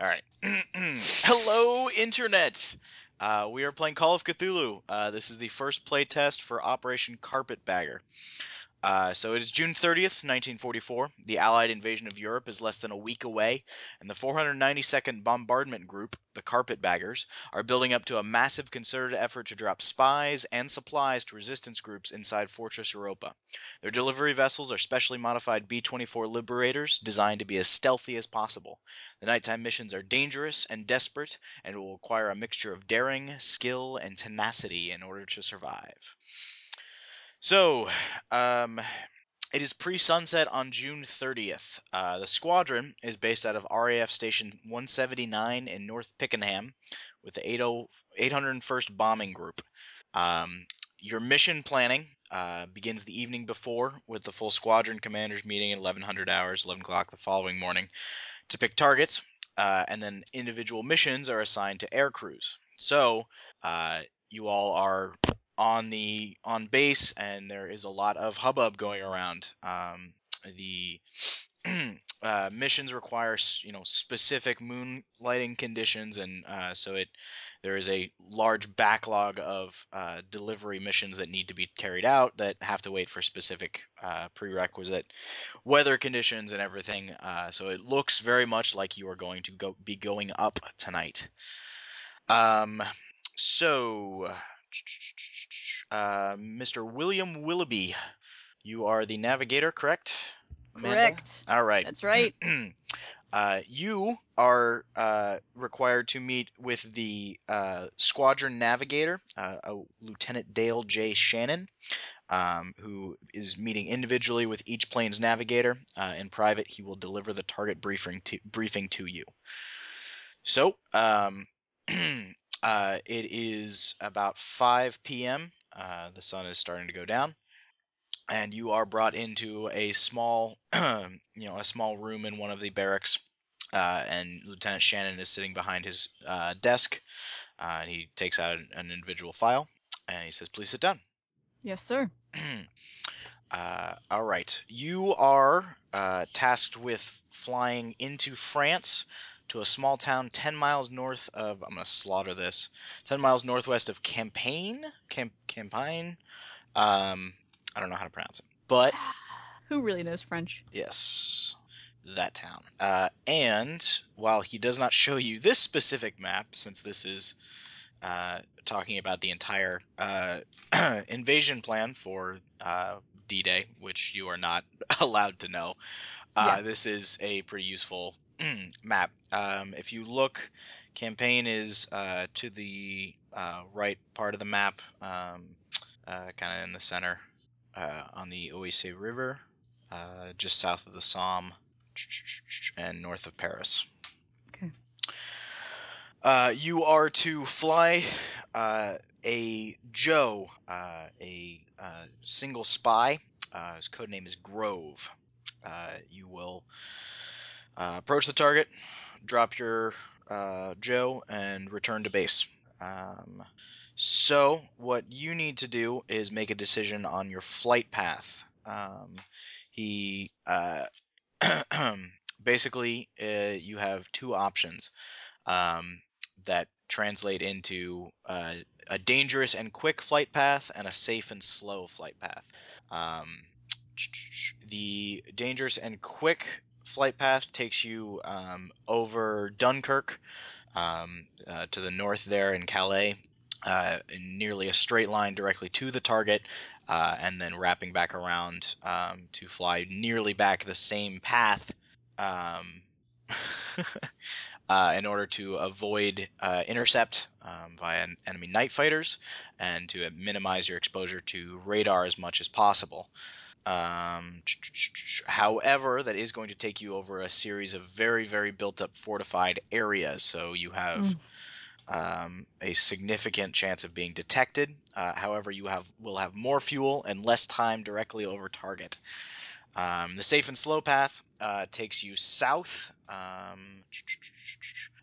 All right. Hello, Internet! Uh, we are playing Call of Cthulhu. Uh, this is the first play test for Operation Carpetbagger. Uh, so it is June 30th, 1944. The Allied invasion of Europe is less than a week away, and the 492nd Bombardment Group, the Carpetbaggers, are building up to a massive concerted effort to drop spies and supplies to resistance groups inside Fortress Europa. Their delivery vessels are specially modified B 24 Liberators designed to be as stealthy as possible. The nighttime missions are dangerous and desperate and will require a mixture of daring, skill, and tenacity in order to survive. So, um, it is pre sunset on June 30th. Uh, the squadron is based out of RAF Station 179 in North Pickenham with the oh, 80 801st Bombing Group. Um, your mission planning uh, begins the evening before with the full squadron commanders meeting at 1100 hours, 11 o'clock the following morning, to pick targets, uh, and then individual missions are assigned to air crews. So, uh, you all are on the on base, and there is a lot of hubbub going around. Um, the uh, missions require s- you know specific moonlighting conditions, and uh, so it there is a large backlog of uh, delivery missions that need to be carried out that have to wait for specific uh, prerequisite weather conditions and everything. Uh, so it looks very much like you are going to go be going up tonight. Um, so, uh, Mr. William Willoughby, you are the navigator, correct? Amanda? Correct. All right. That's right. uh, you are uh, required to meet with the uh, squadron navigator, uh, uh, Lieutenant Dale J. Shannon, um, who is meeting individually with each plane's navigator. Uh, in private, he will deliver the target briefing to, briefing to you. So, um, uh, it is about 5 p.m. Uh, the sun is starting to go down and you are brought into a small you know a small room in one of the barracks uh, and lieutenant shannon is sitting behind his uh, desk uh, and he takes out an, an individual file and he says please sit down Yes, sir. uh, all right you are uh, tasked with flying into france to a small town 10 miles north of i'm going to slaughter this 10 miles northwest of campaign Camp, campaign um, i don't know how to pronounce it but Who really knows French? Yes, that town. Uh, and while he does not show you this specific map, since this is uh, talking about the entire uh, invasion plan for uh, D Day, which you are not allowed to know, uh, this is a pretty useful map. Um, if you look, campaign is uh, to the uh, right part of the map, um, uh, kind of in the center uh, on the Oise River uh, just south of the Somme and north of Paris. Okay. Uh, you are to fly uh, a Joe, uh, a uh, single spy. Uh, his code name is Grove. Uh, you will uh, approach the target, drop your uh, Joe, and return to base. Um, so, what you need to do is make a decision on your flight path. Um, he uh, basically uh, you have two options um, that translate into uh, a dangerous and quick flight path and a safe and slow flight path um, the dangerous and quick flight path takes you um, over dunkirk um, uh, to the north there in calais uh, in nearly a straight line directly to the target uh, and then wrapping back around um, to fly nearly back the same path um, uh, in order to avoid uh, intercept um, via en- enemy night fighters and to minimize your exposure to radar as much as possible. Um, however, that is going to take you over a series of very, very built up fortified areas. So you have Mm. um, a significant chance of being detected. Uh, however, you have will have more fuel and less time directly over target. Um, the safe and slow path uh, takes you south, um,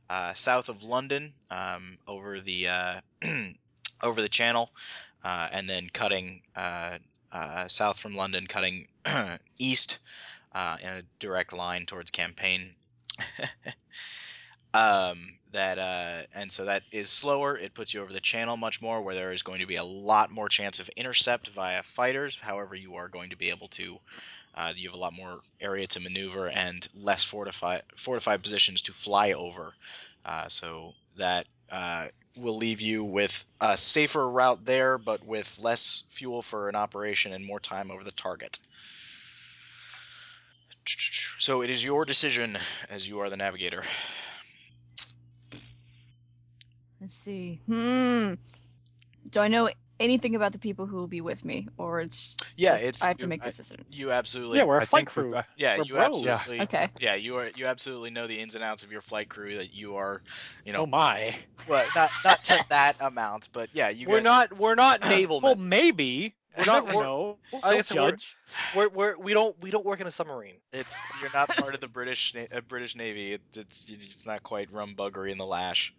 uh, south of London, um, over the uh, over the Channel, uh, and then cutting uh, uh, south from London, cutting east uh, in a direct line towards Campaign. Um, that uh, and so that is slower. It puts you over the channel much more, where there is going to be a lot more chance of intercept via fighters. However, you are going to be able to. Uh, you have a lot more area to maneuver and less fortified fortified positions to fly over. Uh, so that uh, will leave you with a safer route there, but with less fuel for an operation and more time over the target. So it is your decision, as you are the navigator. Let's see. Hmm. Do I know anything about the people who will be with me, or it's Yeah, just it's I have to you- make I- this decision? You absolutely. Yeah, we're a I flight think crew. we- I- yeah, we're you bros. Yeah. absolutely. Okay. Yeah, you are. You absolutely know the ins and outs of your flight crew. That you are, you know, Oh my. well, not not to that amount, but yeah, you we're guys. not we're not Well, nablemen. maybe. We're We're not. not- we know. I Don't guess we're- judge. We're, we're we don't we don't work in a submarine. It's you're not part of the British na- uh, British Navy. It, it's it's not quite rumbuggery in the lash.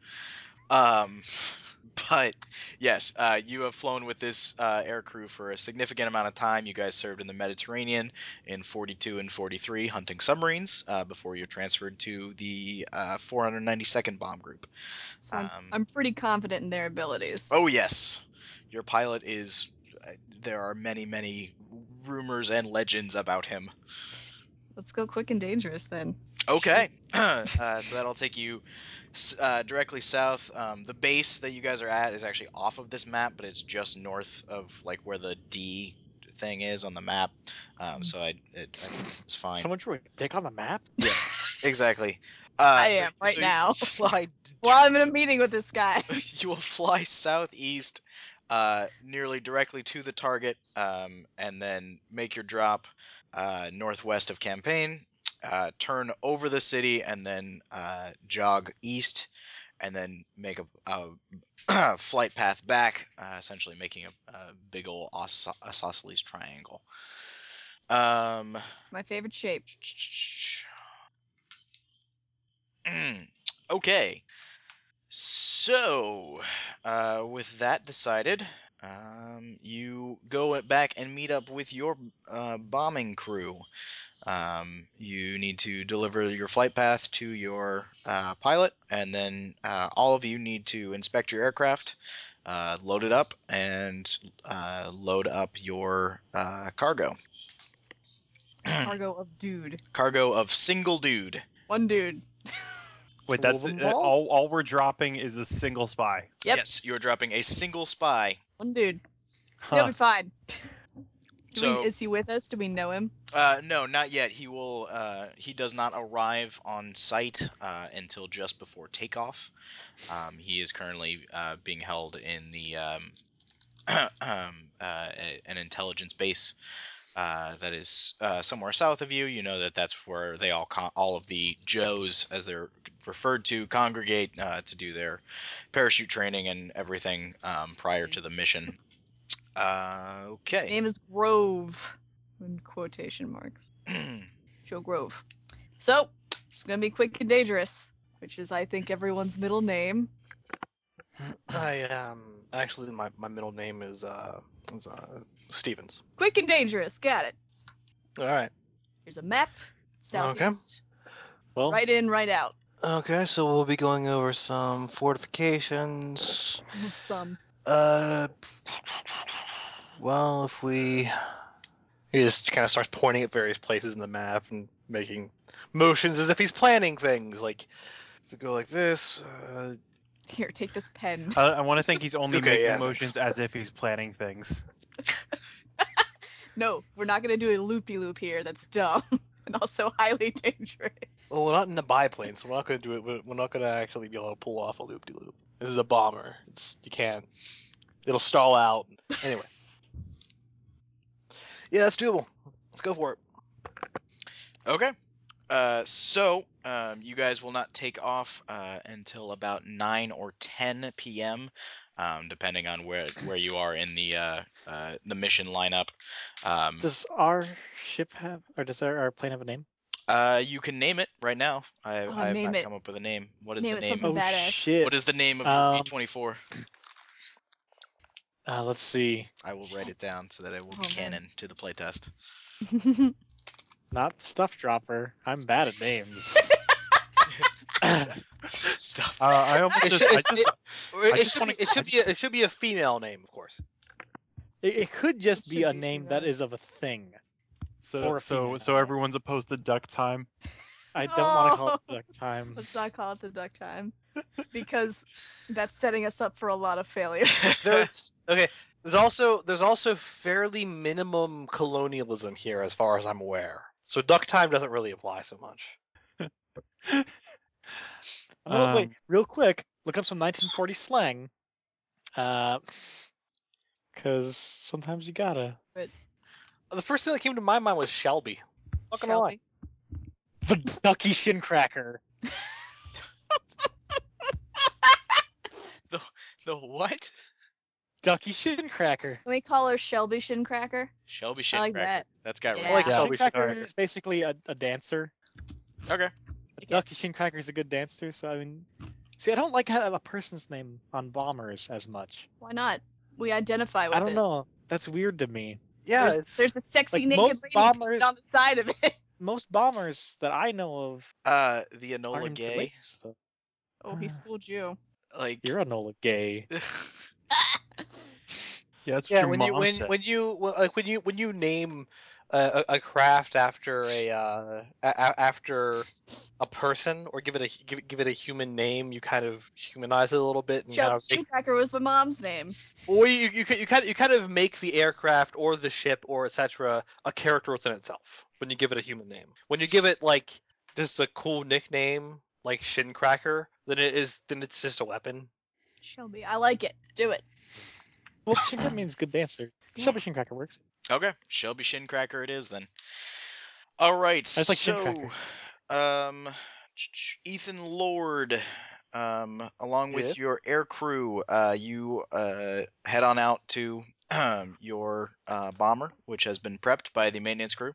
Um, but yes, uh, you have flown with this uh, air crew for a significant amount of time. You guys served in the Mediterranean in 42 and 43 hunting submarines uh, before you're transferred to the uh, 492nd Bomb Group. So I'm, um, I'm pretty confident in their abilities. Oh yes, your pilot is. uh, There are many many rumors and legends about him. Let's go quick and dangerous then. Okay, uh, so that'll take you s- uh, directly south. Um, the base that you guys are at is actually off of this map, but it's just north of like where the D thing is on the map. Um, so I, it, I it's fine. Someone drew a dick on the map. Exactly. Uh, I so- am right so you now. Fly. While I'm in a meeting with this guy. you will fly southeast, uh, nearly directly to the target, um, and then make your drop uh, northwest of Campaign, uh, turn over the city, and then uh, jog east, and then make a, a flight path back, uh, essentially making a, a big ol' os- isosceles triangle. Um, It's my favorite shape. Mm, okay. So, uh, with that decided, um, you go back and meet up with your uh, bombing crew. Um, you need to deliver your flight path to your uh, pilot, and then uh, all of you need to inspect your aircraft, uh, load it up, and uh, load up your uh, cargo. Cargo of dude. cargo of single dude. One dude. Wait, Well, that's then uh, roll. all. All we're dropping is a single spy. Yep. Yes, you're dropping a single spy. One dude. He'll Huh. be fine. Do So- we, is he with us? Do we know him? Uh, no, not yet. He will. Uh, he does not arrive on site uh, until just before takeoff. Um, he is currently uh, being held in the um, um, uh, a- an intelligence base uh, that is uh, somewhere south of you. You know that that's where they all con- all of the Joes, as they're referred to, congregate uh, to do their parachute training and everything um, prior to the mission. Uh, His okay. name is Grove. In quotation marks. Joe Grove. So, it's gonna be quick and dangerous, which is I think everyone's middle name. I um actually my, my middle name is uh is uh Stevens. Quick and dangerous, got it. All right. Here's a map. Southeast. Well, Right in, right out. Okay, so we'll be going over some fortifications. Some. Uh, well, if we, he just kind of starts pointing at various places in the map and making motions as if he's planning things. Like, if we go like this, uh, Here, take this pen. Uh, I, I want to think he's only Okay, making yeah. motions as if he's planning things. No, we're not gonna do a loopy loop here. That's dumb and also highly dangerous. well, we're not in a biplane, so we're not gonna do it. We're, we're not gonna actually be able to pull off a loop de loop. This is a bomber. It's you can't. It'll stall out. Anyway. Yeah, that's doable. Let's go for it. Okay. Uh, so um, you guys will not take off uh, until about nine or ten p.m., um, depending on where where you are in the uh, uh, the mission lineup. Um, Does our ship have, or does our, our plane have a name? uh, you can name it right now. I, Oh, I have name not it. come up with a name. What is Name the it name? something Of, Oh Badass. shit! what is the name of Um, B twenty four? uh, let's see. I will write it down so that it will Oh, be man. canon to the playtest. Not stuff dropper. I'm bad at names. Stuff. Uh, I almost It just, should- I just, Or It, I just should wanna- be, it should be a, it should be a female name, of course. It, it could just It be should a be name female. that is of a thing. so or a so female. so everyone's opposed to duck time. I don't want to call it No. duck time. Let's not call it the duck time because that's setting us up for a lot of failure. There's okay. There's also there's also fairly minimum colonialism here, as far as I'm aware. So duck time doesn't really apply so much. Well, Oh, wait, Um, real quick, look up some 1940 slang. Uh, because sometimes you gotta. The first thing that came to my mind was Shelby. Not gonna lie. Shelby. The ducky shincracker. the what? Ducky shincracker. Can we call her Shelby Shincracker? Shelby I Shincracker. like that. That's got Yeah. I like Shelby. Shincracker Shincracker. is basically a, a dancer. Okay. A ducky shincracker is a good dancer, so I mean. See, I don't like how a person's name on bombers as much. Why not? We identify with I don't it. know. That's weird to me. Yeah, there's, it's- there's a sexy like, naked most lady bombers- on the side of it. Most bombers that I know of Uh, the Enola aren't Gay. related, so- Oh, he schooled you. Like. You're a Nola Gay. yeah, that's what yeah. your When mom you when, said. when you well, like when you when you name a, a a craft after a uh a, a- after a person or give it a give, it- give it a human name, you kind of humanize it a little bit and kind Shelby of make, Shincracker was my mom's name. or you, you ca- you kind of, you kind of make the aircraft or the ship or etc a character within itself when you give it a human name. When you give it like just a cool nickname like Shincracker, then it is then it's just a weapon. Shelby, I like it. Do it. Well, shincracker means good dancer. Shelby shincracker works. Okay, Shelby Shincracker it is then. All right, That's like so Shincracker. um, Ethan Lord, um, along with Yeah. your air crew, uh, you uh, head on out to um, your uh, bomber, which has been prepped by the maintenance crew.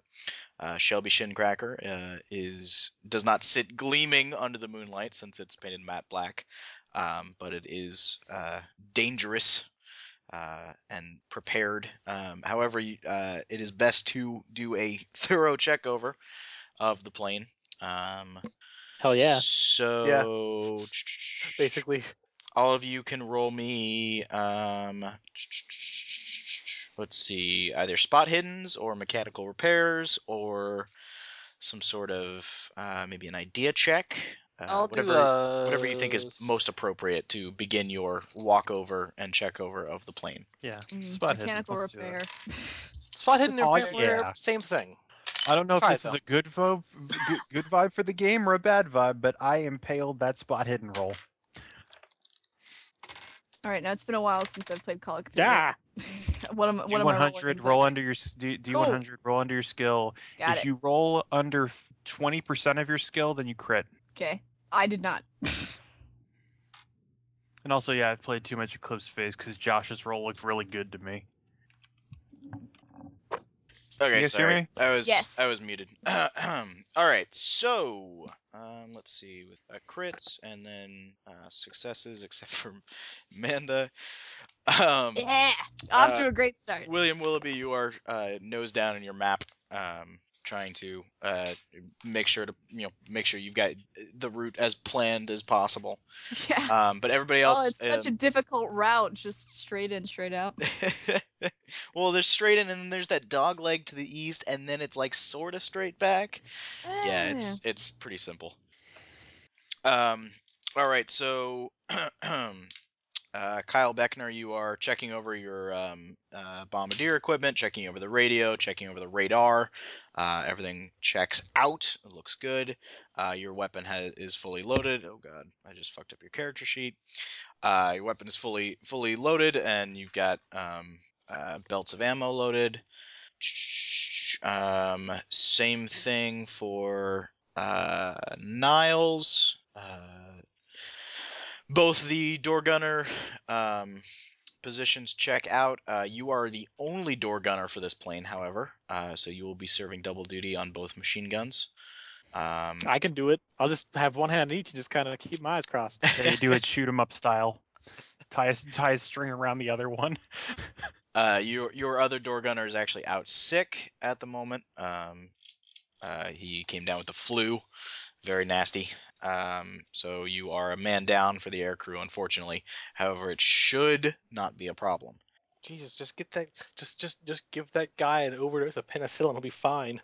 Uh, Shelby Shincracker uh, is does not sit gleaming under the moonlight since it's painted matte black, um, but it is uh, dangerous uh, and prepared. Um, however, you- uh, it is best to do a thorough check over of the plane. Um, Oh, Hell yeah. So Basically, all of you can roll me. Um, let's see, either spot hiddens or mechanical repairs or some sort of uh, maybe an idea check. Uh, I'll whatever, do uh, whatever you think is most appropriate to begin your walkover and check over of the plane. yeah, Mm, Spot hidden, Mechanical let's do it. repair. spot hidden Oh, repair, yeah. same thing. I don't know if Try it, this is a good, vo- good good vibe for the game or a bad vibe, but I impaled that spot hidden roll. All right, now it's been a while since I've played Call of Cthulhu. Yeah. what am, what am I rolling D100 roll under your s- D- D100 roll under your skill. inside? Got if it. you roll under twenty percent of your skill, then you crit. Okay. I did not. And also, yeah, I've played too much Eclipse Phase because Josh's roll looked really good to me. Okay, You guys hear sorry. me? I was Yes. I was muted. All right, so um, let's see with a crit and then uh, successes, except for Amanda. Um, Yeah. Off Uh, to a great start. William Willoughby, you are uh, nose down in your map, um, trying to uh, make sure to you know make sure you've got the route as planned as possible. Yeah. Um, but everybody Oh, else. it's such a um, difficult route, just straight in, straight out. well, there's straight in, and then there's that dog leg to the east, and then it's like sort of straight back. yeah, Eh. it's it's pretty simple. Um, all right, so uh, Kyle Beckner, you are checking over your um, uh, bombardier equipment, checking over the radio, checking over the radar. Uh, everything checks out. It looks good. Uh, your weapon has, is fully loaded. Oh god, I just fucked up your character sheet. Uh, your weapon is fully fully loaded, and you've got um, uh, belts of ammo loaded. Um, same thing for uh, Niles. Uh, both the door gunner um, positions check out. Uh, you are the only door gunner for this plane, however, uh, so you will be serving double duty on both machine guns. Um, I can do it. I'll just have one hand on each and just kind of keep my eyes crossed. They do it shoot 'em up style. Tie a, s- tie a string around the other one. Uh, your your other door gunner is actually out sick at the moment. Um, uh, he came down with the flu, very nasty. Um, so you are a man down for the air crew, unfortunately. However, it should not be a problem. Jesus, just get that. Just, just, just give that guy an overdose of penicillin. He'll be fine.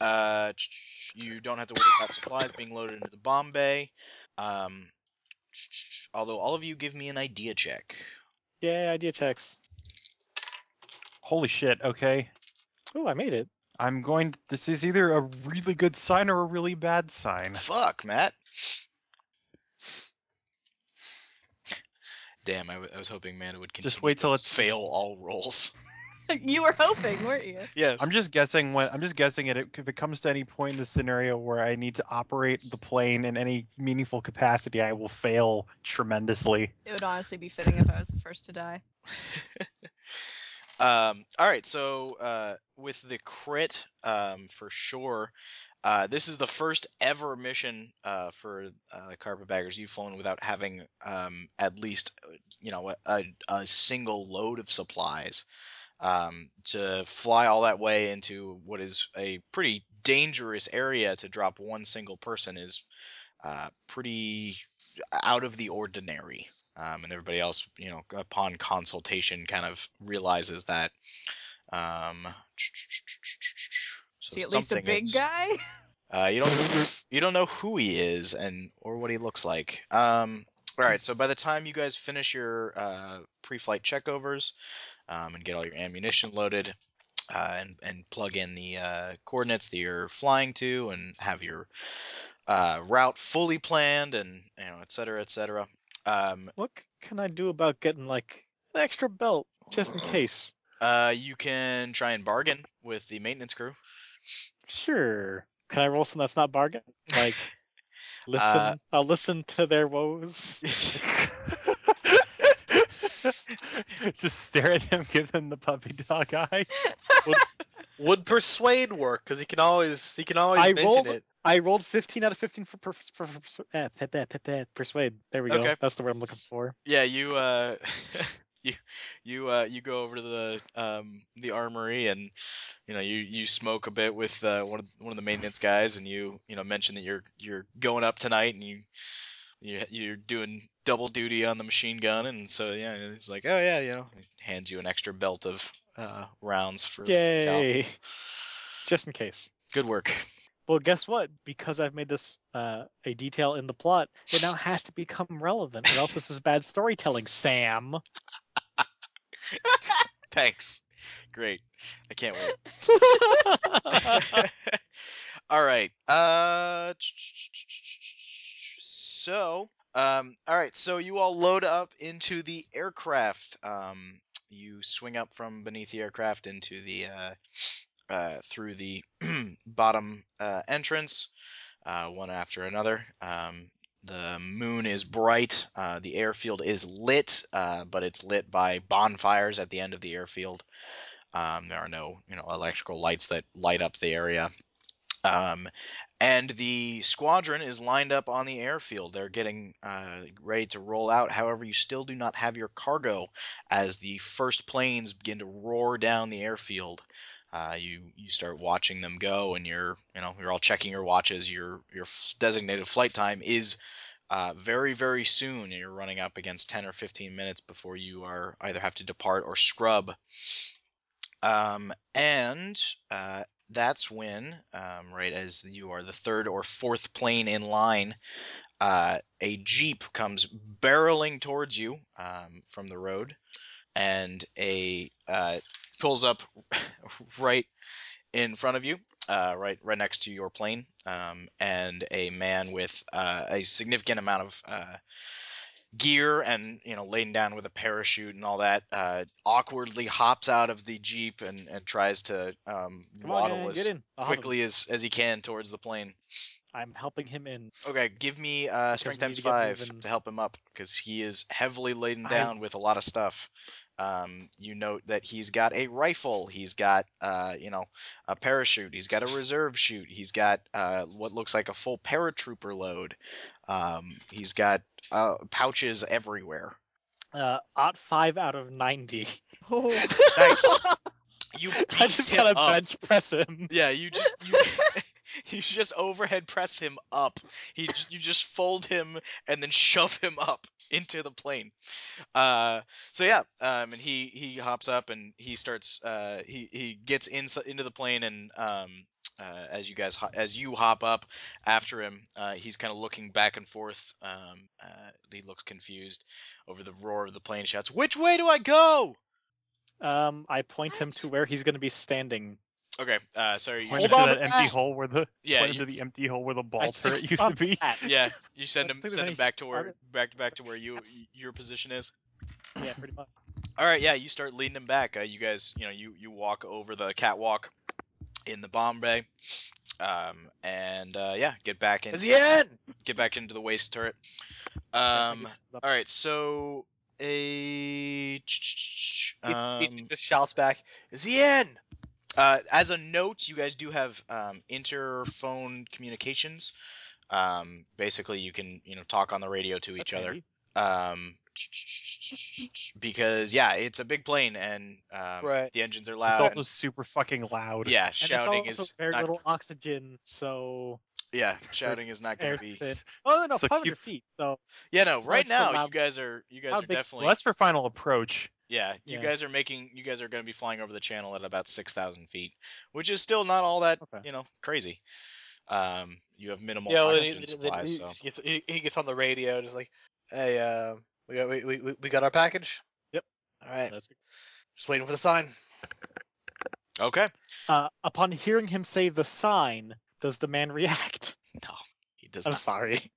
Uh, ch- ch- you don't have to worry about supplies being loaded into the bomb bay. Um, ch- ch- although all of you give me an idea check. Yay, idea checks. Holy shit, okay. Ooh, I made it. I'm going this is either a really good sign or a really bad sign. Fuck, Matt. Damn, I, w- I was hoping Amanda would continue Just wait till to it's- fail all rolls. you were hoping, weren't you? Yes. I'm just guessing when I'm just guessing it if it comes to any point in the scenario where I need to operate the plane in any meaningful capacity, I will fail tremendously. It would honestly be fitting if I was the first to die. Um, all right, so uh, with the crit, um, for sure, uh, this is the first ever mission uh, for uh, Carpetbaggers you've flown without having um, at least uh, you know a- a, a single load of supplies um, to fly all that way into what is a pretty dangerous area to drop one single person is uh, pretty out of the ordinary. Um, and everybody else, you know, upon consultation, kind of realizes that. Um, so See, at least a something big is- guy. uh, you don't you don't know who he is and or what he looks like. Um, all right, so by the time you guys finish your uh, pre-flight checkovers um, and get all your ammunition loaded uh, and and plug in the uh, coordinates that you're flying to and have your uh, route fully planned and you know et cetera et cetera. Um, What c- can I do about getting like an extra belt just in case? uh, you can try and bargain with the maintenance crew. Sure. Can I roll some that's not bargain? Like, listen. Uh, I'll listen to their woes. just stare at him, give him the puppy dog eye. Would persuade work? Because he can always, he can always I mention rolled- it. I rolled 15 out of 15 for per, per, per, persu- eh, pe- pe- pe- pe- persuade. There we go. Okay. That's the word I'm looking for. Yeah, you uh you you uh you go over to the um the armory and you know you you smoke a bit with uh, one of one of the maintenance guys and you you know mention that you're you're going up tonight and you you you're doing double duty on the machine gun and so yeah it's like oh yeah you know he hands you an extra belt of uh rounds for cal- Yay! Just in case. good work Well, guess what? Because I've made this uh, a detail in the plot, it now has to become relevant, or else this is bad storytelling, Sam. thanks great I can't wait all right. Uh, so, um, all right. So you all load up into the aircraft. Um, you swing up from beneath the aircraft into the uh, uh, through the bottom uh, entrance, uh, one after another. Um, the moon is bright. Uh, the airfield is lit, uh, but it's lit by bonfires at the end of the airfield. Um, there are no, you know, electrical lights that light up the area. Um, and the squadron is lined up on the airfield. They're getting uh, ready to roll out. However, you still do not have your cargo as the first planes begin to roar down the airfield. Uh, you you start watching them go, and you're you know you're all checking your watches. Your your f- designated flight time is uh, very very soon. You're running up against 10 or 15 minutes before you are either have to depart or scrub. Um, and uh, that's when, um, right as you are the third or fourth plane in line, uh, a jeep comes barreling towards you um, from the road, and a uh, pulls up right in front of you, uh, right right next to your plane, um, and a man with uh, a significant amount of. Uh, gear and you know laying down with a parachute and all that uh, awkwardly hops out of the jeep and, and tries to um, Come on, waddle man, his- get in. I'll help him. quickly as as he can towards the plane. I'm helping him in. Okay, give me uh, strength we times need to get five moving. to help him up because he is heavily laden I- down with a lot of stuff. Um, you note that he's got a rifle, he's got uh, you know a parachute, he's got a reserve chute, he's got uh, what looks like a full paratrooper load. Um, he's got uh, pouches everywhere. Uh, ot five out of 90. Oh. Nice. You I beast just him gotta up. bench press him. Yeah, you just you You just overhead press him up. He, j- you just fold him and then shove him up into the plane. Uh, so yeah, um, and he he hops up and he starts. Uh, he he gets in, into the plane and um, uh, as you guys ho- as you hop up after him, uh, he's kind of looking back and forth. Um, uh, he looks confused over the roar of the plane. Shouts, "Which way do I go?" Um, I point him to where he's going to be standing. Okay, uh, sorry. You Hold Point him to on that to empty that. hole where the yeah, point him you- to the empty hole where the ball I turret said, used to "Fuck be. that." yeah, you send I him think send there's him back to any where other- back to back to where you Yes. your position is. Yeah, pretty much. All right, yeah, you start leading him back. Uh, you guys, you know, you you walk over the catwalk in the bomb bay, um, and uh, yeah, get back in. Is he in? Get back into the waste turret. Um, all right, so a He- he um, just shouts back, "Is he in?" uh, as a note, you guys do have um, interphone communications. Um, basically, you can you know talk on the radio to each other. Okay. Um, because yeah, it's a big plane and um, Right. the engines are It's loud. also super fucking loud. yeah, And shouting it's also is very not, little oxygen, so yeah, shouting is not gonna air be. spin. Oh no, So 500 keep- feet. So Yeah, no. Right it's so now, you loud. guys are you guys How are big- well, definitely Well, that's for final approach. Yeah, you Yeah. guys are making you guys are going to be flying over the channel at about six thousand feet, which is still not all that Okay. you know crazy. Um, you have minimal Yeah, well, then he- oxygen then he, supplies, so just gets, he, he gets on the radio, just like, "Hey, uh, we got we, we, we- we got our package." Yep. All right, That's- just waiting for the sign. okay, uh, upon hearing him say the sign, does the man react? he does I'm not. sorry.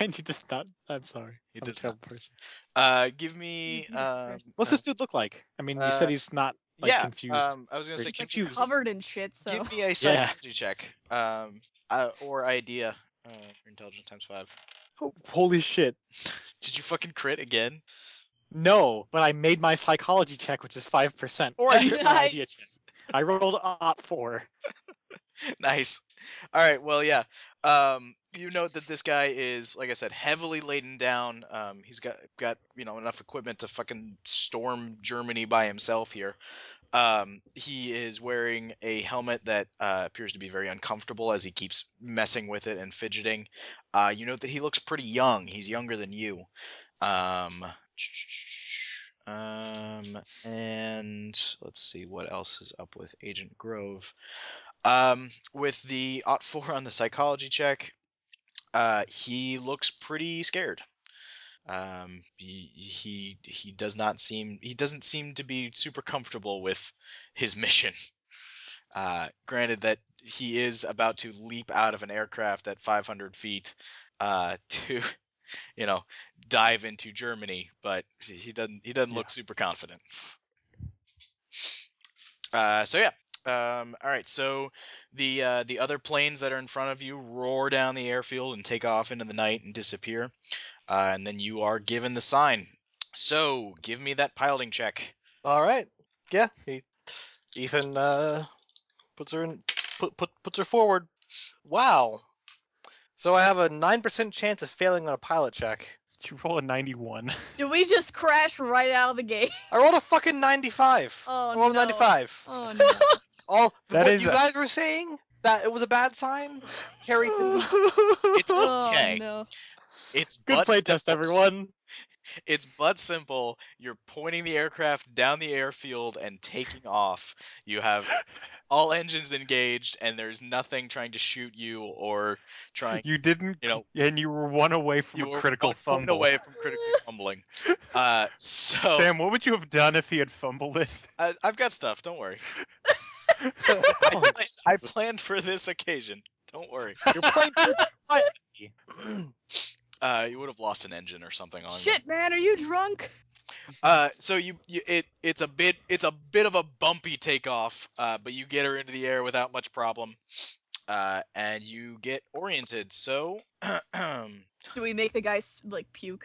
I need to not. I'm sorry. He I'm a does terrible not. person. Uh, give me Mhm, um. there's- What's uh, this dude look like? I mean, you uh, said he's not like yeah, confused. um, I was gonna He's say It's like confused. covered in shit, so Give me a psychology check, um, uh, or idea, uh, for intelligence times five. Oh, holy shit. Did you fucking crit again? No, but I made my psychology check, which is five percent, or I made Nice. my idea check. I rolled op four. nice. All right. Well, yeah. Um, you note that this guy is, like I said, heavily laden down. Um, he's got got you know enough equipment to fucking storm Germany by himself here. Um, he is wearing a helmet that uh, appears to be very uncomfortable as he keeps messing with it and fidgeting. Uh, you note that he looks pretty young. He's younger than you. Um, um, and let's see what else is up with Agent Grove. Um, with the ot four on the psychology check, uh, he looks pretty scared. Um, he, he he does not seem he doesn't seem to be super comfortable with his mission. Uh, granted that he is about to leap out of an aircraft at 500 feet, uh, to you know dive into Germany, but he- he doesn't he doesn't look super confident. Uh, so yeah. Um, all right, so the uh, the other planes that are in front of you roar down the airfield and take off into the night and disappear, uh, and then you are given the sign. So give me that piloting check. All right. Yeah. He Ethan uh, puts her in put, put puts her forward. Wow. So I have a nine percent chance of failing on a pilot check. You roll a 91. do we just crash right out of the gate? I rolled a fucking ninety-five. Oh, I rolled no. a ninety-five. Oh no. All That what is you a- guys were saying that it was a bad sign. Carrie didn't. It's Oh okay. no. It's Good but playtest, simple. everyone. It's but simple. You're pointing the aircraft down the airfield and taking off. You have all engines engaged, and there's nothing trying to shoot you or trying. You didn't, You know- and you were one away from you a were critical one point fumble. away from critical fumbling. Uh, so Sam, what would you have done if he had fumbled it? I, I've got stuff. Don't worry. I, Oh, plan- I planned for this occasion. Don't worry. You're playing Uh, you would have lost an engine or something on Shit, man, are you drunk? Uh, so you, you it it's a bit it's a bit of a bumpy takeoff, uh, but you get her into the air without much problem, uh, and you get oriented. So, uh, Do we make the guy s- like puke?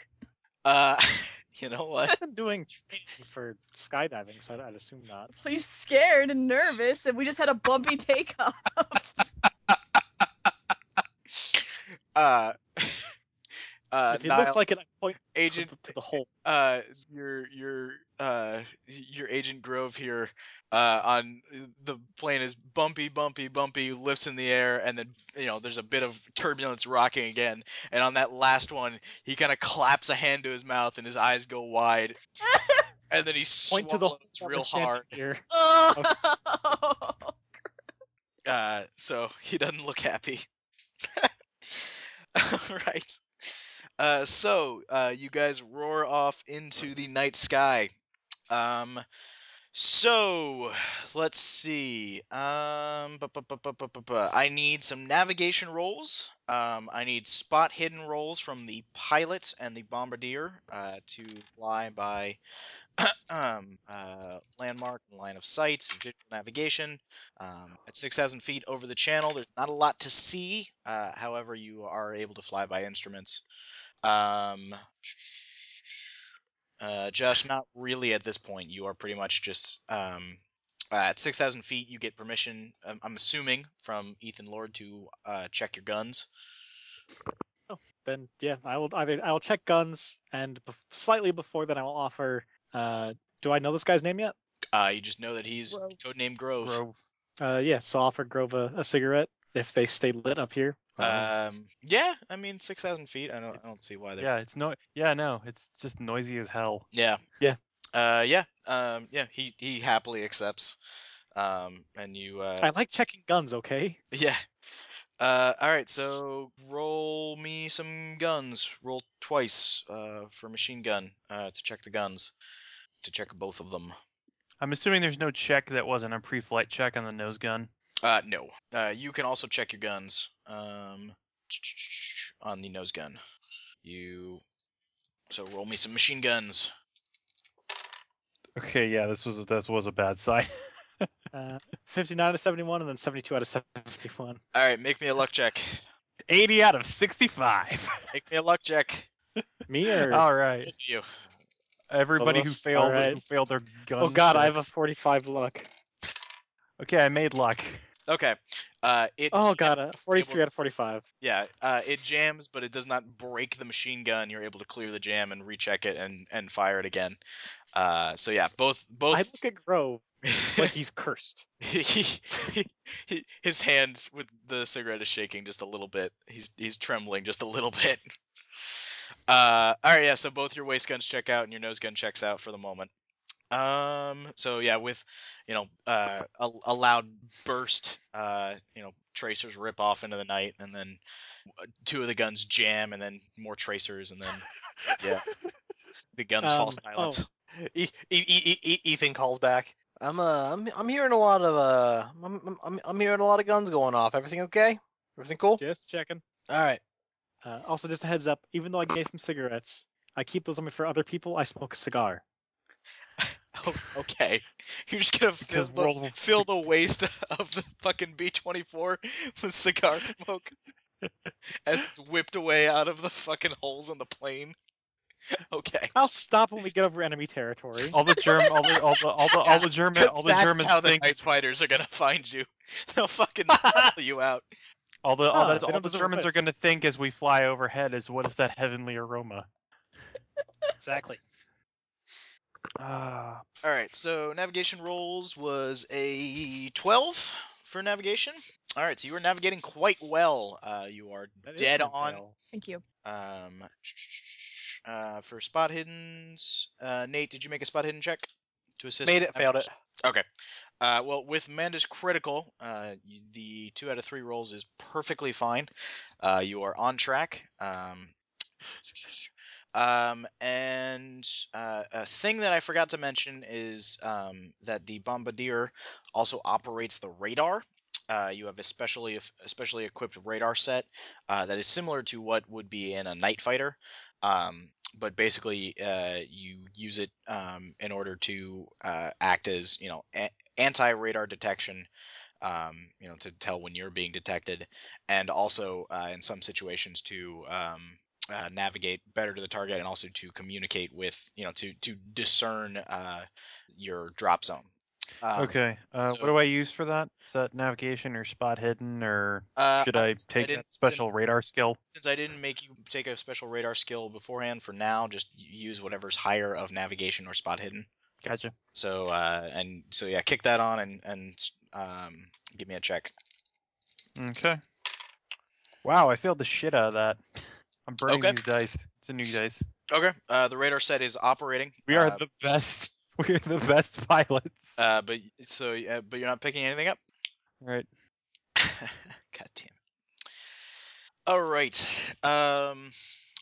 you know what? been doing training for skydiving, so I'd, I'd assume not. He's scared and nervous, and we just had a bumpy takeoff. Uh, Uh, if it Niall, looks like it, I point to agent the, to the hole. uh your your uh your agent Grove here uh on the plane is bumpy bumpy bumpy lifts in the air and then you know there's a bit of turbulence rocking again and on that last one he kind of claps a hand to his mouth and his eyes go wide and then he Point to the hole. swallows I'm real standing hard Here. Oh. uh so he doesn't look happy all right uh so uh you guys roar off into the night sky um so let's see um bu- bu- bu- bu- bu- bu- bu- i need some navigation rolls um i need spot hidden rolls from the pilot and the bombardier uh to fly by um uh landmark and line of sight visual navigation um, at 6,000 feet over the channel, there's not a lot to see. Uh, however, you are able to fly by instruments. Um, uh, Josh, not really at this point. You are pretty much just um, uh, at 6,000 feet. You get permission. um, I'm, I'm assuming from Ethan Lord to uh, check your guns. Then yeah, I will. I will I will check guns, and bef- slightly before then, I will offer. Uh, do I know this guy's name yet? Uh, you just know that he's Grove. codename Grove. Grove. Uh, yeah. So I'll offer Grove a, a cigarette if they stay lit up here. Uh, Um, yeah, I mean 6,000 feet. I don't. I It's- don't see why they're. Yeah, it's no. Yeah, no, it's just noisy as hell. Yeah. Yeah. Uh, yeah. Um, yeah. He he happily accepts. Um, and you. Uh, I like checking guns. Okay. yeah. Uh, all right. So roll me some guns. Roll twice. Uh, for machine gun. Uh, to check the guns. To check both of them. I'm assuming there's no check that wasn't a pre-flight check on the nose gun. Uh, no. Uh, you can also check your guns. Um, on the nose gun. You. So roll me some machine guns. Okay, yeah, this was this was a bad sign. Uh, 59 out of 71, and then 72 out of 71. All right. Make me a luck check. 80 out of 65. Make me a luck check. Me or? All right, Both of you. everybody who us, failed all right. who failed their gun. oh God, I have a checks. 45 luck. Okay, I made luck. Okay. Uh, it. Oh God, a 43 out of 45. Yeah, uh, it jams, but it does not break the machine gun. You're able to clear the jam and recheck it and, and fire it again. Uh, so yeah, both I both look at Grove like he's cursed. he, he, he- his hand with the cigarette is shaking just a little bit. He's he's trembling just a little bit. Uh, all right, yeah. So both your waist guns check out and your nose gun checks out for the moment. Um, so yeah, with you know uh, a, a loud burst, uh, you know tracers rip off into the night, and then two of the guns jam, and then more tracers, and then yeah, the guns fall Um, silent. E- E- E- E- Ethan calls back. I'm uh, I'm, I'm hearing a lot of uh, I'm, I'm- I'm, I'm hearing a lot of guns going off. Everything okay? Everything cool? Just checking. All right. Uh, also, just a heads up. Even though I gave him cigarettes, I keep those on me for other people. I smoke a cigar. Oh, okay. You're just gonna fill Because the, World War- fill the waste of the fucking B-24 with cigar smoke as it's whipped away out of the fucking holes in the plane. Okay. I'll stop when we get over enemy territory. All the germ, all the all the all the, all the German, Because all the that's Germans how the think night fighters are gonna find you. They'll fucking sell you out. all the all, Ah, that's, they all don't the deserve Germans it. are going to think as we fly overhead is what is that heavenly aroma? exactly. Ah, All right. So navigation rolls was a 12 for navigation. All right. So you are navigating quite well. Uh, you are dead on Thank you. Um, uh, for spot hiddens, uh, Nate, did you make a spot hidden check to assist? Made it. Failed it. Uh, well, with Manda's critical, uh, y- the two out of three rolls is perfectly fine. Uh, you are on track. Um, um, and uh, a thing that I forgot to mention is um, that the bombardier also operates the radar. Uh, you have a specially, especially equipped radar set uh, that is similar to what would be in a night fighter, um, but basically uh, you use it um, in order to uh, act as you know a- anti radar detection, um, you know, to tell when you're being detected, and also uh, in some situations to um, uh, navigate better to the target, and also to communicate with, you know, to to discern uh, your drop zone. Um, okay. Uh, so- what do I use for that? Is that navigation or spot hidden or uh, should I, since take a didn't- since- special radar skill? Since I didn't make you take a special radar skill beforehand, for now, just use whatever's higher of navigation or spot hidden. Gotcha. So uh, and so yeah, kick that on and and um, give me a check. Okay. Wow, I failed the shit out of that. I'm burning Okay. these dice. It's a new dice. Okay. Uh, the radar set is operating. We are uh, the best. We are the best pilots. uh, but so uh, but you're not picking anything up. All right. God damn it. All right. Um,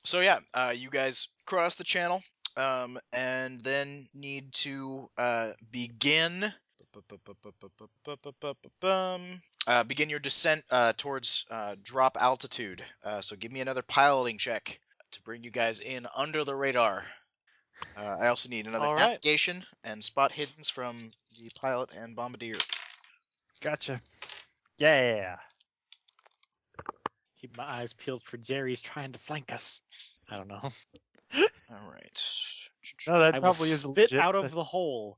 so yeah, uh, you guys cross the channel, um, and then need to uh, begin. Uh, begin your descent uh, towards uh, drop altitude. Uh, so give me another piloting check to bring you guys in under the radar. Uh, I also need another All right. navigation and spot hiddens from the pilot and bombardier. Gotcha. Yeah. Keep my eyes peeled for Jerry's trying to flank us. I don't know. All right. No, that I will probably is spit legit. out of the hole.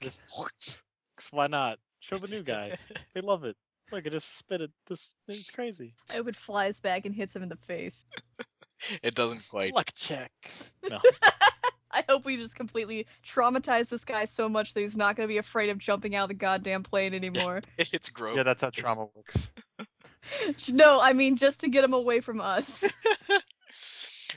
Just, 'cause why not? Show the new guy. They love it. Look, I just spit it. This it's crazy. I would flies back and hits him in the face. It doesn't quite. Luck check. No. I hope we just completely traumatize this guy so much that he's not going to be afraid of jumping out of the goddamn plane anymore. It's gross. yeah, that's how It's- trauma works. no, I mean just to get him away from us.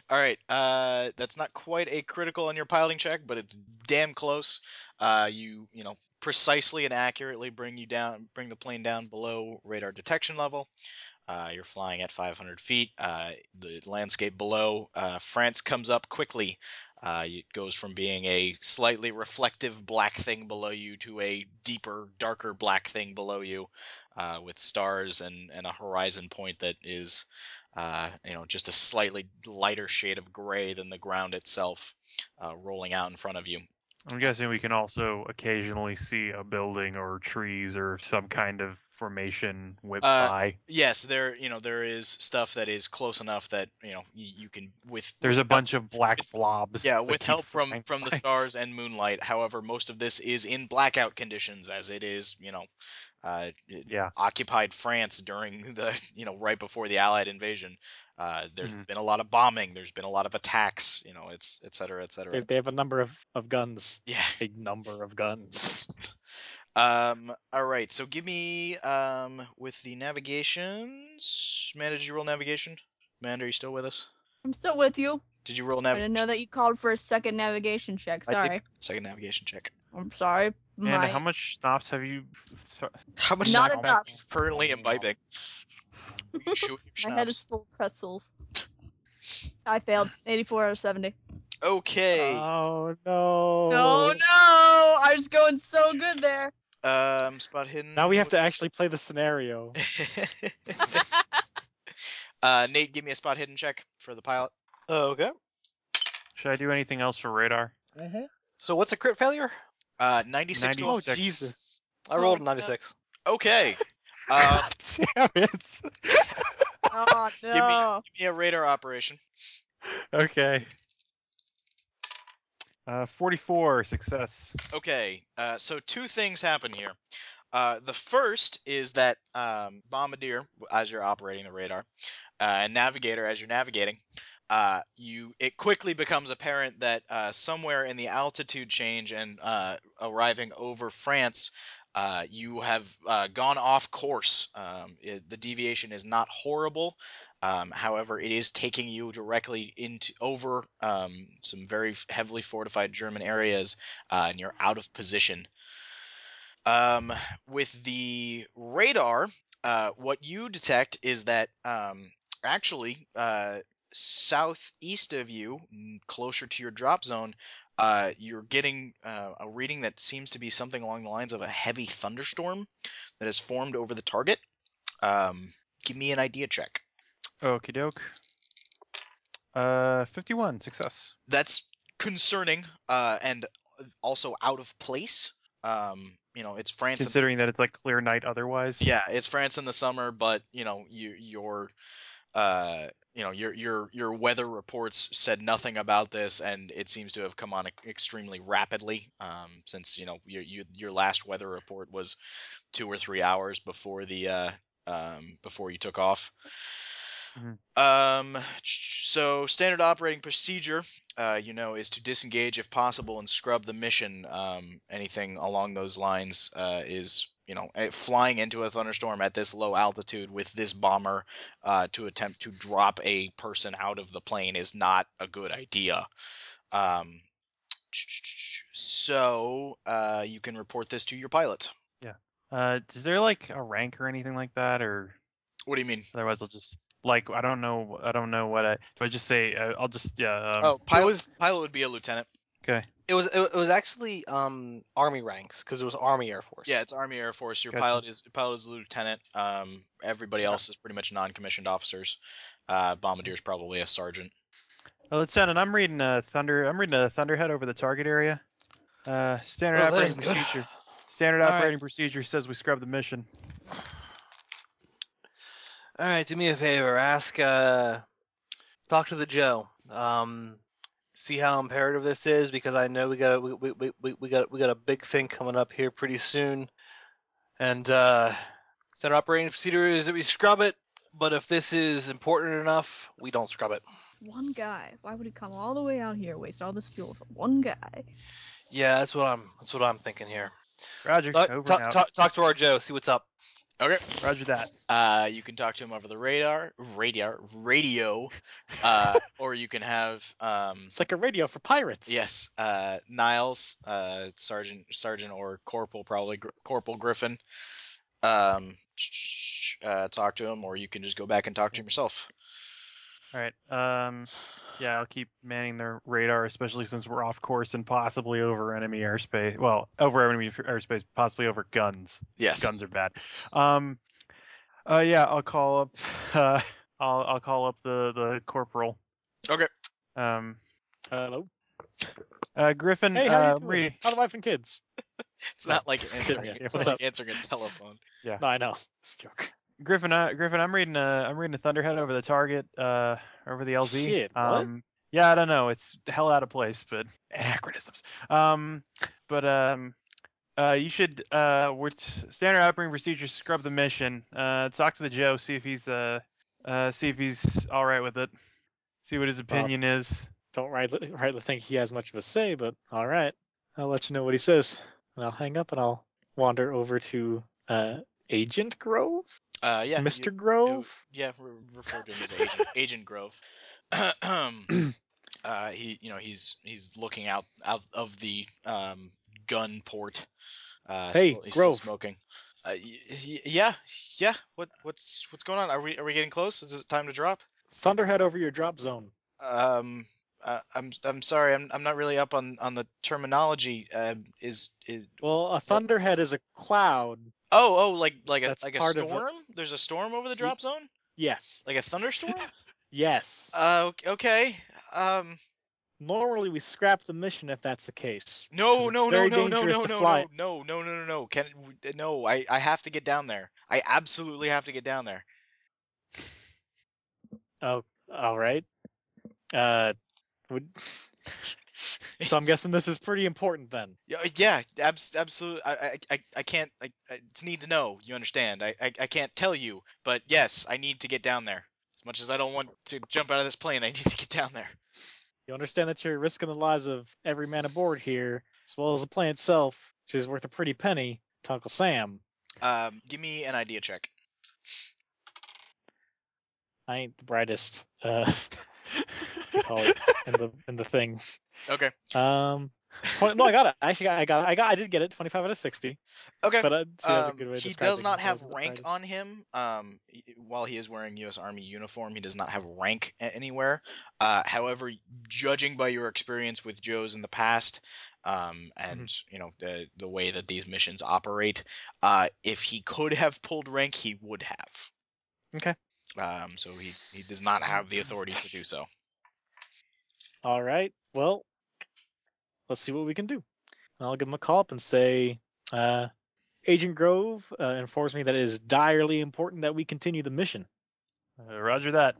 All right. Uh, that's not quite a critical on your piloting check, but it's damn close. Uh, you you know precisely and accurately bring you down, bring the plane down below radar detection level. Uh, you're flying at 500 feet. Uh, the landscape below uh, France comes up quickly. Uh, it goes from being a slightly reflective black thing below you to a deeper, darker black thing below you, uh, with stars and, and a horizon point that is uh, you know, just a slightly lighter shade of gray than the ground itself, uh, rolling out in front of you. I'm guessing we can also occasionally see a building or trees or some kind of formation whip Uh, by. Yes, there, you know, there is stuff that is close enough that you know y- you can with There's a bunch of black blobs. yeah that with keep help from flying from the by. stars and moonlight. However, most of this is in blackout conditions, as it is you know, uh, Yeah. occupied France during the you know right before the Allied invasion. Uh, there's Mhm. been a lot of bombing. There's been a lot of attacks. You know, it's et cetera, et They, cetera. they have a number of, of guns. Yeah. Big number of guns. Um, all right, so give me um with the navigations. Man, did you roll navigation? Man, are you still with us? I'm still with you. Did you roll I nav- didn't know that you called for a second navigation check. I did. Sorry. second navigation check? I'm sorry. Man, My- how much stops have you? so- How much Not am I enough. currently imbibing? Are you shooting your My head is schnapps? full of pretzels. I failed. 84 out of 70. Okay. Oh no. Oh no! I was going so good there. um, spot hidden. Now we have to actually play the scenario. uh, Nate, give me a spot hidden check for the pilot. Okay. Should I do anything else for radar? Mm-hmm. So what's a crit failure? Uh, ninety-six. to- 96. Oh Jesus. I Oh, rolled a no. 96. Okay. Uh, Damn it! oh no! give me a radar operation. Okay. Uh, 44 success. Okay, uh, so two things happen here. Uh, the first is that um, Bombardier, as you're operating the radar, uh, and Navigator, as you're navigating, uh, you it quickly becomes apparent that uh, somewhere in the altitude change and uh, arriving over France, uh, you have uh, gone off course. Um, it, the deviation is not horrible. Um, however, it is taking you directly into over um, some very heavily fortified German areas uh, and you're out of position. Um, with the radar, uh, what you detect is that um, actually uh, southeast of you, n- closer to your drop zone, uh, you're getting uh, a reading that seems to be something along the lines of a heavy thunderstorm that has formed over the target. Um, give me an idea check. Okie doke. Uh, 51 success. that's concerning uh, and also out of place. Um, you know, it's France. in- Considering that it's like clear night otherwise. yeah, it's France in the summer, but you know, you, your uh, you know, your your your weather reports said nothing about this, and it seems to have come on extremely rapidly. Um, since you know your your, your last weather report was two or three hours before the uh, um, before you took off. Um, so standard operating procedure, uh, you know, is to disengage if possible and scrub the mission. Um, anything along those lines uh, is, you know, eh, flying into a thunderstorm at this low altitude with this bomber uh, to attempt to drop a person out of the plane is not a good idea. Um, so uh, you can report this to your pilot. Uh, is there like a rank or anything like that, or What do you mean? otherwise I'll just like I don't know I don't know what I do. I just say uh, I'll just yeah. Um, oh, It pilot, was pilot would be a lieutenant. okay. it was it was actually um army ranks because it was army air force. Yeah, it's Army Air Force. Your Gotcha. pilot is pilot is a lieutenant. Um, everybody else is pretty much non-commissioned officers. Uh, Bombardier's probably a sergeant. Well, Lieutenant, I'm reading a thunder. I'm reading a thunderhead over the target area. Uh, standard Oh, that operating isn't good. procedure. Standard All right. operating procedure says we scrub the mission. All right, do me a favor. Ask, uh, talk to the Joe. Um, see how imperative this is because I know we got a, we, we, we- we, we got we got a big thing coming up here pretty soon, and uh, set operating procedure is that we scrub it. But if this is important enough, we don't scrub it. One guy. Why would he come all the way out here, waste all this fuel for one guy? Yeah, that's what I'm that's what I'm thinking here. Roger. Talk, over and talk, out. talk, talk to our Joe. See what's up. Okay. Roger that. Uh, you can talk to him over the radar, radar, radio, uh, or you can have um, It's like a radio for pirates. yes, uh, Niles, uh, sergeant, sergeant or corporal, probably Gr- Corporal Griffin. Um, uh, talk to him, or you can just go back and talk to him yourself. All right. Um, yeah, I'll keep manning their radar, especially since we're off course and possibly over enemy airspace. Well, over enemy airspace, possibly over guns. Yes. Guns are bad. Um, uh, yeah, I'll call up. Uh, I'll I'll call up the the corporal. Okay. Um, Hello. uh, Griffin. Hey, how are uh, you I'm doing? reading- How's wife and kids? It's not like answering, Yeah, it's what's like up? answering a telephone. No, I know. It's a joke. Griffin, uh, Griffin, I'm reading a, I'm reading a Thunderhead over the target, uh, over the LZ. Shit, what? Um, yeah, I don't know. It's hell out of place, but anachronisms. Um, but um, uh, you should uh, we're t- standard operating procedures. Scrub the mission. Uh, talk to the Joe. See if he's uh, uh, see if he's all right with it. See what his opinion is. Don't rightly, rightly think he has much of a say, but all right. I'll let you know what he says. And I'll hang up and I'll wander over to uh, Agent Grove? Uh, yeah. you- Mr. Grove? Yeah, re- referred to him as Agent, Agent Grove. uh, he, you know, he's he's looking out out of the um, gun port. Uh, Hey, still, he's still Grove. smoking. Uh, y- y- yeah, yeah. What what's what's going on? Are we are we getting close? Is it time to drop? Thunderhead over your drop zone. Um, uh, I'm I'm sorry. I'm I'm not really up on on the terminology. Uh, is is Well, a thunderhead is a cloud. oh oh like like a That's like a part of storm? what- There's a storm over the drop zone? Yes. Like a thunderstorm? Yes. Uh, ok- okay. Um, Normally we scrap the mission if that's the case. no, 'Cause it's no, no, very no, no, dangerous no, to no, fly. no, no, no, no, no, no. Can w- no, I, I have to get down there. I absolutely have to get down there. Oh, all right. Uh, would... so I'm guessing this is pretty important then. Yeah, uh, yeah, abs- absolutely. I, I, I, I can't. I, I, it's need to know. You understand? I, I, I can't tell you, but yes, I need to get down there. As much as I don't want to jump out of this plane, I need to get down there. You understand that you're risking the lives of every man aboard here, as well as the plane itself, which is worth a pretty penny to Uncle Sam. Um, give me an idea check. I ain't the brightest. Uh, they call it in the in the thing. Okay. Um, 20 no, I got it. Actually, I got, it. I got, I did get it. Twenty-five out of sixty. Okay. But uh, see, that's a good Um, way of he describing does not it. have Wasn't the rank brightest. on him. Um, y- while he is wearing U.S. Army uniform, he does not have rank a- anywhere. Uh, however, judging by your experience with Joes in the past, um, Mm-hmm. and you know the the way that these missions operate, uh, if he could have pulled rank, he would have. Okay. Um, so he he does not have the authority to do so. All right. Well, let's see what we can do. And I'll give him a call up and say, uh, Agent Grove uh, informs me that it is direly important that we continue the mission. Uh, Roger that.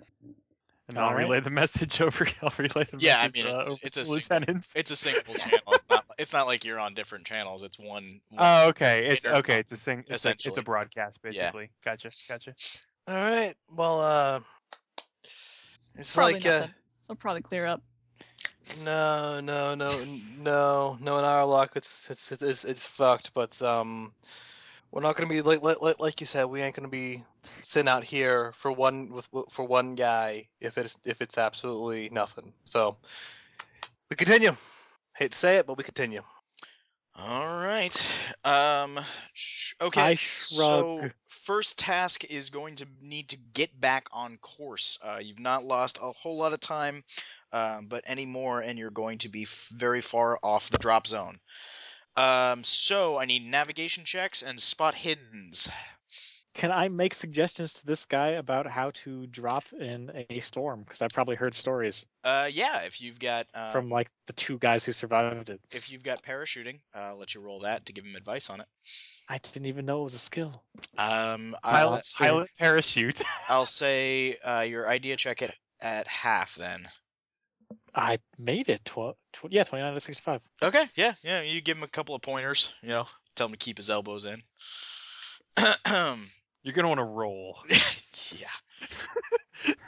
And I'll All right. relay the message over. I'll relay the Yeah, I message. mean, it's- uh, over it's a to the single- lieutenants. It's a single channel. It's not, it's not like you're on different channels. It's one. one- Oh, okay. It's intercom, okay. It's a sing. It's, a, it's essentially. a broadcast, Yeah. basically. Gotcha. Gotcha. All right. Well, uh, it's Probably like uh, nothing. It'll probably clear up. no, no, no, n- no, no. In our luck, it's it's it's it's, it's fucked. But um, we're not gonna be like, like like like you said. We ain't gonna be sitting out here for one with with- for one guy if it's if it's absolutely nothing. So we continue. Hate to say it, but we continue. All right. Um. sh- Okay. I So shrug. first task is going to need to get back on course. Uh, you've not lost a whole lot of time, um, but any more, and you're going to be f- very far off the drop zone. Um. So I need navigation checks and spot hiddens. Can I make suggestions to this guy about how to drop in a storm? Because I probably heard stories Uh. Yeah. If you've got um, from like the two guys who survived it. if you've got parachuting, uh, I'll let you roll that to give him advice on it. I didn't even know it was a skill. Um. I'll, Pilot, pilot parachute. I'll say uh, your idea check at at half then. I made it. Tw- tw- yeah, twenty nine to sixty five. Okay, yeah, yeah. You give him a couple of pointers, you know, tell him to keep his elbows in. yeah. You're gonna want to roll.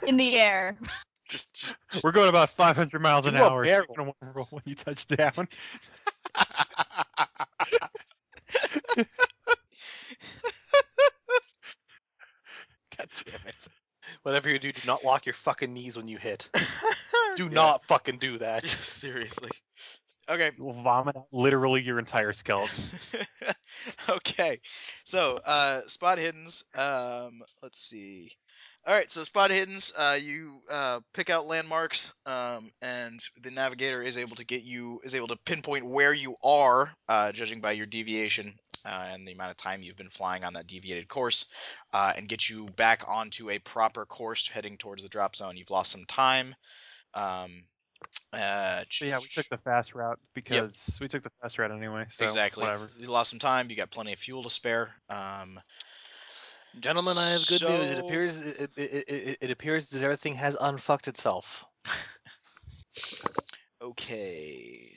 In the air. Just, just, just. We're going about 500 miles an Do a hour. So you're barrel. gonna want to roll when you touch down. God damn it. Whatever you do, do not lock your fucking knees when you hit. Do Yeah, not fucking do yeah, that. Seriously. Okay. You'll vomit out literally your entire skeleton. okay. So, uh, spot hiddens. Um, let's see. All right. So, spot hiddens. Uh, you uh, pick out landmarks, um, and the navigator is able to get you is able to pinpoint where you are, uh, judging by your deviation. Uh, and the amount of time you've been flying on that deviated course, uh, and get you back onto a proper course heading towards the drop zone. You've lost some time. Um, uh, But yeah, we took the fast route because we took the fast route anyway. So exactly. Whatever. You lost some time. You got plenty of fuel to spare. Um, Gentlemen, I have good news. It So- appears it, it, it, it appears that everything has unfucked itself. okay.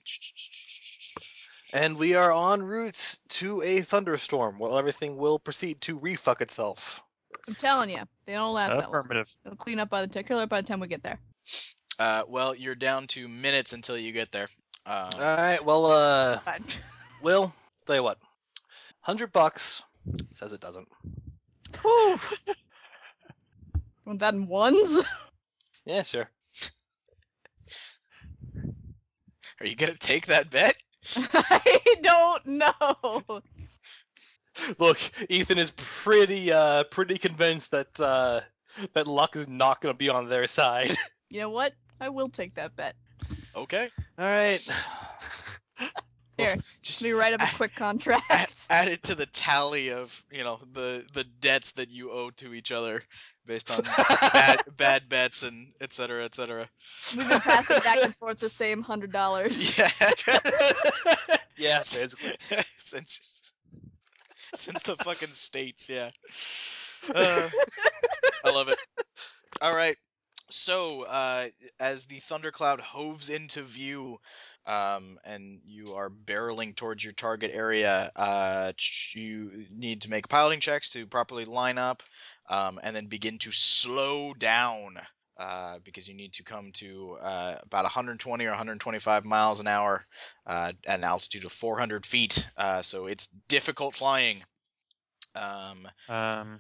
And we are en route to a thunderstorm. Well, everything will proceed to refuck itself. I'm telling you, they don't last that long. Uh, Affirmative. It'll clean up by the t- clear up by the time we get there. Uh, well, you're down to minutes until you get there. Um, All right. Well, uh, But- Will, tell you what, hundred bucks says it doesn't. Whew. Want that in ones? Yeah, sure. are you gonna take that bet? I don't know. Look, Ethan is pretty uh pretty convinced that uh that luck is not gonna be on their side. You know what? I will take that bet. Okay. All right. Just Let me write up a quick add, contract. add it to the tally of you know the the debts that you owe to each other based on bad bad bets and et cetera, et cetera. We've been passing back and forth the same hundred dollars. Yeah. yeah, basically. since since the fucking states, yeah. Uh, I love it. All right. So, uh, as the thundercloud hoves into view, um, and you are barreling towards your target area, uh, ch- you need to make piloting checks to properly line up, um, and then begin to slow down. Uh, because you need to come to uh, about 120 or 125 miles an hour uh, at an altitude of 400 feet, uh, so it's difficult flying. Um, Um,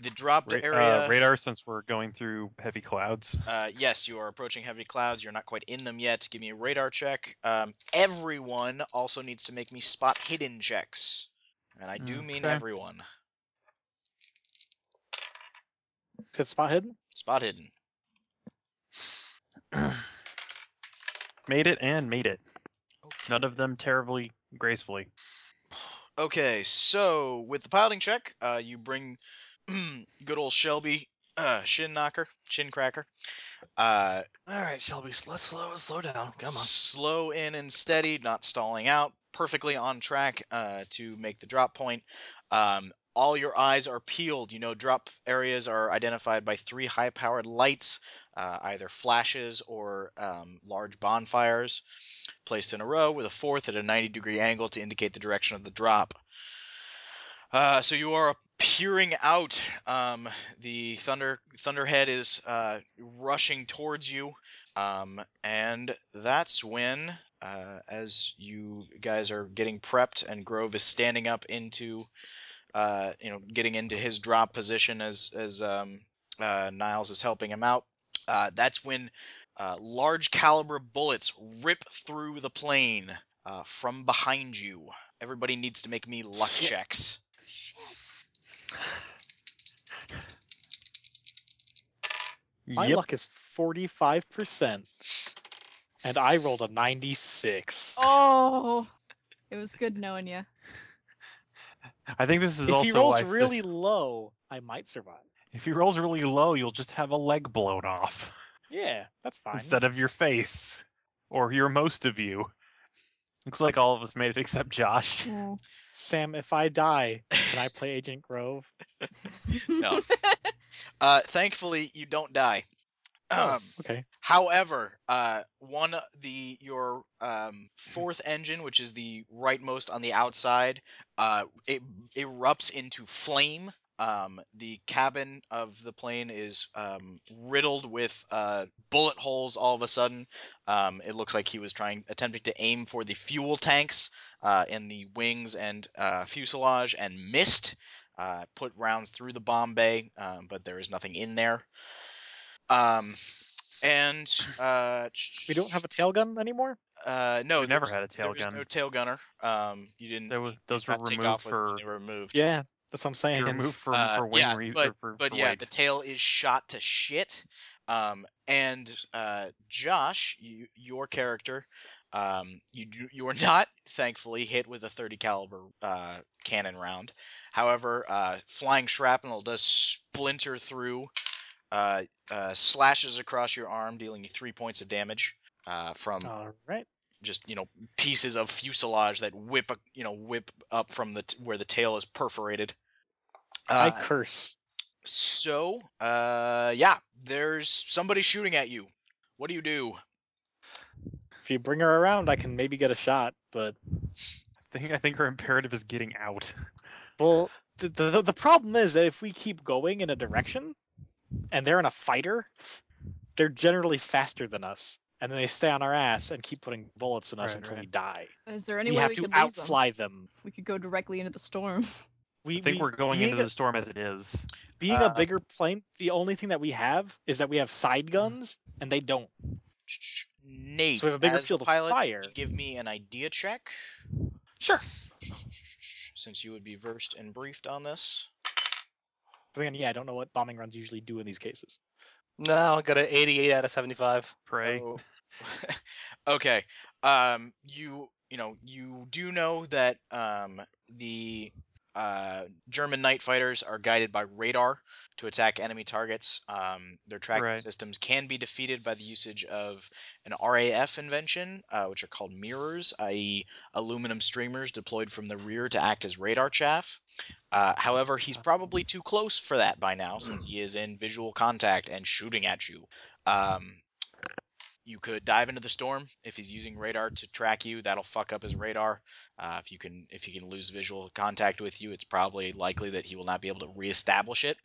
the dropped ra- area. uh, radar, since we're going through heavy clouds. Uh, yes, you are approaching heavy clouds. You're not quite in them yet. Give me a radar check. Um, everyone also needs to make me spot hidden checks, and I do mean Mm, Okay. everyone. Is it spot hidden? Spot hidden. Made it and made it. Okay. None of them terribly gracefully. Okay, so with the piloting check, uh, you bring good old Shelby, uh, shin knocker, shin cracker, uh, All right, Shelby, s- let's slow slow down. Oh, Come on. Slow in and steady, not stalling out. Perfectly on track uh, to make the drop point. Um, All your eyes are peeled. You know, drop areas are identified by three high powered lights, uh, either flashes or um, large bonfires, placed in a row with a fourth at a 90 degree angle to indicate the direction of the drop. Uh, so you are peering out. Um, the thunder thunderhead is uh, rushing towards you, um, and that's when, uh, as you guys are getting prepped, and Grove is standing up into, uh, you know, getting into his drop position as as um, uh, Niles is helping him out. Uh, that's when uh, large caliber bullets rip through the plane uh, from behind you. Everybody needs to make me luck checks. My luck is 45%. And I rolled a 96. Oh, it was good knowing you. I think this is if also he rolls why- really low, I might survive. If he rolls really low, you'll just have a leg blown off Yeah, that's fine. instead of your face or your most of you. Looks like all of us made it except Josh. Sam, if I die, can I play Agent Grove? No. Uh, thankfully, you don't die. Um, Okay. However, uh, one the your um, fourth engine, which is the rightmost on the outside, uh, it erupts into flame. Um, the cabin of the plane is um, riddled with uh, bullet holes. All of a sudden, um, it looks like he was trying attempting to aim for the fuel tanks uh, in the wings and uh, fuselage and missed. Uh, put rounds through the bomb bay, um, but there is nothing in there. Um, and uh, We don't have a tail gun anymore? uh, no, We there never was- had a tail there was gun. No tail gunner. Um, you didn't. There was those were not take removed off with when for they were removed. Yeah, that's what I'm saying. removed for Uh, for wing yeah, reasons. for, But for yeah, weight. the tail is shot to shit. Um, and uh, Josh, you, your character, um, you do, you are not thankfully hit with a 30 caliber uh, cannon round. However, uh, flying shrapnel does splinter through, uh, uh, slashes across your arm, dealing you three points of damage uh, from All right. just you know pieces of fuselage that whip a- you know whip up from the t- where the tail is perforated. I Uh, curse. so uh, yeah, there's somebody shooting at you. What do you do? If you bring her around, I can maybe get a shot, but I think I think her imperative is getting out. Well, the, the the problem is that if we keep going in a direction, and they're in a fighter, they're generally faster than us, and then they stay on our ass and keep putting bullets in us Right, until right. we die. Is there any we way have we to could lose them? outfly them. We could go directly into the storm. We I think we- we're going being into a- the storm as it is. being uh, a bigger plane. The only thing that we have is that we have Mm-hmm. side guns, and they don't. Nate, So we have a bigger as the field of pilot, fire. you give me an idea check Sure. since you would be versed and briefed on this. So then, yeah, I don't know what bombing runs usually do in these cases. No, I got an 88 out of 75. Pray. Oh. okay. Um, you you know you do know that um, the uh, German night fighters are guided by radar to attack enemy targets. Um, their tracking Right. systems can be defeated by the usage of an RAF invention, uh, which are called mirrors, i.e., aluminum streamers deployed from the rear to act as radar chaff. Uh, however, he's probably too close for that by now, since he is in visual contact and shooting at you. Um, you could dive into the storm if he's using radar to track you. That'll fuck up his radar. Uh, if you can if he can lose visual contact with you, it's probably likely that he will not be able to reestablish it.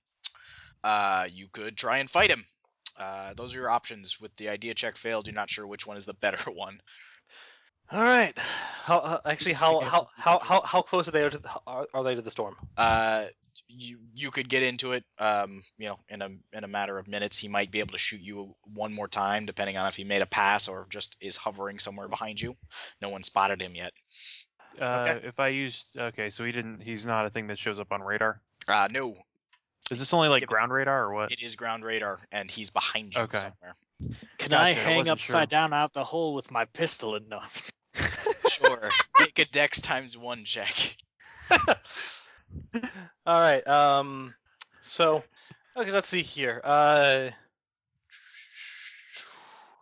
Uh, you could try and fight him. Uh, those are your options. With the idea check failed, you're not sure which one is the better one. All right. How, uh, actually, Just how, like how, everything how, else. how, how close are they to the, are, are they to the storm? Uh, you you could get into it. Um, you know, in a in a matter of minutes, he might be able to shoot you one more time, depending on if he made a pass or just is hovering somewhere behind you. No one spotted him yet. Uh, If I used okay, so he didn't. He's not a thing that shows up on radar. Uh, no, Is this only like Give it- ground radar or what? It is ground radar, and he's behind you Okay. somewhere. Can Gotcha, I I hang wasn't sure. upside down out the hole with my pistol? And no, Sure. Make a dex times one check. All right. Um. So, okay. Let's see here. Uh.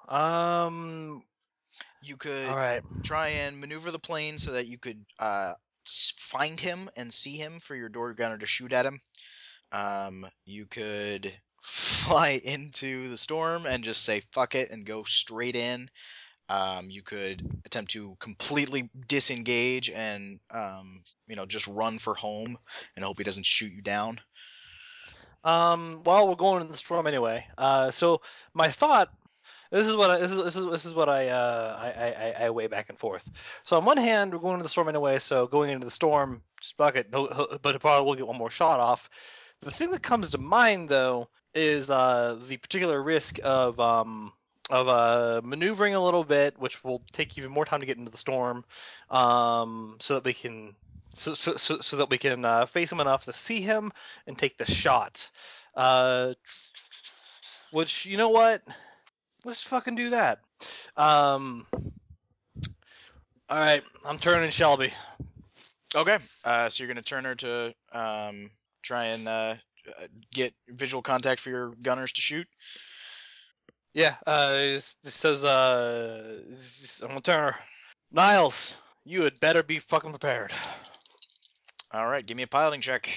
Um. You could All right. um, try and maneuver the plane so that you could uh, s- find him and see him for your door gunner to shoot at him. Um, you could fly into the storm and just say fuck it and go straight in. Um, you could attempt to completely disengage and um, you know just run for home and hope he doesn't shoot you down. Um, well, we're going in the storm anyway. Uh, so my thought, this is what I, this is this is this is what I uh I, I- I I weigh back and forth. So on one hand, we're going into the storm anyway. So going into the storm, just fuck it. No, he'll- but probably we'll get one more shot off. The thing that comes to mind though is uh the particular risk of um of uh maneuvering a little bit, which will take even more time to get into the storm, um so that we can. So, so, so, so that we can uh, face him enough to see him and take the shot. Uh, which you know what? Let's fucking do that. Um. All right, I'm turning Shelby. Okay. Uh, so you're gonna turn her to um, try and uh, uh, get visual contact for your gunners to shoot. Yeah. Uh, it says uh, it's just- I'm gonna turn her. Niles, you had better be fucking prepared. All right, give me a piloting check.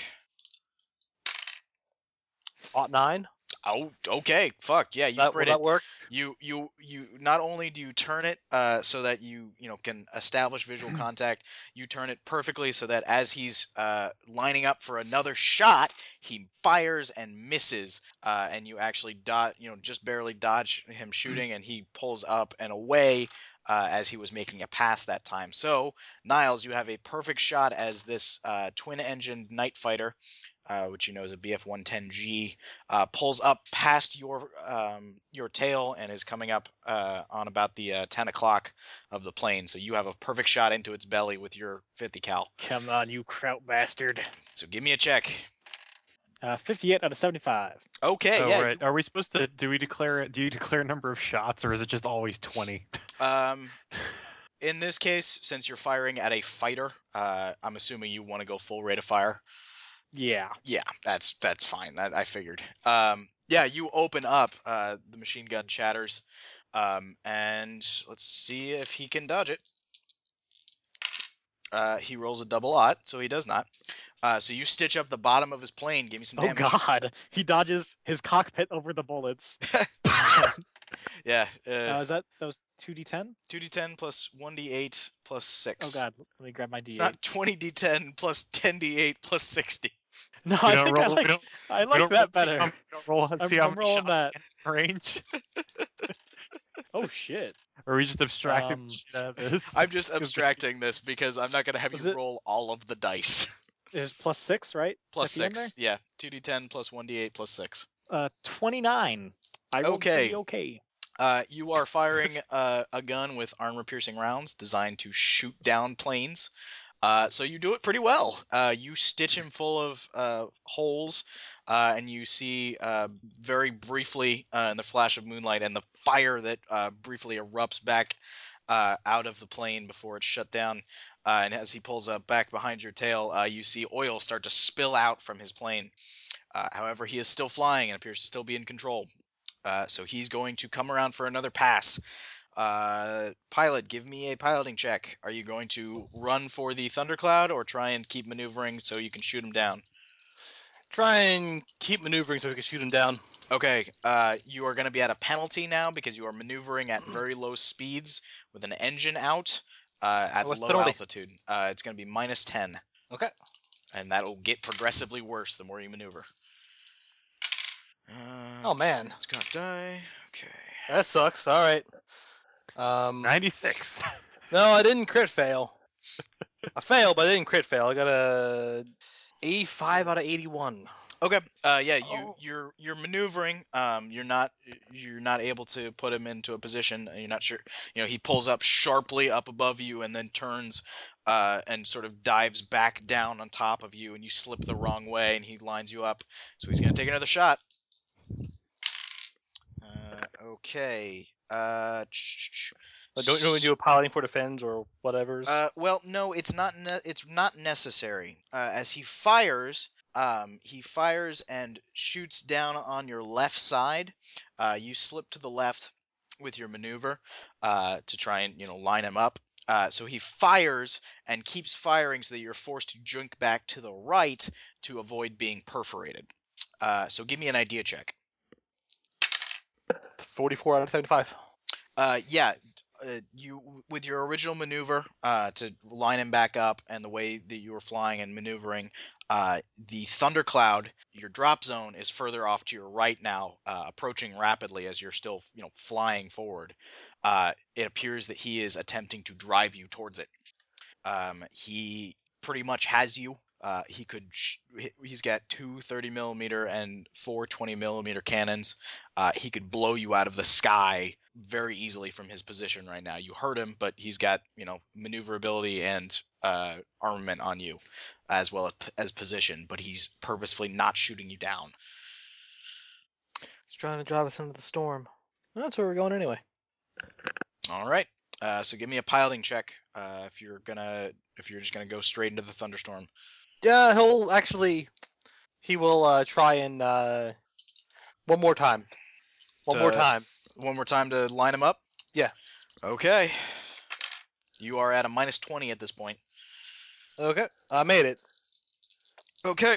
Ought nine. Oh, okay. Fuck yeah, you That, will crit that it. work? You you you. Not only do you turn it uh, so that you you know can establish visual contact, you turn it perfectly so that as he's uh, lining up for another shot, he fires and misses, uh, and you actually dot you know just barely dodge him shooting, and he pulls up and away. Uh, as he was making a pass that time. So, Niles, you have a perfect shot as this uh, twin engine night fighter, uh, which you know is a BF 110G, uh, pulls up past your um, your tail and is coming up uh, on about the uh, 10 o'clock of the plane. So you have a perfect shot into its belly with your 50 cal. Come on, you kraut bastard. So give me a check. Uh, 58 out of 75. Okay, Oh, yeah. right. Are we supposed to? Do we declare? Do you declare number of shots, or is it just always twenty? you- um, in this case, since you're firing at a fighter, uh, I'm assuming you want to go full rate of fire. Yeah. yeah, that's that's fine. That I figured. Um, yeah, you open up. Uh, the machine gun chatters, um, and let's see if he can dodge it. Uh, he rolls a double odd, so he does not. Uh, so you stitch up the bottom of his plane. Give me some Oh damage. god. He dodges his cockpit over the bullets. Yeah. Uh, Uh, is that that was 2d10? two d10 plus one d8 plus Oh six. god, let me grab my It's d8. not twenty d10 plus ten d8 plus sixty. No, We I don't think I roll- we like, don't- I We like don't that roll- see better. how- we don't roll- I'm- see how I'm many rolling shots that. get in range. Oh shit. Or are we just abstracting Um, the shit out of this? I'm just abstracting this because I'm not gonna have Was you it- roll all of the dice. Is plus 6, right? Plus At the end six, yeah. Two d10 plus one d8 plus six. Uh 29. I rolled Okay. pretty okay. Uh, you are firing uh, a gun with armor-piercing rounds designed to shoot down planes. Uh, so you do it pretty well. Uh, you stitch him full of uh, holes, uh, and you see uh, very briefly uh, in the flash of moonlight and the fire that uh, briefly erupts back uh, out of the plane before it's shut down. Uh, and as he pulls up back behind your tail, uh, you see oil start to spill out from his plane. Uh, however, he is still flying and appears to still be in control. Uh, so he's going to come around for another pass. Uh, pilot, give me a piloting check. Are you going to run for the thundercloud or try and keep maneuvering so you can shoot him down? Try and keep maneuvering so we can shoot him down. Okay, uh, you are going to be at a penalty now because you are maneuvering at Hmm. very low speeds with an engine out uh, at What's low penalty? altitude. Uh, it's going to be minus 10. Okay. And that'll get progressively worse the more you maneuver. Uh, Oh man, It's going to die. Okay. that sucks. All right. Um. Ninety-six. No, I didn't crit fail. I failed, but I didn't crit fail. I got a 85 out of 81. Okay. Uh, yeah, you Oh. you're you're maneuvering. Um, you're not you're not able to put him into a position. and You're not sure. You know, he pulls up sharply up above you and then turns, uh, and sort of dives back down on top of you, and you slip the wrong way, and he lines you up. So he's gonna take another shot. Uh, okay. Uh, But don't you really do a piloting for defense or whatever's? uh, well, no, it's not. Ne- it's not necessary. Uh, as he fires, um, he fires and shoots down on your left side. Uh, you slip to the left with your maneuver uh, to try and you know line him up. Uh, Uh, so he fires and keeps firing so that you're forced to jink back to the right to avoid being perforated. Uh, so give me an idea check. 44 out of 75. Uh, yeah, uh, you with your original maneuver uh, to line him back up, and the way that you were flying and maneuvering, uh, the thundercloud, your drop zone, is further off to your right now, uh, approaching rapidly as you're still, you know, flying forward. Uh, it appears that he is attempting to drive you towards it. Um, he pretty much has you. Uh, he could. Sh- he- he's got two 30 millimeter and four 20 millimeter cannons. Uh, he could blow you out of the sky very easily from his position right now. You hurt him, but he's got you know maneuverability and uh, armament on you, as well as, as position. But he's purposefully not shooting you down. He's trying to drive us into the storm. Well, that's where we're going anyway. All right. Uh, so give me a piloting check uh, if you're gonna if you're just gonna go straight into the thunderstorm. Yeah, he'll actually. He will uh, try and. Uh, one more time. One more To- time. One more time to line him up. Yeah. Okay. You are at a minus twenty at this point. Okay. I made it. Okay.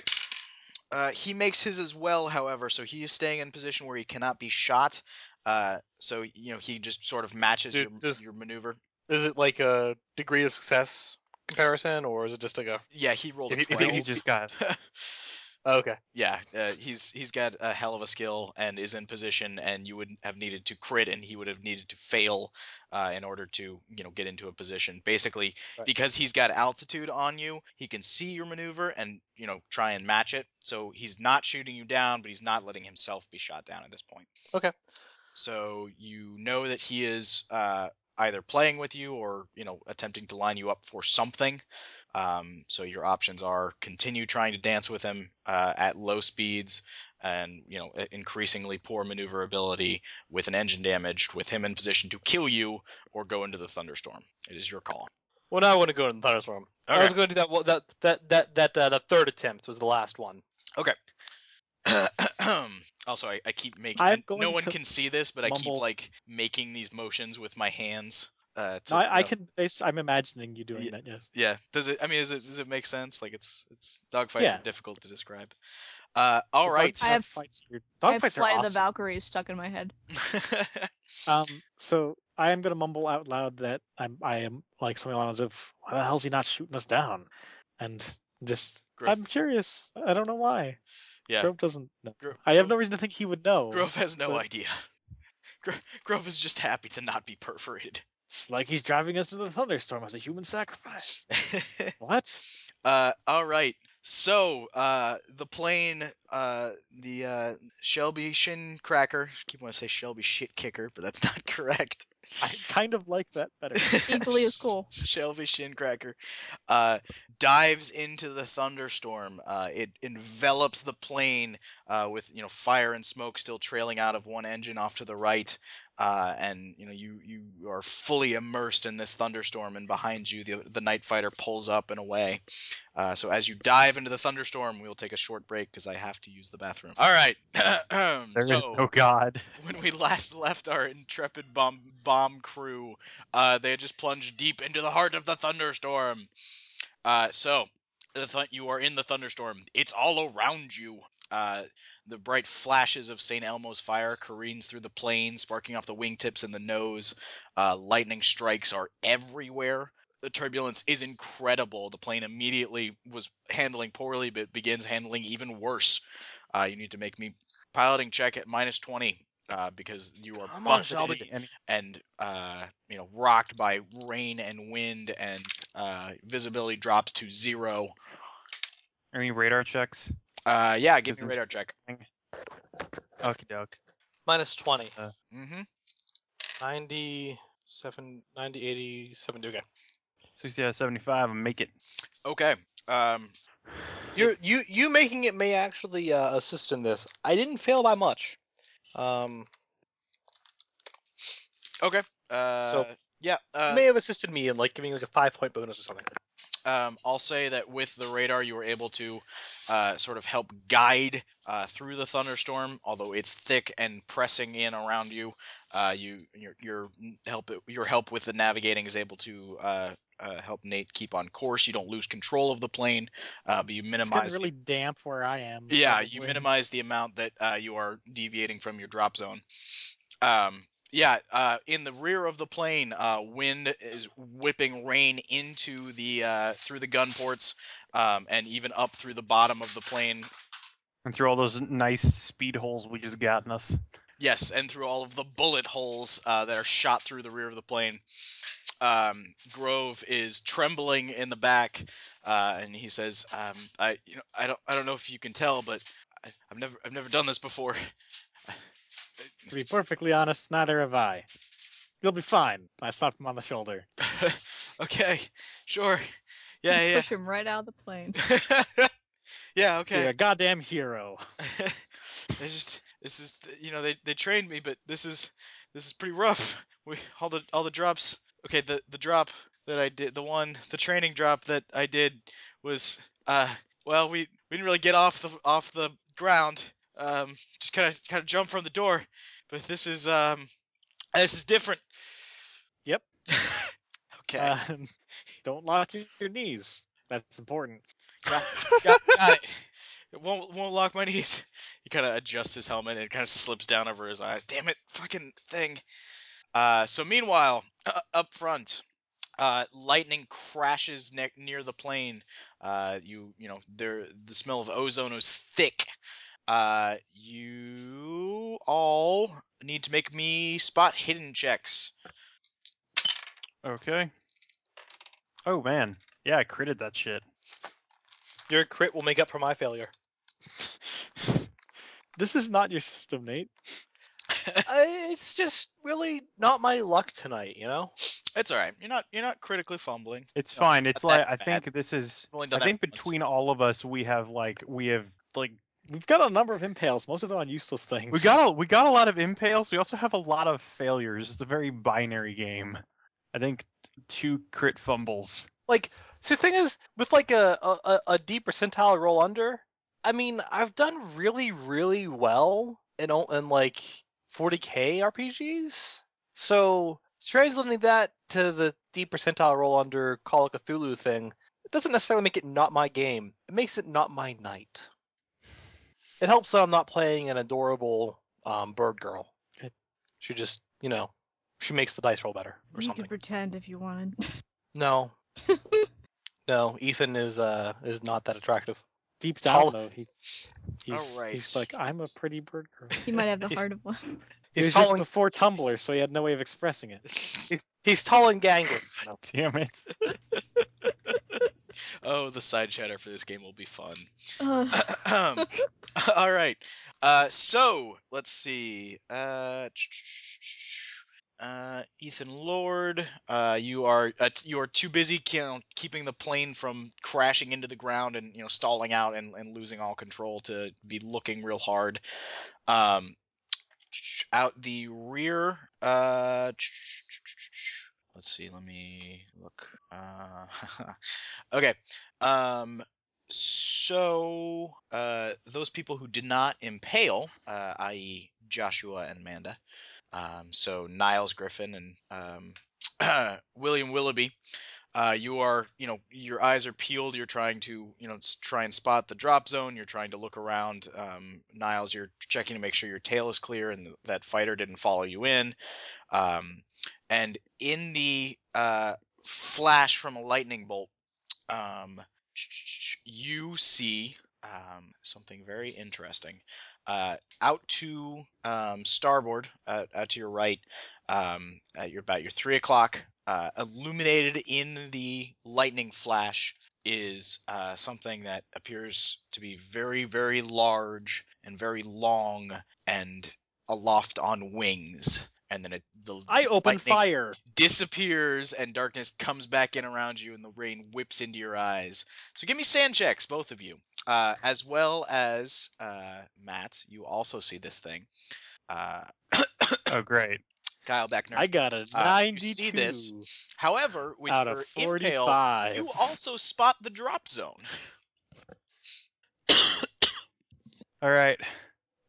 Uh, he makes his as well, however, so he is staying in position where he cannot be shot. Uh, so you know he just sort of matches Dude, your, this- your maneuver. Is it like a degree of success comparison, or is it just like a. Yeah, he rolled a If he- I if he twelve. think you just got Okay. yeah, uh, he's he's got a hell of a skill and is in position, and you would have needed to crit, and he would have needed to fail uh, in order to you know get into a position. Basically, Right. because he's got altitude on you, he can see your maneuver and you know try and match it. So he's not shooting you down, but he's not letting himself be shot down at this point. Okay. So you know that he is uh, either playing with you or you know attempting to line you up for something. Um, so your options are continue trying to dance with him uh, at low speeds and you know i- increasingly poor maneuverability with an engine damaged, with him in position to kill you or go into the thunderstorm. It is your call. Well, now I want to go in the thunderstorm. I was going to do that. Well, that that that that uh, the third attempt was the last one. Um, also, I, I keep making. I'm and no going one to can see this, but I keep mumble. like making these motions with my hands. Uh, to, No, I, I you know- can. bas- I'm imagining you doing Ye- that. Yes. Yeah. Does it? I mean, is it? Does it make sense? Like, it's it's dogfights Yeah. are difficult to describe. Uh, all right. I have- fights. are- I Dog have fights are Flight of the awesome. Valkyries stuck in my head. Um, so I am gonna mumble out loud that I'm. I am like something along the lines of, "Why the hell's he not shooting us down?" And just, Grove- I'm curious. I don't know why. Yeah. Grove doesn't. know. Gro- I have no Grove- reason to think he would know. Grove has no but- idea. Gro- Grove is just happy to not be perforated. It's like he's driving us to the thunderstorm as a human sacrifice. What? Uh, all right. So uh, the plane, uh, the uh, Shelby Shin Cracker. I keep wanting to say Shelby Shit Kicker, but that's not correct. I kind of like that better. Equally as cool. Shelby Shin Cracker uh, dives into the thunderstorm. Uh, it envelops the plane uh, with you know fire and smoke still trailing out of one engine off to the right, uh, and you know you you are fully immersed in this thunderstorm. And behind you, the the night fighter pulls up and away. Uh, so as you dive into the thunderstorm, we'll take a short break because I have to use the bathroom. All right. there is So- no god. when we last left our intrepid bomb bomb crew, uh, they had just plunged deep into the heart of the thunderstorm. Uh, so, the th- you are in the thunderstorm. It's all around you. Uh, the bright flashes of St. Elmo's fire careens through the plane, sparking off the wingtips and the nose. Uh, lightning strikes are everywhere. The turbulence is incredible. The plane immediately was handling poorly, but begins handling even worse. Uh, you need to make me piloting check at minus 20 uh, because you are Come on, buffeted Shelby. And and uh, you know rocked by rain and wind, and uh, visibility drops to zero. any radar checks? Uh, yeah, give This me Mm-hmm. a radar is- check. Okie doke. Minus 20. Mm-hmm. 97, 90, 80, 70. Okay. Sixty out of seventy-five. I make it. Okay. Um, You're, you you making it may actually uh, assist in this. I didn't fail by much. Um, okay. Uh, yeah. Uh, Uh, may have assisted me in like giving like a five point bonus or something. Um, I'll say that with the radar, you were able to uh, sort of help guide uh, through the thunderstorm, although it's thick and pressing in around you. Uh, you your, your help your help with the navigating is able to uh, uh, help Nate keep on course. You don't lose control of the plane, uh, but you It's getting minimize the really damp where I am. yeah, you probably. minimize the amount that uh, you are deviating from your drop zone. Um, yeah, uh, in the rear of the plane, uh, wind is whipping rain into the uh, through the gun ports, um, and even up through the bottom of the plane. And through all those nice speed holes we just got in us. Yes, and through all of the bullet holes uh, that are shot through the rear of the plane. Um, Grove is trembling in the back, uh, and he says, um, "I, you know, I don't, I don't know if you can tell, but I, I've never, I've never done this before." To be perfectly honest, neither have I. You'll be fine. I slapped him on the shoulder. okay, sure. Yeah, Push him right out of the plane. yeah. yeah, You're okay. a goddamn hero. I just this is you know they they trained me, but this is this is pretty rough. We all the all the drops. Okay, the the drop that I did, the one the training drop that I did was uh well we we didn't really get off the off the ground. Um, just kind of kind of jumped from the door, but this is um this is different. Yep. okay. Um, don't lock your, your knees. That's important. got, got it. It won't won't lock my knees. He kind of adjusts his helmet and it kind of slips down over his eyes. Damn it, fucking thing. Uh, so meanwhile, uh, up front, uh, lightning crashes ne- near the plane. Uh, you you know there the smell of ozone is thick. Uh, you all need to make me spot hidden checks. Okay. Oh man. Yeah, I critted that shit. Your crit will make up for my failure. This is not your system, Nate. I, it's just really not my luck tonight, you know. It's all right. You're not you're not critically fumbling. It's No, fine. It's that like I bad. think this is. I've only done I that think once. between all of us, we have like we have like We've got a number of impales, most of them on useless things. we got a, we got a lot of impales. We also have a lot of failures. It's a very binary game. I think two crit fumbles. See, the thing is, with like a a, a- a D percentile roll under, I mean, I've done really, really well in all- in like 40k RPGs. So translating that to the D percentile roll under Call of Cthulhu thing, it doesn't necessarily make it not my game. It makes it not my night. It helps that I'm not playing an adorable um, bird girl. Good. She just, you know, she makes the dice roll better or you something. could pretend if you wanted. No. no, Ethan is uh is not that attractive. deep down All- though. He, he's, Alright. he's like, I'm a pretty bird girl. He might have the heart of one. It He's was just tall, and, before Tumblr, so he had no way of expressing it. he's, he's tall and gangly. you know. Damn it. oh, the side chatter for this game will be fun. Ugh. All right. Uh, so let's see. Uh, uh, Ethan Lord, uh, you are uh, t- you are too busy you know, keeping the plane from crashing into the ground and you know stalling out and, and losing all control to be looking real hard. Um, out the rear. Uh, let's see. Let me look. Uh, okay. Um, so uh, those people who did not impale, uh, i.e., Joshua and Amanda, um, so Niles Griffin and um, William Willoughby, uh, you are, you know, your eyes are peeled. You're trying to, you know, s- try and spot the drop zone. You're trying to look around. Um, Niles, you're checking to make sure your tail is clear and that fighter didn't follow you in. Um, and in the uh, flash from a lightning bolt. Um, you see um, something very interesting. Uh, out to um, starboard, uh, out to your right, um, at your about your three o'clock, uh, illuminated in the lightning flash is uh, something that appears to be very, very large and very long and aloft on wings. And then it, the I opened lightning- fire. disappears and darkness comes back in around you and the rain whips into your eyes. So give me sand checks, both of you. Uh, as well as uh, Matt, you also see this thing. Uh, Oh great. Kyle Beckner. I got a Uh, you 92 see this However, with out your of impale, 45. you also spot the drop zone. All right.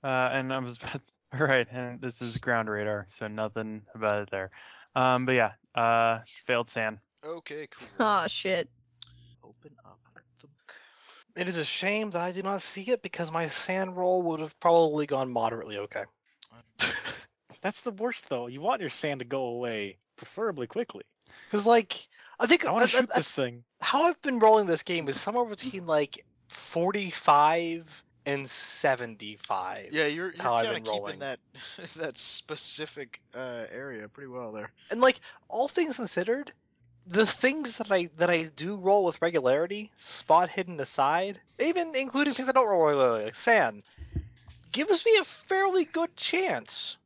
Uh, and I was about to- all right, and this is ground radar, so nothing about it there. Um, but yeah, uh, failed sand. Okay, cool. Oh shit. Open up the book. It is a shame that I did not see it because my sand roll would have probably gone moderately okay. That's the worst, though. You want your sand to go away, preferably quickly. Because like I think I want to that's- shoot this that's- thing. how I've been rolling this game is somewhere between like forty-five and seventy-five. Yeah, you're, you're That's how I've kind of been keeping rolling. that that specific uh, area pretty well there. and like all things considered the things that i that i do roll with regularity spot hidden aside even including things i don't roll regularly like sand gives me a fairly good chance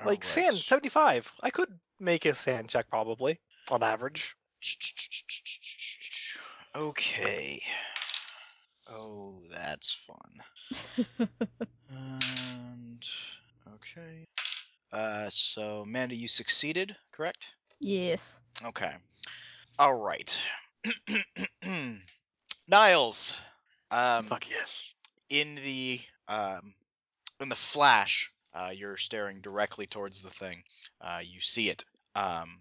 Oh, like sand 75 i could make a sand check probably on average Okay. Oh, that's fun. and okay. Uh, so Amanda, you succeeded, correct? Yes. Okay. All right. Niles. Um, Fuck yes. in the um, in the flash, uh, you're staring directly towards the thing. Uh, you see it. Um,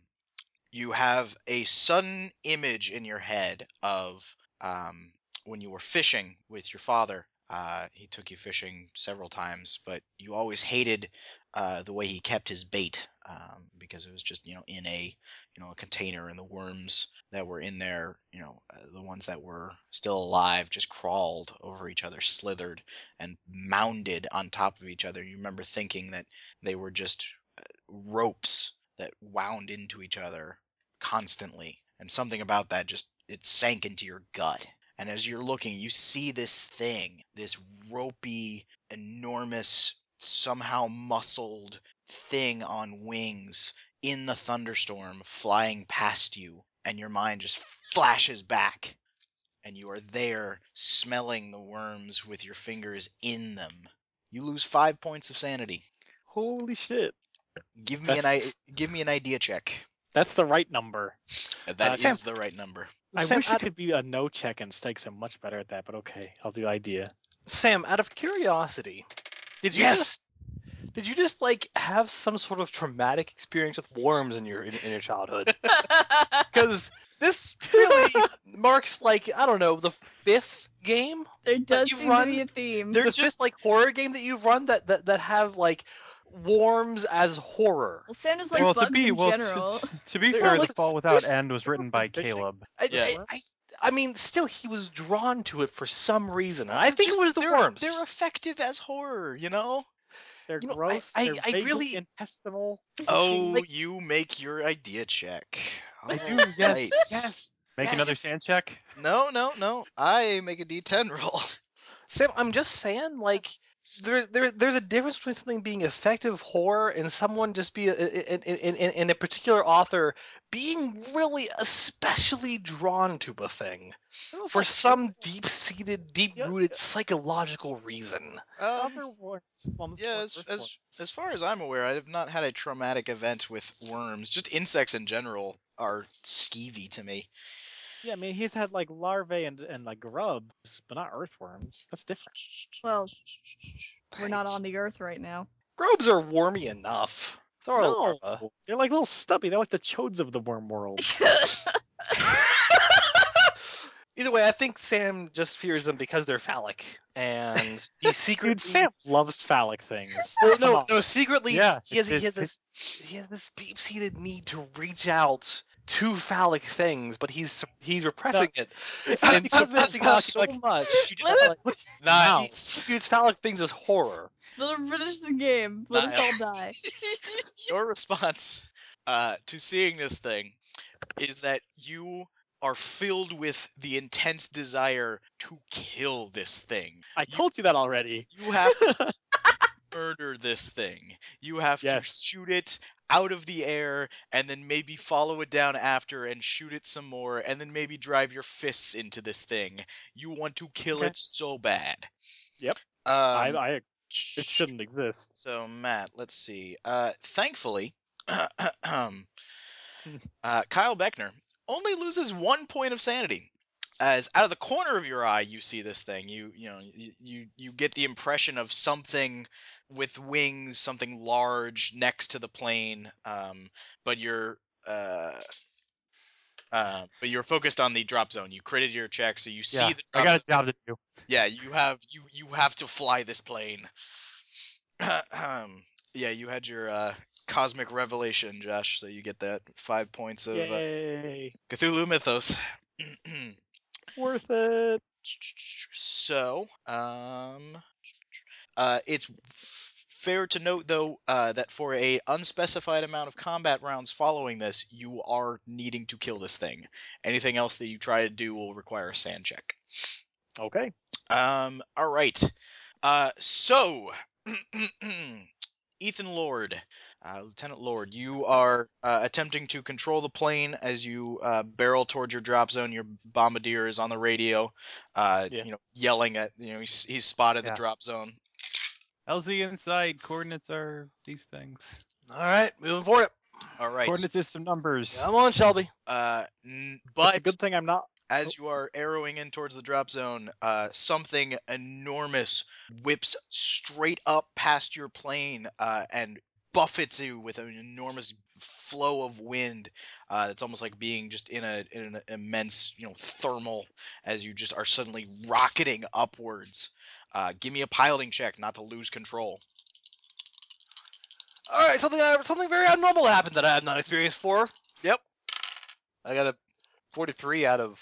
you have a sudden image in your head of um, when you were fishing with your father. Uh, he took you fishing several times, but you always hated uh, the way he kept his bait um, because it was just you know in a you know a container, and the worms that were in there, you know, uh, the ones that were still alive just crawled over each other, slithered, and mounded on top of each other. You remember thinking that they were just uh, ropes that wound into each other constantly. And something about that just, it sank into your gut. And as you're looking, you see this thing, this ropey, enormous, somehow muscled thing on wings in the thunderstorm flying past you and your mind just flashes back and you are there smelling the worms with your fingers in them you lose 5 points of sanity Holy shit. give me an I- That's- give me an idea check That's the right number. That Uh, is Sam- the right number I sam, wish out, it could be a no check and stakes are much better at that, but okay, I'll do idea. sam out of curiosity did you Yes! just did you just like have some sort of traumatic experience with worms in your in, in your childhood because this really marks like I don't know the fifth game, there does you've seem run- to be a theme. They're the just- fifth like horror game that you've run that that, that have like worms as horror. Well, Sam is like well, bugs to be in well, to- general. to, to be Well, fair, like, the Fall Without there's- End was written by fishing. Caleb. I, Yeah. I, I, I mean, still he was drawn to it for some reason. and I They're think just- it was the they're, worms. they're effective as horror you know They're You know, I- gross. I- they're I vaguely really- intestinal. oh Like- you make your idea check I All do, right. yes, Make another Yes. sand check. no no no i make a d10 roll Sam, I'm just saying, like, there's there, there's a difference between something being effective horror and someone just be in in in, in- in a particular author being really especially drawn to a thing for some deep-seated, deep-rooted psychological reason. um, Other words. yeah, as, as as far as I'm aware, I have not had a traumatic event with worms. Just insects in general are skeevy to me. yeah, I mean, he's had like larvae and, and like grubs, but not earthworms. That's different. Well, We're not on the earth right now. Grobes are wormy enough. So are larvae. No, they're like little stubby. They're like the chodes of the worm world. Either way, I think Sam just fears them because they're phallic, and he secretly Dude, Sam loves phallic things. Well, Come no, on. no. Secretly, Yeah, he has, he has it's- this he has this deep-seated need to reach out to phallic things, but he's he's repressing it and because it's suppressing it phallic, so like- much. You just Let it- like, Niles, views phallic things as horror. Let him finish the game. Let us all die. your response uh, to seeing this thing is that you are filled with the intense desire to kill this thing. I told you that already. You have to murder this thing. You have to Yes. shoot it out of the air and then maybe follow it down after and shoot it some more and then maybe drive your fists into this thing. You want to kill Okay. it so bad. Yep. Um, I, I It shouldn't exist. So Matt, let's see. Uh, thankfully, uh, Kyle Beckner only loses one point of sanity. As out of the corner of your eye, you see this thing. You you know you you, you get the impression of something with wings, something large next to the plane. Um, but you're uh, uh, but you're focused on the drop zone. You critted your check, so you see yeah, the. I drop got a job to do. yeah, you have you you have to fly this plane. yeah, you had your uh, cosmic revelation, Josh. So you get that five points of uh, Yay! Cthulhu Mythos. Worth it. so, um, uh, it's f- fair to note though uh, that for a unspecified amount of combat rounds following this, you are needing to kill this thing. Anything else that you try to do will require a sand check. Okay. Um, all right. Uh, so, Ethan Lord, uh, Lieutenant Lord, you are uh, attempting to control the plane as you uh, barrel towards your drop zone. Your bombardier is on the radio, uh, Yeah. you know, yelling at you know he's, he's spotted Yeah. the drop zone. LZ inside. Coordinates are these things. All right, moving forward. All right. Coordinates is some numbers. Come on, Shelby. Uh, n- But but it's a good thing I'm not. as you are arrowing in towards the drop zone, uh, something enormous whips straight up past your plane uh, and buffets you with an enormous flow of wind. Uh, it's almost like being just in a in an immense you know thermal as you just are suddenly rocketing upwards. Uh, give me a piloting check, not to lose control. All right, something I- something very abnormal happened that I have not experienced before. Yep. I got a 43 out of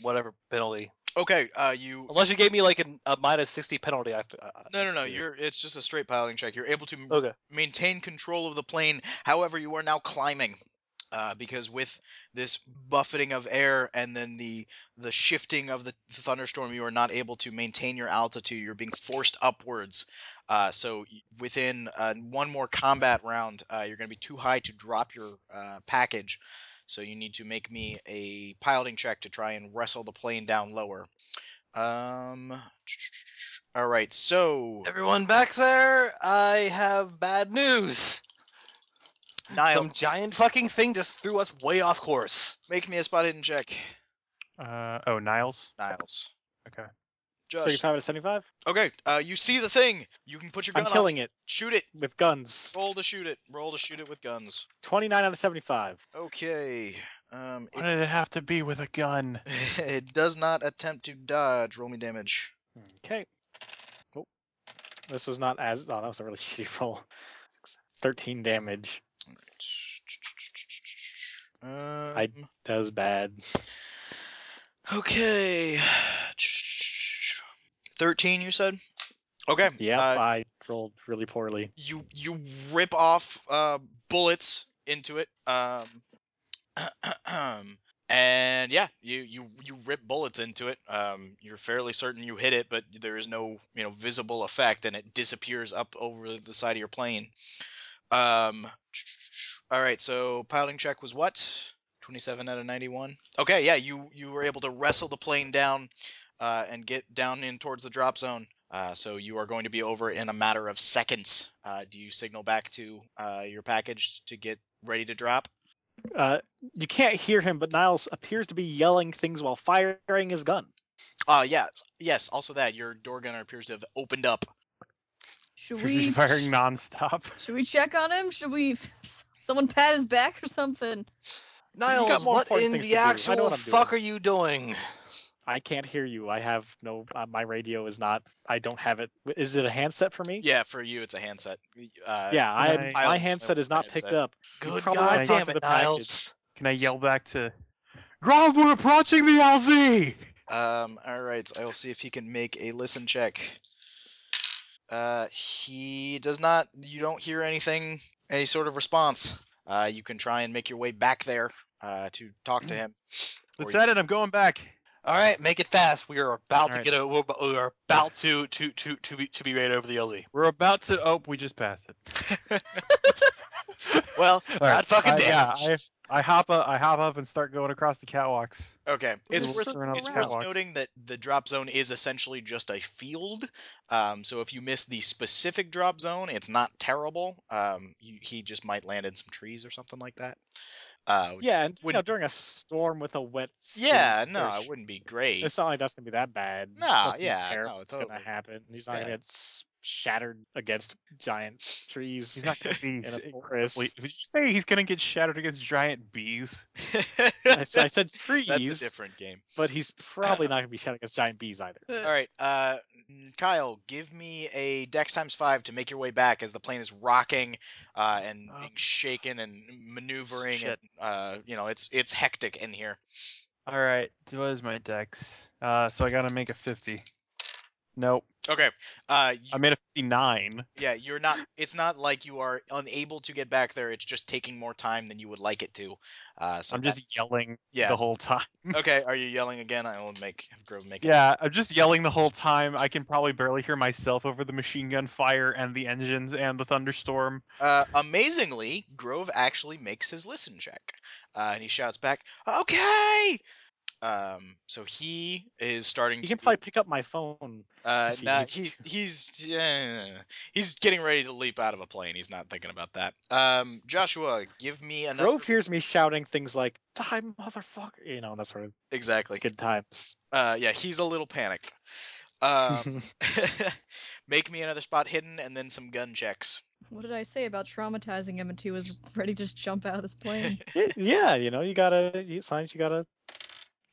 whatever penalty. Okay, uh, you Unless you gave me like an, a minus 60 penalty. I, I- I- No, no, no. You're it's just a straight piloting check. You're able to m- Okay. maintain control of the plane. However, you are now climbing. Uh, because with this buffeting of air and then the the shifting of the thunderstorm, you are not able to maintain your altitude. You're being forced upwards. Uh, so y- within uh, one more combat round, uh, you're going to be too high to drop your uh, package. So you need to make me a piloting check to try and wrestle the plane down lower. Um. All right. So. Everyone back there, I have bad news. Some Niles. giant fucking thing just threw us way off course. Make me a spot hidden check, Uh, oh, Niles. Niles. Okay. Josh. 35 out of 75. Okay. Uh, you see the thing. You can put your gun I'm killing it on. Shoot it. with guns. Roll to shoot it. Roll to shoot it with guns. 29 out of 75. Okay. Um. Why It, did it have to be with a gun? it does not attempt to dodge. Roll me damage. Okay. Oh, this was not as. Oh, that was a really shitty roll. 13 damage. Um, That was bad. Okay. Thirteen. You said. Okay. Yeah, uh, I rolled really poorly. you you rip off uh, bullets into it um and yeah you you you rip bullets into it um you're fairly certain you hit it but there is no you know visible effect and it disappears up over the side of your plane um all right so piloting check was what 27 out of 91 okay yeah you you were able to wrestle the plane down uh, and get down in towards the drop zone uh, so you are going to be over in a matter of seconds. Uh, do you signal back to uh, your package to get ready to drop? Uh, you can't hear him, but Niles appears to be yelling things while firing his gun. Uh, yeah, s- yes. Also, that your door gunner appears to have opened up. Should We've we been firing nonstop. should we check on him? Should we someone pat his back or something? Niles, more what important in things to the do. I know what actual I'm fuck are you doing? I can't hear you. I have no. Uh, my radio is not. I don't have it. Is it a handset for me? Yeah, for you, it's a handset. Uh, Yeah, I, Nice. my Niles, handset is not picked handset. up. You Good probably wanna god talk damn to it, the package. Niles. Can I yell back to Ground, we're approaching the LZ! Um, all right. I will see if he can make a listen check. Uh, he does not. You don't hear anything, any sort of response. Uh, you can try and make your way back there uh, to talk to him. Or Let's you- at it, I'm going back. All right, make it fast. We are about to Alright. get a, we're, we are about to to to to be to be raided over the E. LZ. We're about to. Oh, we just passed it. Well, All God fucking I- Uh, damn. yeah, I- I hop up, I hop up and start going across the catwalks. Okay, it's Little worth turn on it's the worth catwalk. noting that the drop zone is essentially just a field. Um, so if you miss the specific drop zone, it's not terrible. Um, you, he just might land in some trees or something like that. Uh, which- Yeah, and you know, wouldn't- during a storm with a wet. yeah, sleeve no, or it sh- wouldn't be great. It's not like that's gonna be that bad. Nah, Nothing yeah, terrible no, is totally. gonna happen. He's not Yeah. gonna get s- shattered against giant trees. He's not gonna be. in a s- forest. Wait, would you say he's gonna get shattered against giant bees? I, s- I said trees, That's a different game. but he's probably not gonna be shouting against giant bees either. All right, uh, Kyle, give me a dex times five to make your way back as the plane is rocking uh, and Oh. being shaken and maneuvering. Shit. And, uh, you know, it's it's hectic in here. All right, what is my dex? Uh, so I gotta make a fifty. Nope, Okay, uh, you- I made a fifty-nine. Yeah, you're not. It's not like you are unable to get back there. It's just taking more time than you would like it to. Uh, so I'm that- just yelling yeah. the whole time. okay, are you yelling again? I will make have Grove make. it. Yeah, I'm just yelling the whole time. I can probably barely hear myself over the machine gun fire and the engines and the thunderstorm. Uh, amazingly, Grove actually makes his listen check, uh, and he shouts back, "Okay." Um, so he is starting. You can to, probably pick up my phone. Uh, if he nah, needs he, to. he's yeah, he's getting ready to leap out of a plane. He's not thinking about that. Um, Joshua, give me another. Grove hears me shouting things like "Die, motherfucker!" You know, that sort of Exactly. good times. Uh, yeah, he's a little panicked. Um, Make me another spot hidden and then some gun checks. What did I say about traumatizing him until he was ready to just jump out of this plane? Y- yeah, you know, you gotta you, sometimes you gotta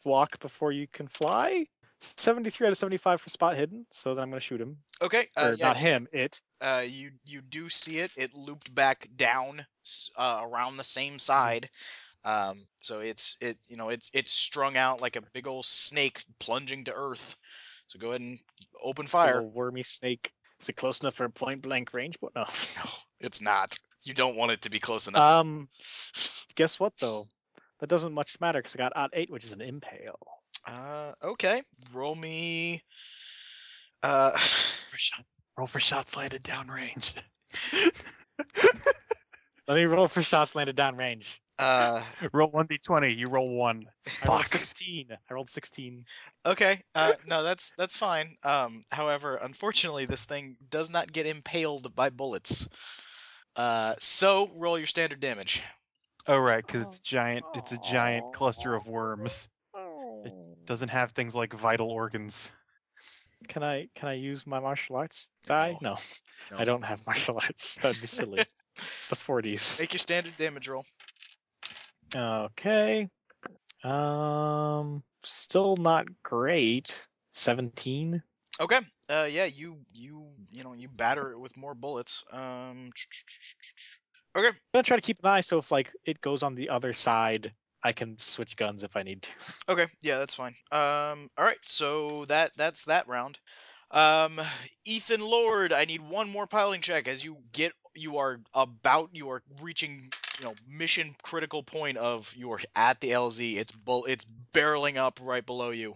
walk before you can fly. Seventy-three out of seventy-five for spot hidden, so then I'm gonna shoot him. Okay, Or uh, yeah, not him, it. uh, you you do see it. It looped back down s- uh, around the same side. Um, so it's it you know it's it's strung out like a big old snake plunging to earth. So go ahead and open fire. Little wormy snake. Is it close enough for point blank range? But no. It's not. You don't want it to be close enough. Um, guess what though? That doesn't much matter because I got out eight, which is an impale. uh, okay, roll me. Uh, For shots. Roll for shots landed downrange. Let me roll for shots landed downrange. uh, roll one d20. You roll one. I rolled Fuck. sixteen. I rolled sixteen. Okay. Uh, no, that's that's fine. Um, however, unfortunately, this thing does not get impaled by bullets. Uh, so roll your standard damage. Oh right, because it's giant. It's a Aw. giant cluster of worms. Oh. Doesn't have things like vital organs. Can I can I use my martial arts die? No, No. I don't have martial arts. That'd be silly. it's the forties. Make your standard damage roll. Okay. Um, still not great. Seventeen. Okay. Uh, yeah, you you you know you batter it with more bullets. Um. Okay. I'm gonna try to keep an eye so if like it goes on the other side, I can switch guns if I need to. Okay. Yeah, that's fine. Um. All right. So that that's that round. Um, Ethan Lord, I need one more piloting check as you get you are about you are reaching you know mission critical point of you are at the LZ. It's bull. It's barreling up right below you.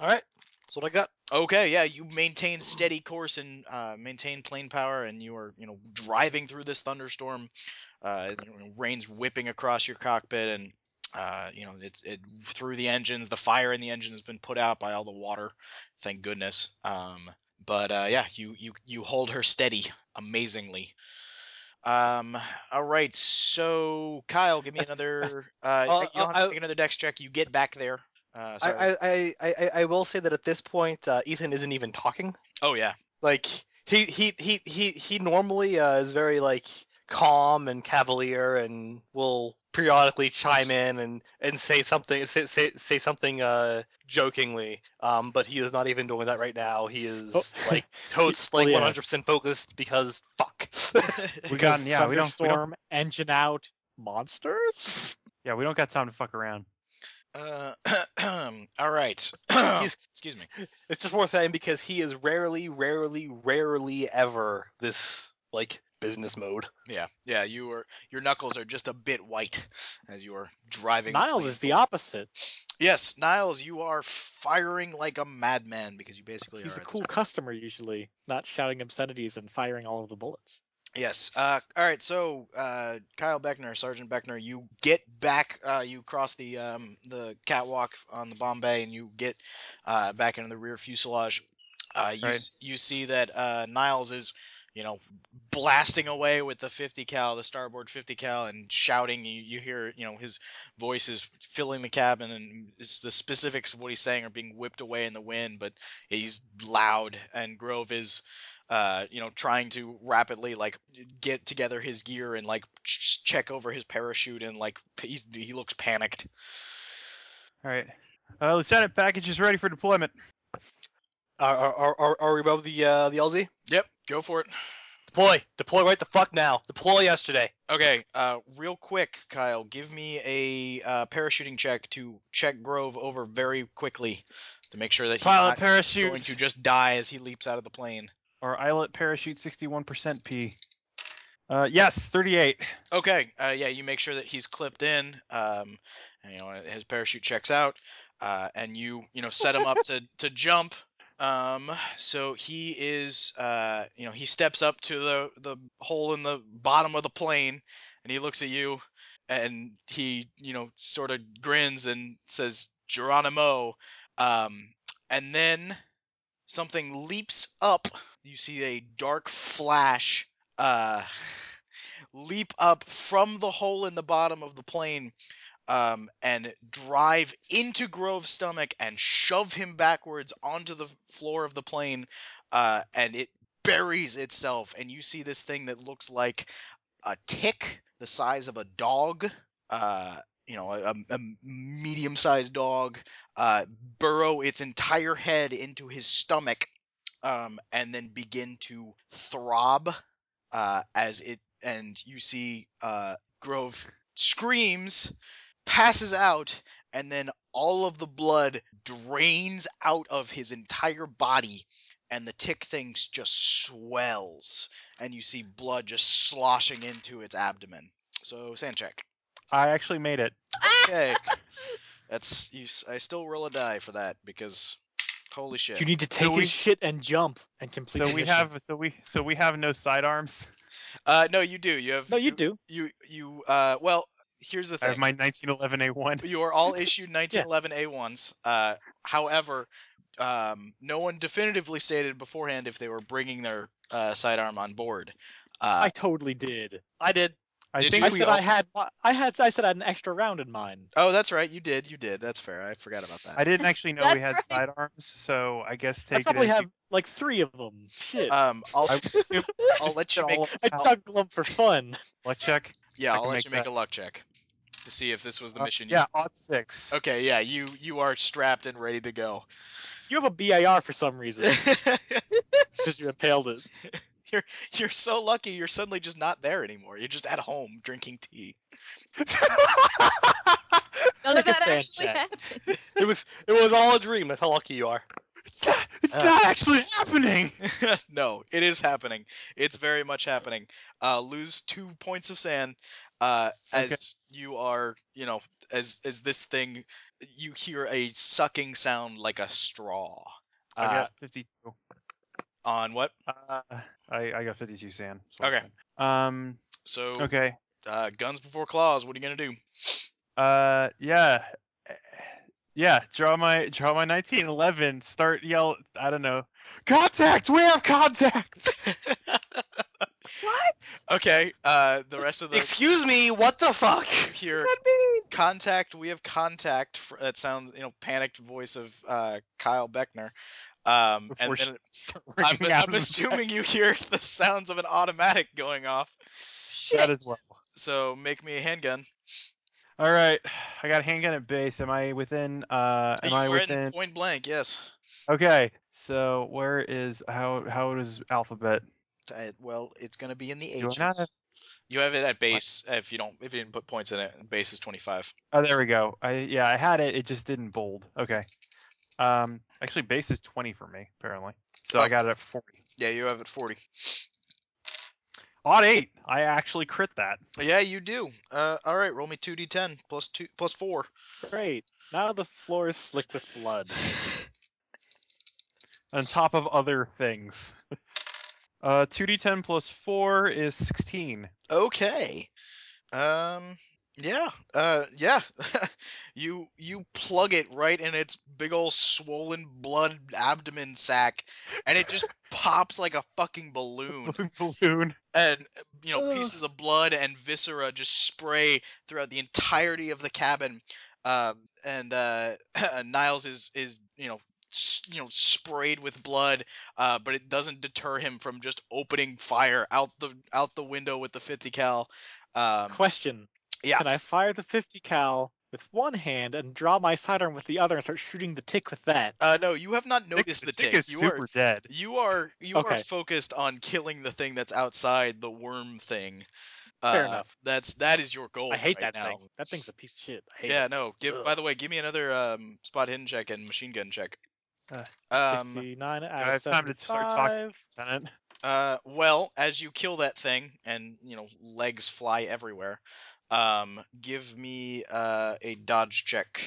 All right, that's what I got. Okay, yeah, you maintain steady course and uh, maintain plane power, and you are you know driving through this thunderstorm. Uh, you know, rain's whipping across your cockpit, and uh, you know it's it through the engines. The fire in the engine has been put out by all the water, thank goodness. Um, but uh, yeah, you you you hold her steady amazingly. Um, all right, so Kyle, give me another. Uh, Uh, you'll have to I- make another dex check. You get back there. Uh, sorry. I, I, I, I, I will say that at this point, uh, Ethan isn't even talking. oh yeah. Like he, he, he, he, he normally uh, is very like calm and cavalier, and will periodically chime in and, and say something, say, say, say something uh, jokingly. Um, but he is not even doing that right now. He is Oh. like totes like Well, yeah. 100% focused because fuck. We got Because yeah. We don't, we don't. thunderstorm engine out monsters. Yeah, we don't got time to fuck around. Uh, all right. He's- Excuse me. It's just worth saying because he is rarely, rarely, rarely ever this like business mode. Yeah, yeah. You are your knuckles are just a bit white as you are driving. Niles is the opposite. yes, Niles. You are firing like a madman because you basically He's are a at this cool customer usually, not shouting obscenities and firing all of the bullets. Yes. Uh, all right. So, uh, Kyle Beckner, Sergeant Beckner, you get back. Uh, you cross the um, the catwalk on the Bombay, and you get uh, back into the rear fuselage. Uh, you Right. s- you see that uh, Niles is, you know, blasting away with the 50 cal, the starboard 50 cal, and shouting. You, you hear, you know, his voice is filling the cabin, and s- the specifics of what he's saying are being whipped away in the wind. But he's loud, and Grove is uh, you know, trying to rapidly like get together his gear and like ch- check over his parachute and like p- he's, he looks panicked. All right. Uh, Lieutenant, package is ready for deployment. Are are are, are we above the uh, the LZ? Yep, go for it. Deploy, deploy right the fuck now. Deploy yesterday. Okay, uh, real quick, Kyle, give me a uh, parachuting check to check Grove over very quickly to make sure that he's Pilot not parachute going to just die as he leaps out of the plane. or islet parachute 61% P. Uh, yes, 38. Okay, uh, yeah, you make sure that he's clipped in, um, and you know his parachute checks out, uh, and you you know set him up to to jump. Um, so he is, uh, you know, he steps up to the the hole in the bottom of the plane, and he looks at you, and he you know sort of grins and says Geronimo, um, and then something leaps up. You see a dark flash. Uh, leap up from the hole in the bottom of the plane um, and drive into Grove's stomach and shove him backwards onto the floor of the plane. Uh, and it buries itself. And you see this thing that looks like a tick the size of a dog, uh, you know, a, a medium sized dog, uh, burrow its entire head into his stomach um, and then begin to throb uh, as it and you see uh, Grove screams, passes out, and then all of the blood drains out of his entire body, and the tick thing s- just swells, and you see blood just sloshing into its abdomen. So sand check. I actually made it. Okay, that's you. s- I still roll a die for that because holy shit. You need to take we- his shit and jump and complete. So the we mission. have so we so we have no sidearms. uh, no, you do. You have No, you do. You you uh. Well, here's the I thing. have my 1911A1. You are all issued 1911 A1s. Uh, however, um, no one definitively stated beforehand if they were bringing their uh, sidearm on board. Uh, I totally did. I did. I Did think I you- we said all- I had. mi- I had. I said I had an extra round in mine. oh, that's right. You did. You did. That's fair. I forgot about that. I didn't actually know we That's had right. sidearms, so I guess I take it. probably as have you- Uh, like three of them. Shit. Um, I'll, I s- would assume I'll just let you all make of us I out. chugged them for fun. Luck check. yeah. I I'll can let make you make that. a luck check to see if this was the Uh, mission. you- yeah, odd six. Okay. Yeah. You you are strapped and ready to go. You have a BIR for some reason because you impaled it. You're so lucky. You're suddenly just not there anymore. You're just at home drinking tea. None of Make a that sand actually check. happened. It was it was all a dream. That's how lucky you are. It's not, it's Uh. not actually happening. no, it is happening. It's very much happening. Uh, lose two points of sand uh, as you are, you know, as as this thing, you hear a sucking sound like a straw. I Uh, got 52. On what? Uh, I, I got 52 sand. so Okay. I'm fine. Um. So, Okay. uh, guns before claws. What are you gonna do? Uh. Yeah. Yeah. Draw my draw my 1911. Start yell. I don't know. Contact. We have contact. What? okay. Uh, the rest of the Excuse me. What the fuck? here Could be. contact we have contact fr- that sounds you know panicked voice of uh, kyle beckner um, and Before then sh- start I'm, ringing out I'm of the assuming you hear the sounds of an automatic going off Shit. That as well. so make me a handgun All right. I got handgun at base. Am I within? Uh. Am you I are in within? point blank yes Okay. So where is how how is alphabet? Uh, well it's going to be in the Do I not h's have- you have it at base uh, if you don't if you didn't put points in it base is 25 Oh, there we go. I yeah, I had it. It just didn't bold. Okay. Um, actually, base is twenty for me apparently. So Oh. I got it at forty. yeah you have it 40 Odd eight. I actually crit that. yeah you do uh, all right roll me 2d10 plus 2 plus 4 Great. Now the floor is slick with blood. On top of other things. Uh, 2d10 plus 4 is 16. Okay. Um yeah. Uh yeah. you you plug it right in its big old swollen blood abdomen sac and it just pops like a fucking balloon Balloon. and you know Ugh. pieces of blood and viscera just spray throughout the entirety of the cabin um, and uh, niles is is you know s- you know sprayed with blood uh, but it doesn't deter him from just opening fire out the out the window with the 50 cal um, Question. yeah Can I fire the 50 cal with one hand and draw my sidearm with the other and start shooting the tick with that? uh, no you have not noticed the tick, tick is you super are dead. you are you are Okay. focused on killing the thing that's outside the worm thing Fair Uh, enough. that's that is your Oh, goal I hate right that now. thing. That thing's a piece of shit. I hate Yeah, it. no. Give, Ugh. by the way, give me another um, spot hidden check and machine gun check. Uh, um, 69 out of Guys, time to start talking. 75. Lieutenant. uh, well, as you kill that thing and you know legs fly everywhere, um, give me uh, a dodge check.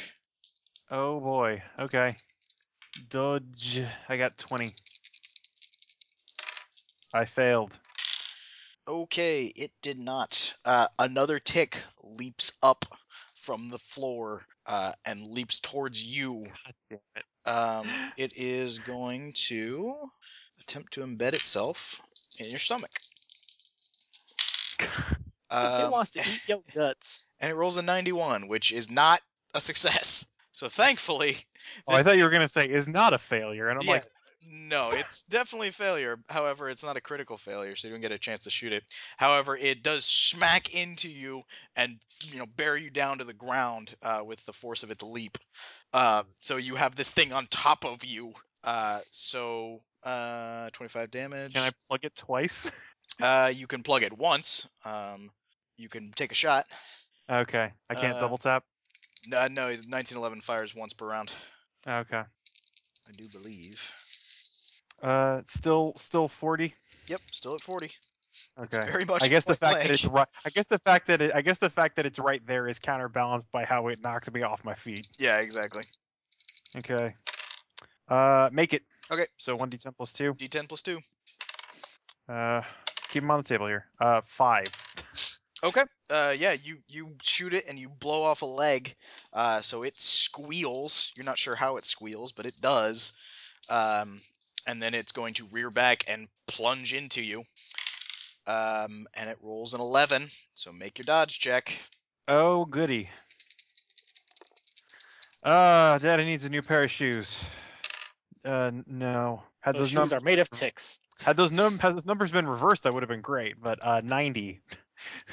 Oh boy. Okay. Dodge. I got 20. I failed. Okay, it did not. Uh, another tick leaps up from the floor uh, and leaps towards you. Um, it is going to attempt to embed itself in your stomach. it Um, wants to eat your guts. and it rolls a 91, which is not a success. So thankfully, Oh, I This- thought you were gonna say is not a failure, and I'm Yeah. like, no, it's definitely a failure. However, it's not a critical failure, so you don't get a chance to shoot it. However, it does smack into you and you know bear you down to the ground uh, with the force of its leap. Uh, so you have this thing on top of you. Uh, so uh, 25 damage. can I plug it twice? Uh, you can plug it once. Um, you can take a shot. okay. I can't Uh, double tap. No, no, 1911 fires once per round. Okay. I do believe. Uh, still, still 40. Yep, still at 40. It's Okay. very much. I guess the point fact that blank. it's right. I guess the fact that it. I guess the fact that it's right there is counterbalanced by how it knocked me off my feet. Yeah, exactly. Okay. Uh, make it. Okay. So one d10 plus two. D10 plus two. Uh, keep them on the table here. Uh, five. Okay. Uh, yeah, you you shoot it and you blow off a leg, uh, so it squeals. You're not sure how it squeals, but it does. Um, and then it's going to rear back and plunge into you. Um, and it rolls an 11, so make your dodge check. Oh goody. Uh, Daddy needs a new pair of shoes. Uh, n- no. Had Those those, shoes numbers. are made of ticks. Had those num had those numbers been reversed, that would have been great. But uh, ninety.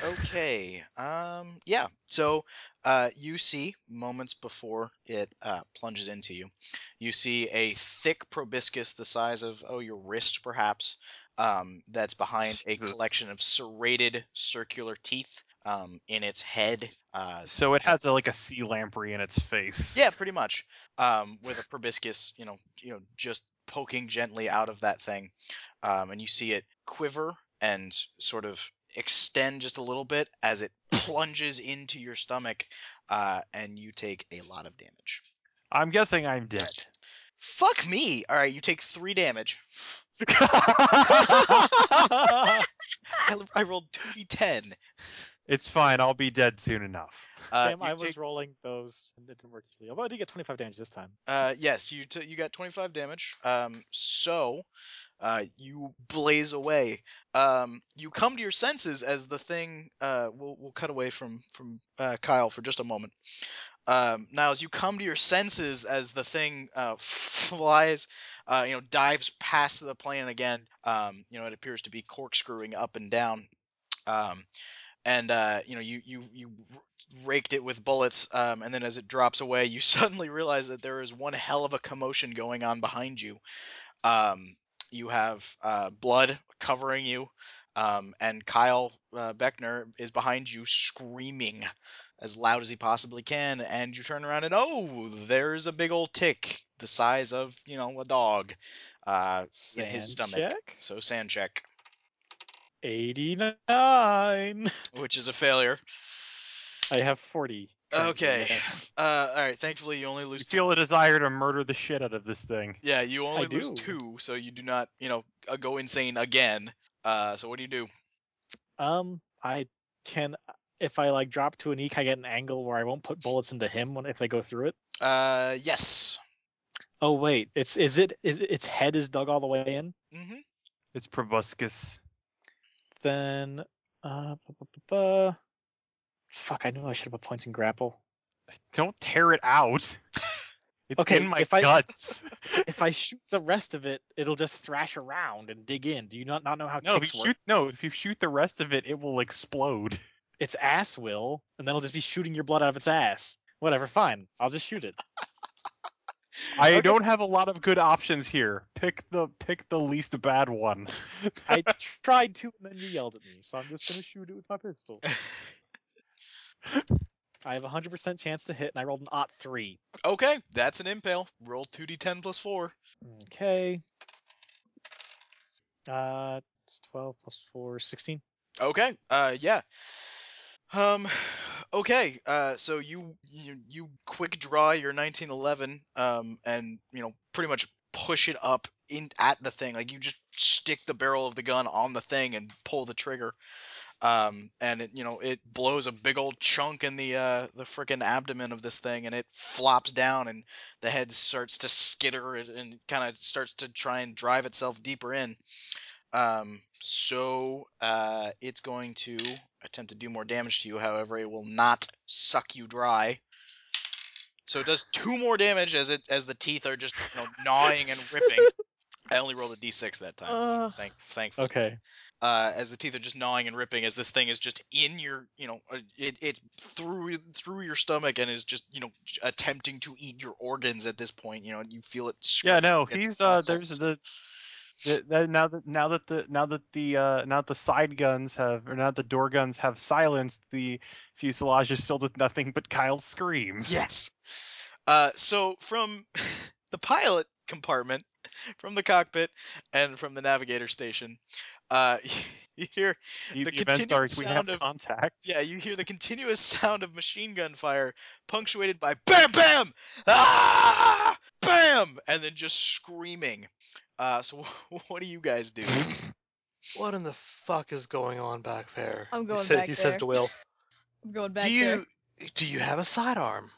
Okay. Um, yeah. So uh, you see moments before it uh, plunges into you, you see a thick proboscis the size of oh your wrist perhaps um, that's behind a Jesus. collection of serrated circular teeth um, in its head. Uh, So it has a, like a sea lamprey in its face. yeah, pretty much. Um, with a proboscis, you know, you know, just poking gently out of that thing, um, and you see it quiver and sort of extend just a little bit as it plunges into your stomach, uh, and you take a lot of damage. I'm guessing I'm dead. Fuck me! All right, you take three damage. Uh, I, I rolled two d10. it's fine. I'll be dead soon enough. Uh, Sam, you I was take- rolling those and it didn't work usually. Although I did get 25 damage this time. Uh, yes, you t- you got 25 damage. Um, so, uh, you blaze away. Um, you come to your senses as the thing. Uh, we'll we'll cut away from from uh, Kyle for just a moment. Um, now, as you come to your senses as the thing uh, flies, uh, you know, dives past the plane again. Um, you know, it appears to be corkscrewing up and down. Um, and uh, you know, you you you raked it with bullets, um, and then as it drops away, you suddenly realize that there is one hell of a commotion going on behind you. Um, you have uh, blood covering you, um, and Kyle uh, Beckner is behind you screaming as loud as he possibly can, and you turn around and oh, there's a big old tick the size of you know a dog. Uh, In his Sand stomach. check? so sand check, 89. I which is a failure. have 40. currently, Okay. yes. Uh, all right. Thankfully, you only You lose feel a desire to murder the shit out of this thing. Yeah, you only I lose do. two, so you do not, you know, uh, go insane again. Uh, so what do you do? Um, I can if I like drop to an eek, I get an angle where I won't put bullets into him when if they go through it. Uh, yes. Oh wait, it's is it is its head is dug all the way in? hmm It's proboscis. Then uh, bu- bu- bu- bu- fuck, I knew I should have put points in grapple. Don't tear it out. It's Okay, in my if I- guts. if I shoot the rest of it, it'll just thrash around and dig in. Do you not not know how no, if kicks you work? shoot no, if you shoot the rest of it, it will explode. Its ass will, and then it'll just be shooting your blood out of its ass. Whatever, fine. I'll just shoot it. I Okay. don't have a lot of good options here. Pick the pick the least bad one. I tried to, and then you yelled at me, so I'm just gonna shoot it with my pistol. I have a hundred percent chance to hit, and I rolled an ot three. Okay, that's an impale. Roll two d10 plus four. Okay. Uh, it's twelve plus four, 16. Okay. Uh, yeah. Um, okay. Uh, so you you, you quick draw your 1911. Um, and you know pretty much push it up in at the thing. Like you just stick the barrel of the gun on the thing and pull the trigger. Um, and it you know it blows a big old chunk in the uh the frickin' abdomen of this thing, and it flops down, and the head starts to skitter and, and kind of starts to try and drive itself deeper in. Um, so uh, it's going to attempt to do more damage to you. However, it will not suck you dry. So it does two more damage as it as the teeth are just you know, gnawing and ripping. I only rolled a d6 that time. so Uh. thank, thankfully Okay. uh, as the teeth are just gnawing and ripping as this thing is just in your you know uh, it, it's through through your stomach and is just you know j- attempting to eat your organs at this point you know you feel it yeah, scratch no, against he's uh there's muscles. the, the, the now that now that the now that the uh now that the side guns have or now that the door guns have silenced the fuselage is filled with nothing but Kyle's screams. yes uh, so from the pilot compartment from the cockpit and from the navigator station uh, you hear the, The the events are continued we have sound of- contact. Yeah, you hear the continuous sound of machine gun fire, punctuated by bam, bam, ah, bam, and then just screaming. Uh, so wh- what do you guys do? What in the fuck is going on back there? I'm He going sa- back He says there. to Will, I'm going back "Do you there. do you have a sidearm?"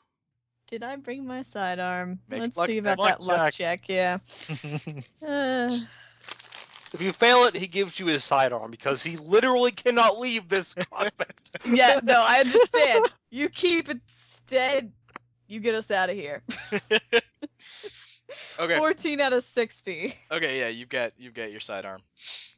Did I bring my sidearm? Make Let's luck see check. about Luck that luck check. Yeah. Uh, If you fail it, he gives you his sidearm because he literally cannot leave this cockpit. yeah. No, I understand. you keep it stead. You get us out of here. Okay, 14 out of 60. okay, yeah, you've got you've got your sidearm.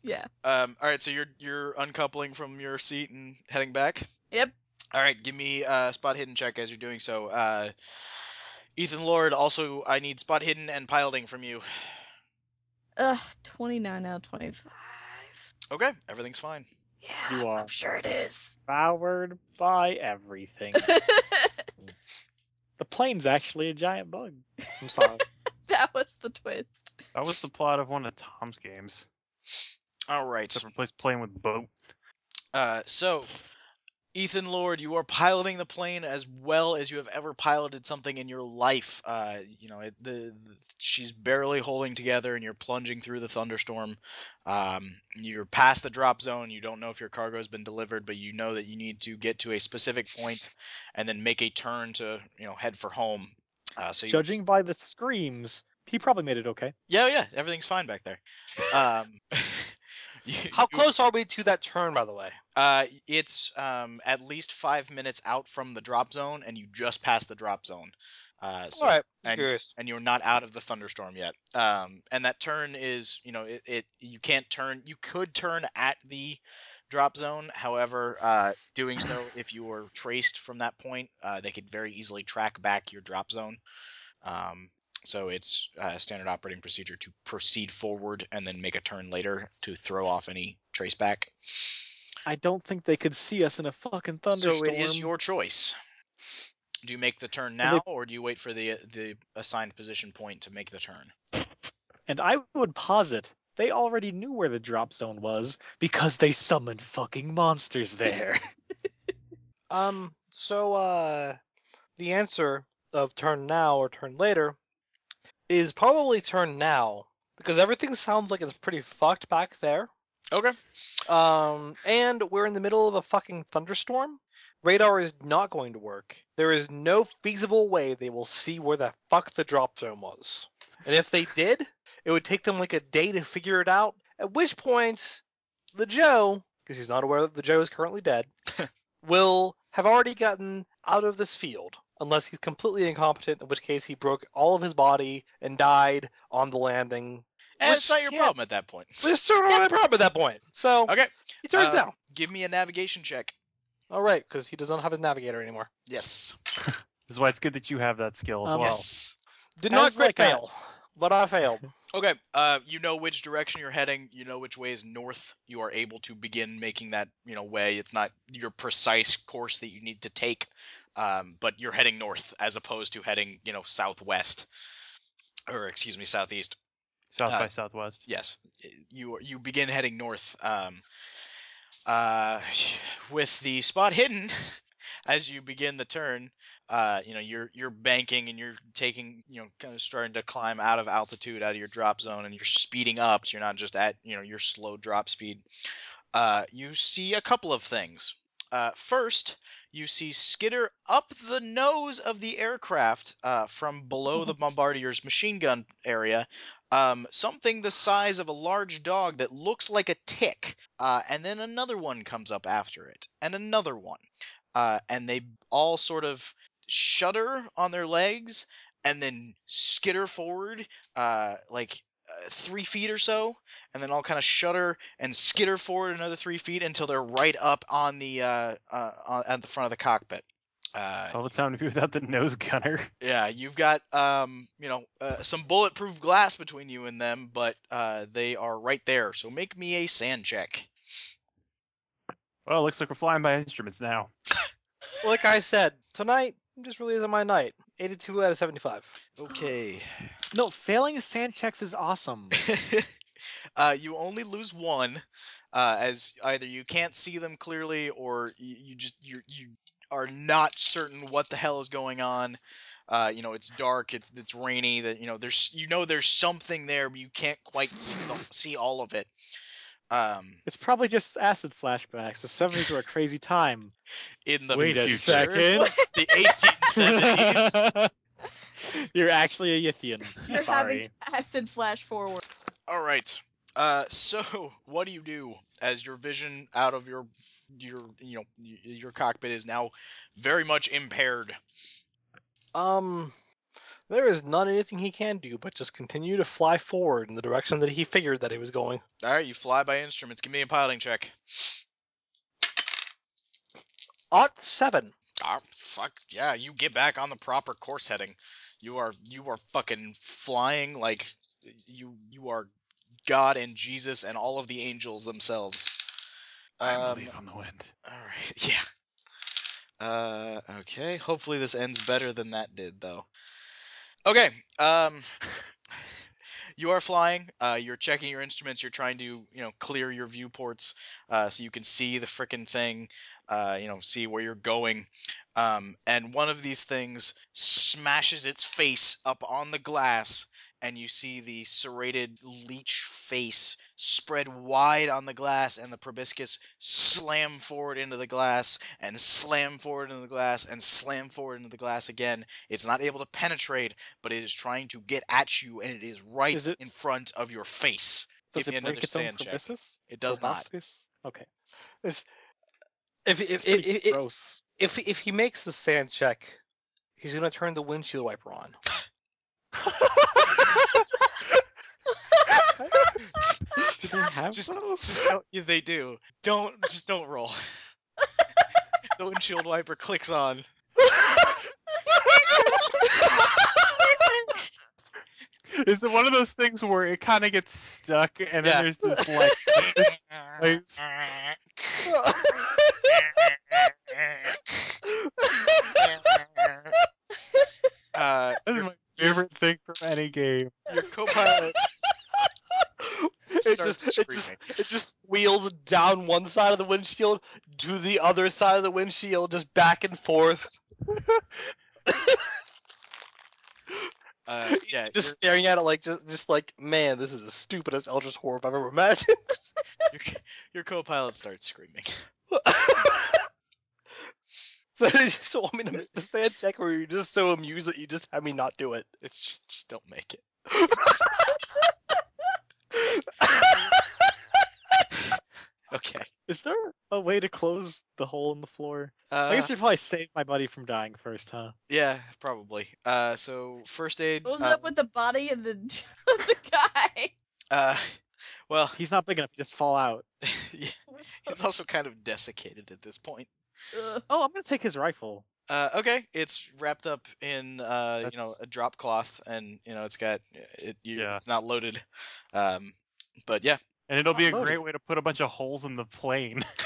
Yeah. Um, all right, so you're you're uncoupling from your seat and heading back. Yep. All right, give me uh, spot hidden check as you're doing so. Uh, Ethan Lord, also I need spot hidden and piloting from you. Ugh, 29 out of 25. Okay, everything's fine. Yeah. You are I'm sure it is. devoured by everything. the plane's actually a giant bug. I'm sorry. that was the twist. That was the plot of one of Tom's games. All right. Except replaced playing with boat. Uh, so, Ethan Lord, you are piloting the plane as well as you have ever piloted something in your life. Uh, you know, it, the, the- she's barely holding together, and you're plunging through the thunderstorm. Um, you're past the drop zone. You don't know if your cargo has been delivered, but you know that you need to get to a specific point and then make a turn to, you know, head for home. Uh, so you, Judging by the screams, he probably made it okay. yeah, yeah, everything's fine back there. Um, you- How you- close are we to that turn, by the way? Uh, it's um at least five minutes out from the drop zone, and you just passed the drop zone. Uh, so All right, and- I'm curious. and you're not out of the thunderstorm yet. Um, and that turn is, you know, it, it you can't turn. You could turn at the drop zone. However, uh, doing so, if you were traced from that point, uh, they could very easily track back your drop zone. Um, so it's uh, standard operating procedure to proceed forward and then make a turn later to throw off any trace back. I don't think they could see us in a fucking thunderstorm. So it is your choice. Do you make the turn And they- now, or do you wait for the the assigned position point to make the turn? And I would posit they already knew where the drop zone was because they summoned fucking monsters there. Um, so uh, the answer of turn now or turn later is probably turn now because everything sounds like it's pretty fucked back there. Okay. Um, and we're in the middle of a fucking thunderstorm. Radar is not going to work. There is no feasible way they will see where the fuck the drop zone was. And if they did, it would take them like a day to figure it out. At which point, the Joe, because he's not aware that the Joe is currently dead, will have already gotten out of this field. Unless he's completely incompetent, in which case he broke all of his body and died on the landing. And Which it's not your can't- problem at that point. It's still not my problem at that point. So Okay. he turns Uh, down. Give me a navigation check. All right, because he does not have his navigator anymore. Yes. This is why it's good that you have that skill as Um, well. Yes. Did That not is like great a- fail, but I failed. Okay. Uh, you know which direction you're heading. You know which way is north. You are able to begin making that you know way. It's not your precise course that you need to take, um, but you're heading north as opposed to heading you know southwest, or excuse me, southeast. South uh, by Southwest. yes you you begin heading north um uh with the spot hidden as you begin the turn uh you know you're you're banking and you're taking you know kind of starting to climb out of altitude out of your drop zone and you're speeding up so you're not just at you know your slow drop speed uh you see a couple of things uh first you see skitter up the nose of the aircraft uh, from below the bombardier's machine gun area um, something the size of a large dog that looks like a tick, uh, and then another one comes up after it, and another one, uh, and they all sort of shudder on their legs and then skitter forward, uh, like uh, three feet or so, and then all kind of shudder and skitter forward another three feet until they're right up on the uh, uh, on, at the front of the cockpit. Uh, All the time to be without the nose gunner. yeah, you've got um, you know, uh, some bulletproof glass between you and them, but uh, they are right there. So make me a sand check. Well, it looks like we're flying by instruments now. like I said, tonight just really isn't my night. 82 out of 75. Okay. No, failing sand checks is awesome. uh, you only lose one, uh, as either you can't see them clearly, or you, you just you you are not certain what the hell is going on. Uh, you know, it's dark, it's it's rainy. That you know, there's you know there's something there, but you can't quite see the, see all of it. Um, It's probably just acid flashbacks. The 70s were a crazy time. in the Wait a future. second. the 1870s. You're actually a Yithian. You're Sorry. having acid flash forward. All right. Uh, so what do you do as your vision out of your your you know y- your cockpit is now very much impaired? Um, there is not anything he can do but just continue to fly forward in the direction that he figured that he was going. All right, you fly by instruments. Give me a piloting check. Ought seven. Ah, fuck yeah! You get back on the proper course heading. You are you are fucking flying like you you are God and Jesus and all of the angels themselves. I Um, believe on the wind. All right. Yeah. Uh, okay. Hopefully this ends better than that did, though. Okay. Um, you are flying. Uh, you're checking your instruments. You're trying to, you know, clear your viewports uh, so you can see the frickin' thing. Uh, you know, see where you're going. Um, and one of these things smashes its face up on the glass, and you see the serrated leech face spread wide on the glass, and the proboscis slam forward into the glass, and slam forward into the glass, and slam forward into the glass again. It's not able to penetrate, but it is trying to get at you, and it is right Is it- in front of your face. Does Give me it another break its own sand check. proboscis? It does not. Proboscis? Okay. If if It's if, pretty if, gross. if if he makes the sand check, he's gonna turn the windshield wiper on. Do they have Just- those? Just don't- yeah, they do. Don't just don't roll. the windshield wiper clicks on. Is it one of those things where it kind of gets stuck and Yeah. then there's this like, this, like Uh, That is my favorite thing from any game. your co-pilot. it starts just, it screaming. just it just wheels down one side of the windshield to the other side of the windshield, just back and forth. Uh, Yeah, just staring at it like just, just like man, this is the stupidest Eldritch horror I've ever imagined. your, your, your co-pilot starts screaming. so you just want me to make the sand check, or you're just so amused that you just have me not do it. It's just, just don't make it. Okay. Is there a way to close the hole in the floor? Uh, I guess you probably save my buddy from dying first, huh? yeah, probably. Uh, so first aid. What was uh, up with the body and the, the guy? uh, well, He's not big enough to just fall out. yeah, he's also kind of desiccated at this point. Ugh. Oh, I'm gonna take his rifle. Uh, okay, it's wrapped up in uh, you know That's- a drop cloth, and you know it's got it. You, Yeah. It's not loaded. Um, but yeah, And it'll be a Loaded. great way to put a bunch of holes in the plane.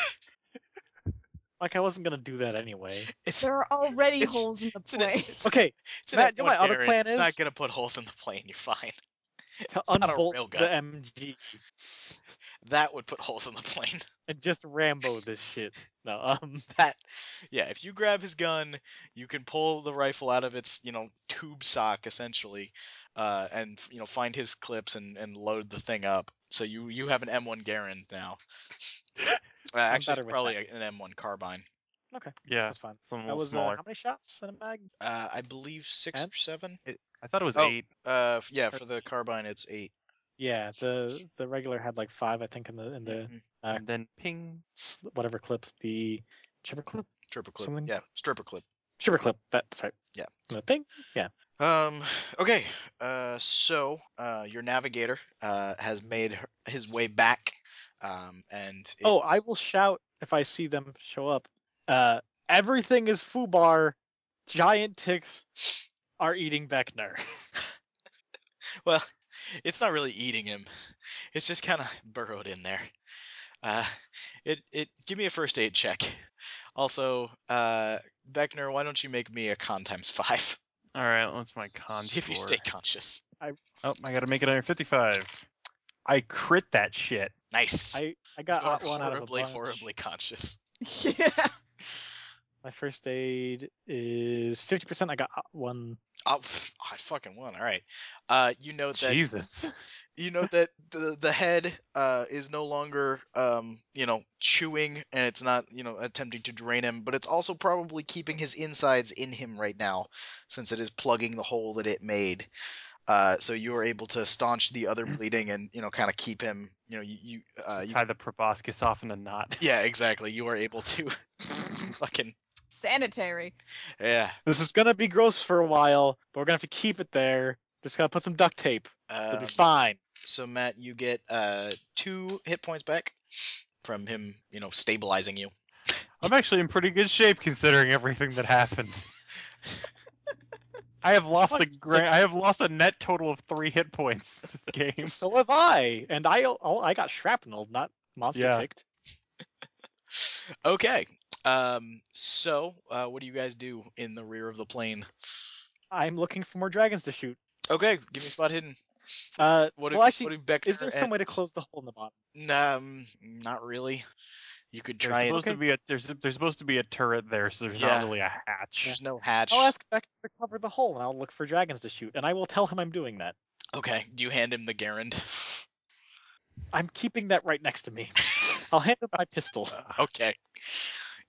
Like I wasn't gonna do that anyway. it's There are already It's- holes in the it's an, plane. it's, Okay, it's an Matt, you know F1 my other Baron. plan it's not is? gonna put holes in the plane. You're fine. to not a unbolt real the gun. MG That would put holes in the plane. and just Rambo this shit. No, um, that yeah if you grab his gun you can pull the rifle out of its you know tube sock essentially uh, and you know find his clips and, and load the thing up so you you have an m1 garand now uh, actually better it's with probably a- an m1 carbine yeah, that's fine. something a That little was uh, smaller. how many shots in a mag? uh, i believe six And? or seven I thought it was Oh. eight. uh, f- yeah for the carbine it's eight Yeah, the the regular had like five, I think, in the in the Mhm. Uh, and then ping. s- whatever clip, the chipper clip, triple clip Something? yeah stripper clip chipper clip. That's right. Yeah. The thing. Um. Okay. Uh. So, uh, your navigator uh has made her, his way back. Um. And Oh, I it's- will shout if I see them show up. Uh, everything is foobar. Giant ticks are eating Beckner. Well, it's not really eating him. It's just kind of burrowed in there. Uh, it it give me a first aid check. Also, uh, Beckner, why don't you make me a con times five? All right, what's my con? See if you score? stay conscious. Oh, I gotta make it under 55. I crit that shit. Nice. I I got You are one out of a horribly, bunch. horribly conscious. yeah. My first aid is fifty percent. I got one. Oh, pff, I fucking won. All right. Uh, you note that Jesus. you know that the the head uh, is no longer um, you know chewing and it's not you know attempting to drain him but it's also probably keeping his insides in him right now since it is plugging the hole that it made uh, so you are able to staunch the other bleeding and you know kind of keep him you know you, you, uh, you Tie the proboscis off in a knot. yeah exactly you are able to fucking Sanitary. yeah This is gonna be gross for a while, but we're gonna have to keep it there. Just gotta put some duct tape. It'll uh, be fine. so Matt you get uh, two hit points back from him you know stabilizing you I'm actually in pretty good shape considering everything that happened. I have lost a What? gra- I have lost a net total of three hit points this game. So have I, and I oh, I got shrapnel, not monster Yeah. ticked. Okay. Um, so, uh, what do you guys do in the rear of the plane? I'm looking for more dragons to shoot. Okay, give me a spot hidden. Uh, What well, if, actually, what if Beckner is there some and- way to close the hole in the bottom? Nah, Um, not really. You could There's try it. supposed to be a there's there's supposed to be a turret there, so there's Yeah. not really a hatch. There's no hatch. I'll ask Beck to cover the hole, and I'll look for dragons to shoot, and I will tell him I'm doing that. Okay, do you hand him the Garand? I'm keeping that right next to me. I'll hand him my pistol. okay.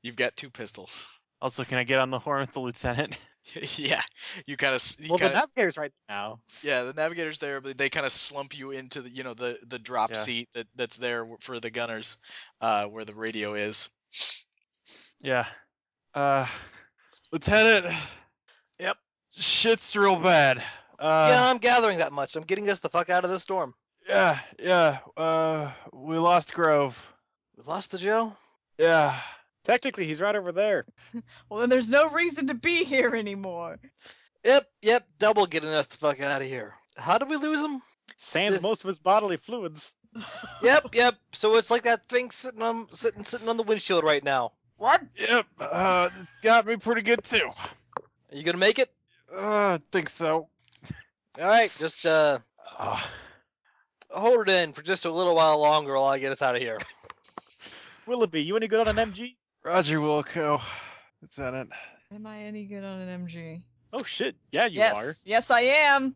You've got two pistols. Also, can I get on the horn with the lieutenant? yeah, you kind of. You Well, the kinda, navigator's right now. yeah, the navigator's there, but they kind of slump you into the you know the the drop Yeah. seat that that's there for the gunners, uh, where the radio is. Yeah. Uh, lieutenant. Yep. Shit's real bad. Uh, yeah, I'm gathering that much. I'm getting us the fuck out of this storm. Yeah, yeah. Uh, we lost Grove. We lost the Joe. Yeah. Technically, he's right over there. Well, then there's no reason to be here anymore. Yep, yep. Double getting us the fuck out of here. How did we lose him? Sans Th- most of his bodily fluids. Yep, yep. So it's like that thing sitting on sitting sitting on the windshield right now. What? Yep. Uh, it's got me pretty good too. Are you gonna make it? Uh, I think so. All right, just uh, Uh, hold it in for just a little while longer while I get us out of here. Willoughby, you any good on an MG? Roger Wilco. Lieutenant. Am I any good on an MG? Oh shit! Yeah, you yes. are. Yes, I am.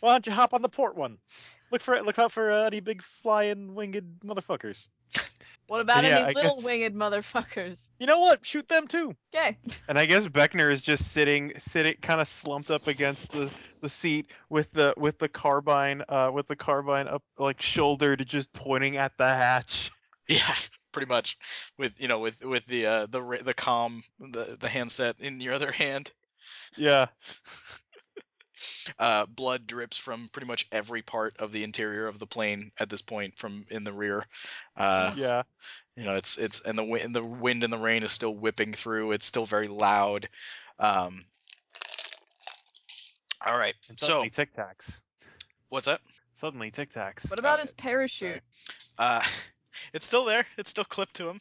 Why don't you hop on the port one? Look for look out for uh, any big flying winged motherfuckers. What about Yeah, any I little guess- winged motherfuckers? You know what? Shoot them too. Okay. And I guess Beckner is just sitting, sitting, kind of slumped up against the, the seat with the with the carbine, uh, with the carbine up like shouldered, just pointing at the hatch. Yeah, pretty much. With you know, with with the uh, the ra- the com the the handset in your other hand. Yeah. Uh, blood drips from pretty much every part of the interior of the plane at this point, from in the rear. Uh, Yeah. you know, it's it's and the wind the wind and the rain is still whipping through. It's still very loud. Um, all right. And So suddenly Tic Tacs. what's up? Suddenly Tic Tacs. What about Uh, his parachute? sorry. Uh, it's still there. It's still clipped to him.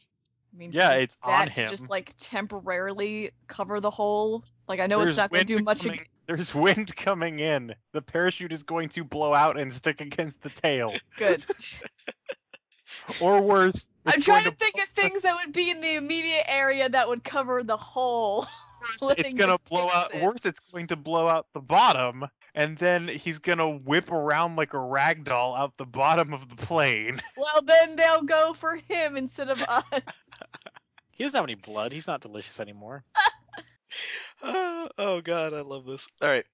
I mean, Yeah, does it's that on to him. Just like temporarily cover the hole. Like I know it's There's not going wind to do much. ag- coming- There's wind coming in. The parachute is going to blow out and stick against the tail, Good. or worse. I'm it's trying going to think of things that would be in the immediate area that would cover the hole. worse, it's letting gonna the blow ticks out. in. Worse, it's going to blow out the bottom, and then he's gonna whip around like a rag doll out the bottom of the plane. Well, then they'll go for him instead of us. He doesn't have any blood. He's not delicious anymore. oh oh god, I love this. All right.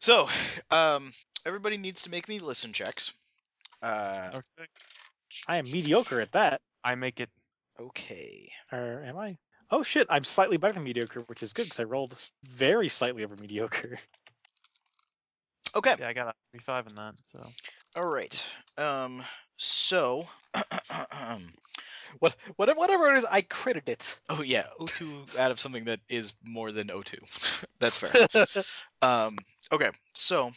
So, um, everybody needs to make me listen checks. Uh, Oh, Okay. I am mediocre at that. I make it. Okay. Or am I? Oh shit! I'm slightly better than mediocre, which is good because I rolled s- very slightly over mediocre. Okay. Yeah, I got a 35 in that. So All right. Um. So. um, What, what, whatever it is, I critted it. oh yeah, O2 out of something that is more than O2. That's fair. um. Okay. So,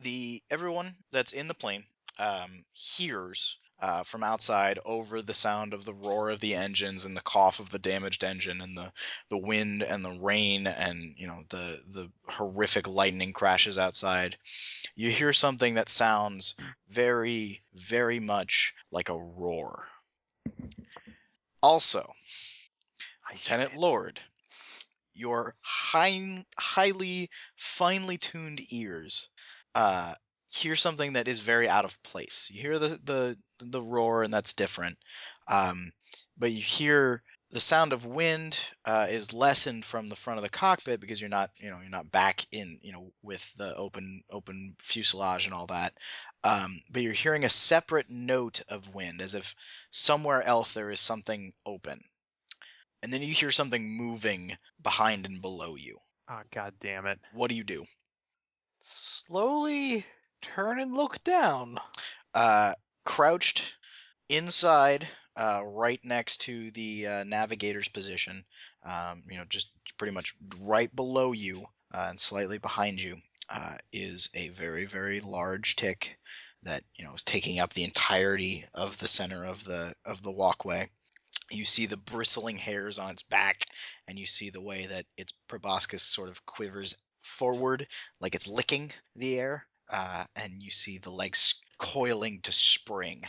the everyone that's in the plane um hears. Uh, from outside, over the sound of the roar of the engines and the cough of the damaged engine and the the wind and the rain and you know the the horrific lightning crashes outside you hear something that sounds very very much like a roar also lieutenant lord your high, highly finely tuned ears uh, hear something that is very out of place you hear the the, the roar and that's different um, but you hear the sound of wind uh, is lessened from the front of the cockpit because you're not you know you're not back in you know with the open open fuselage and all that um, but you're hearing a separate note of wind as if somewhere else there is something open and then you hear something moving behind and below you Ah, god damn it. what do you do Slowly turn and look down. uh, crouched inside, uh, right next to the uh, navigator's position. Um, you know, just pretty much right below you uh, and slightly behind you uh, is a very, very large tick that you know is taking up the entirety of the center of the of the walkway. You see the bristling hairs on its back, and you see the way that its proboscis sort of quivers forward, like it's licking the air. Uh, and you see the legs coiling to spring.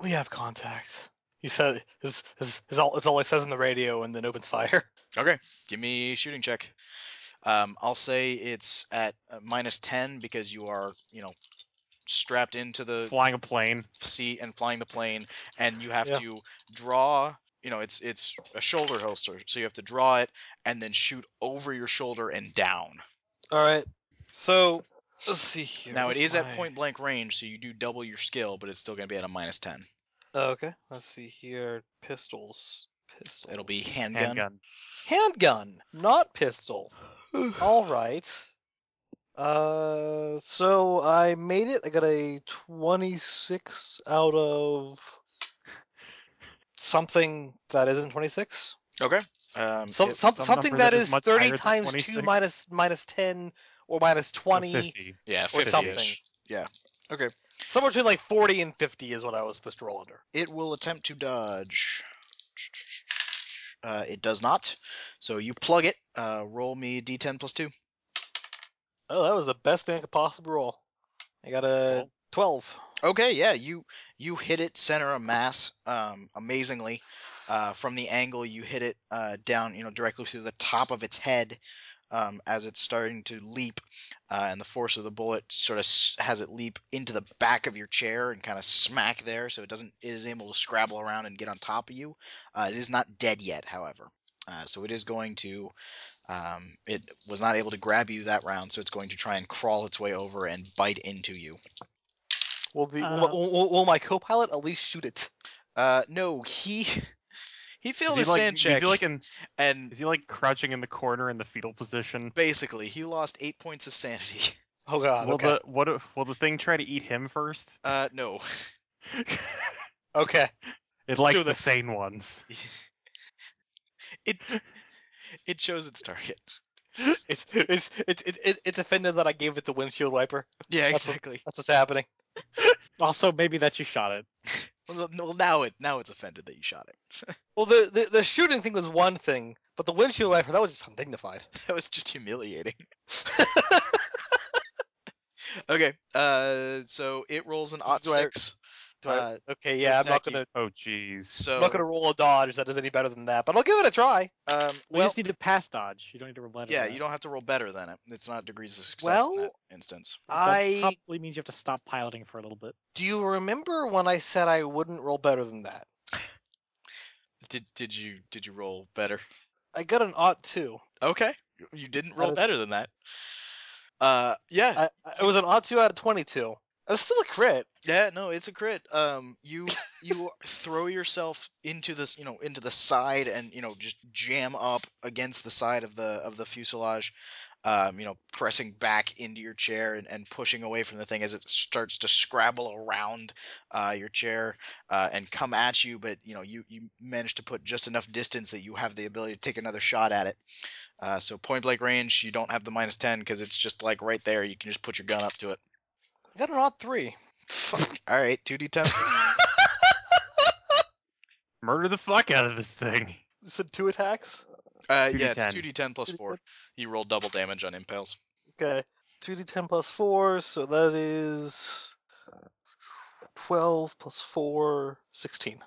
We have contact. He said, is, is, is, all, is all he says on the radio and then opens fire. Give me a shooting check. Um, I'll say it's at uh, minus ten because you are, you know, strapped into the Flying a plane. seat and flying the plane, and you have Yeah. to draw. You know, it's it's a shoulder holster, so you have to draw it and then shoot over your shoulder and down. Alright. So, let's see here. now it what's is at my- point blank range, so you do double your skill, but it's still going to be at a minus ten. Oh, okay. Let's see here. Pistols. Pistols. It'll be handgun. Handgun. handgun, not pistol. All right. Uh, so I made it. I got a 26 out of something that isn't 26. Okay. Um, Some, it- some, some something number that that is is much 30 higher than times 2 26. minus minus 10 or minus So 20. 50. yeah, or 50-ish. something. Somewhere between like 40 and 50 is what I was supposed to roll under. It will attempt to dodge. Uh, it does not. So you plug it. Uh, roll me d10 plus 2. Oh, that was the best thing I could possibly roll. I got a 12. Okay, yeah, you you hit it center of mass um, amazingly. Uh, from the angle you hit it uh, down, you know, directly through the top of its head, um, as it's starting to leap, uh, and the force of the bullet sort of s- has it leap into the back of your chair and kind of smack there, so it doesn't. It is able to scrabble around and get on top of you. Uh, it is not dead yet, however. Uh, so it is going to. Um, it was not able to grab you that round, so it's going to try and crawl its way over and bite into you. Will the Uh, will, will, will my co-pilot at least shoot it? Uh, no, he he failed his is he like, sand is check, he like in, and is he like crouching in the corner in the fetal position? basically he lost eight points of sanity. Oh god. will okay. the what if- will the thing try to eat him first? Uh, no. Okay. It likes the this. sane ones. it it shows its target. It's it's it's it, it, it's offended that I gave it the windshield wiper. Yeah, That's what- exactly. That's what's happening. Also, maybe that you shot it. Well, no, now it now it's offended that you shot it. Well, the, the the shooting thing was one thing, but the windshield wiper that was just undignified. that was just humiliating. Okay. Uh, so it rolls an odd Do I- six. Do I- Uh, okay, yeah, I'm not Jackie. gonna Oh jeez. So I'm not gonna roll a dodge that is any better than that, but I'll give it a try. um, We well, just need to pass dodge. You don't need to roll. yeah, you don't have to roll better than it. It's not degrees of success in that Well, instance. I probably means you have to stop piloting for a little bit. do you remember when I said I wouldn't roll better than that? Did did you did you roll better? I got an odd two. Okay, you- you didn't roll is- better than that. Uh, yeah, I, I- it was an odd two out of twenty-two. That's still a crit. Yeah, no, it's a crit. Um, you you throw yourself into this, you know, into the side, and you know, just jam up against the side of the of the fuselage. Um, you know, pressing back into your chair and, and pushing away from the thing as it starts to scrabble around uh, your chair uh, and come at you. But you know, you you manage to put just enough distance that you have the ability to take another shot at it. Uh, so point blank range, you don't have the minus ten because it's just like right there. You can just put your gun up to it. I got an odd three. Fuck. All right, two d ten. Murder the fuck out of this thing. So two attacks. Uh, 2d10. yeah, it's two d ten plus 2d10. four. You roll double damage on impales. Okay. Two d ten plus four, so that is uh, twelve plus four, 16.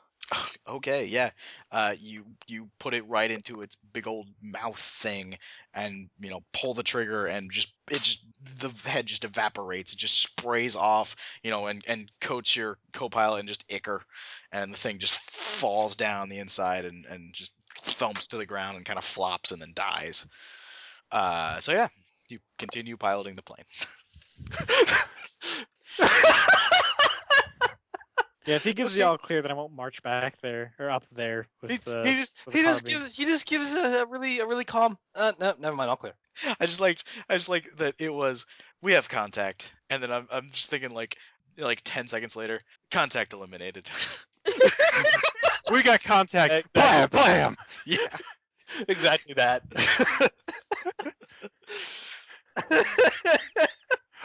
Okay, yeah. Uh, you you put it right into its big old mouth thing, and you know pull the trigger, and just it just the head just evaporates. It just sprays off, you know, and and coats your co-pilot and just icker, and the thing just falls down the inside and and just thumps to the ground and kind of flops and then dies. Uh, so yeah, you continue piloting the plane. Yeah, if he gives the all clear, then I won't march back there or up there He, with he uh, the. just with he just carbine. gives he just gives a, a really a really calm. Uh, no, never mind. I'll clear. I just liked I just like that it was we have contact and then I'm I'm just thinking like like 10 seconds later contact eliminated. We got Hey, contact. Blam, blam. yeah. Exactly that.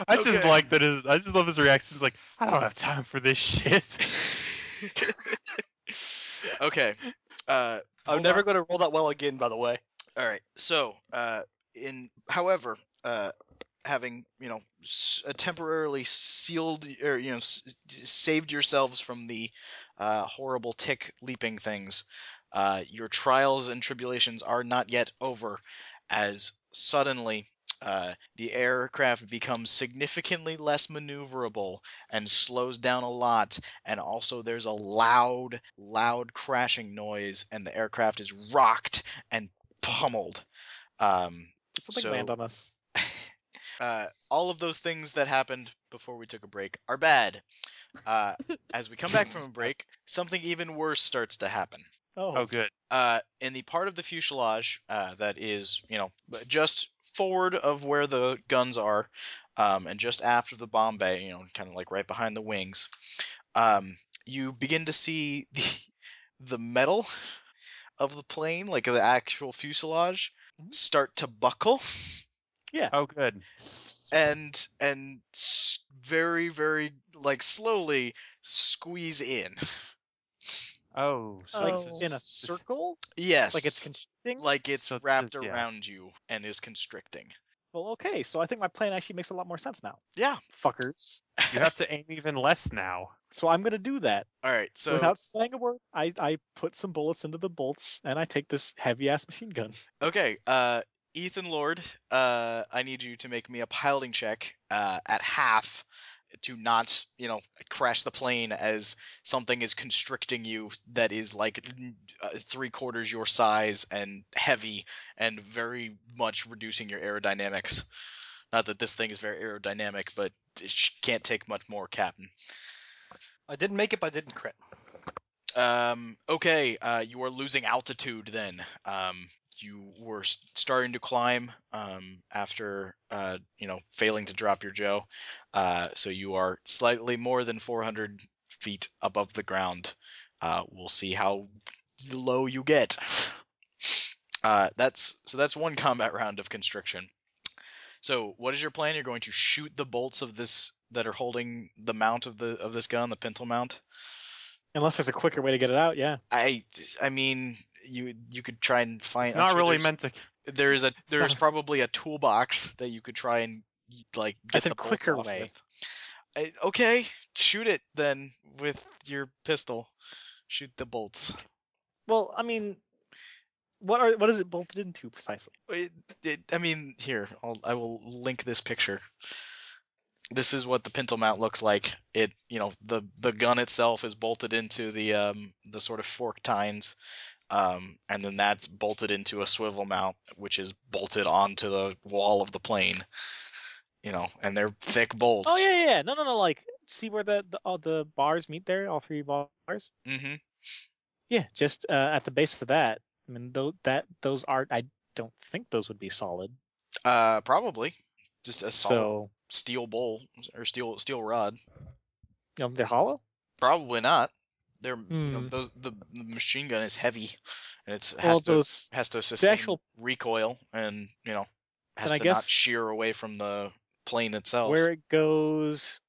I just Okay. like that his I just love his reaction. He's like, I don't have time for this shit. okay. Uh I'm never going to roll that well again. By the way, all right. So, uh in however, uh having, you know, s- uh, temporarily sealed or you know s- saved yourselves from the uh horrible tick leaping things, uh your trials and tribulations are not yet over as suddenly uh, the aircraft becomes significantly less maneuverable and slows down a lot. And also, there's a loud, loud crashing noise, and the aircraft is rocked and pummeled. Um, Something so- land on us. uh, all of those things that happened before we took a break are bad. Uh, as we come back from a break, something even worse starts to happen. Oh, Oh good. uh, in the part of the fuselage uh, that is, you know, just forward of where the guns are, um, and just after the bomb bay, you know, kind of like right behind the wings, um, you begin to see the the metal of the plane, like the actual fuselage, start to buckle Oh good. and and s- very very like slowly squeeze in. Oh, so like this is- in a this- circle, Yes, like it's constricting. like it's So this wrapped is- yeah. around you and is constricting. Well, okay, so I think my plan actually makes a lot more sense now, Yeah. fuckers. You have to aim even less now. So I'm gonna do that All right. So without saying a word. I I put some bullets into the bolts, and I take this heavy ass machine gun. okay, uh, Ethan Lord, uh, I need you to make me a piloting check uh, at half to not, you know, crash the plane as something is constricting you that is like n- uh, three quarters your size and heavy and very much reducing your aerodynamics. Not that this thing is very aerodynamic, but it sh- can't take much more, Captain. I didn't make it, but I didn't crit. Um, okay, uh, you are losing altitude then. Um, you were s- starting to climb um, after uh, you know failing to drop your Joe, uh, so you are slightly more than 400 feet above the ground. Uh, we'll see how low you get. Uh, that's so that's one combat round of constriction. So what is your plan? You're going to shoot the bolts of this that are holding the mount of the of this gun, the pintle mount. Unless there's a quicker way to get it out, yeah. I, I mean, you you could try and find. It's I'm not sure really there's- meant to. There is a there is not- probably a toolbox that you could try and like. Get That's a the bolts quicker off way. with. I, okay, shoot it then with your pistol. Shoot the bolts. Well, I mean, what are what is it bolted into precisely? It, it, I mean, here I'll, I will link this picture. This is what the pintle mount looks like. It, you know, the the gun itself is bolted into the um the sort of fork tines, um, and then that's bolted into a swivel mount, which is bolted onto the wall of the plane. You know, and they're thick bolts. Oh yeah, yeah, yeah. No, no, no. Like, see where the, the all the bars meet there, all three bars. Mm-hmm. Yeah, just uh, at the base of that. I mean, though that those aren't. I don't think those would be solid. Uh, probably just a solid So steel bowl or steel steel rod. um, they're hollow. Probably not. They're you know, Hmm. those the, the machine gun is heavy, and it's Well, has to those has to sustain actual- recoil and you know has Then I to guess- not shear away from the plane itself. where it goes.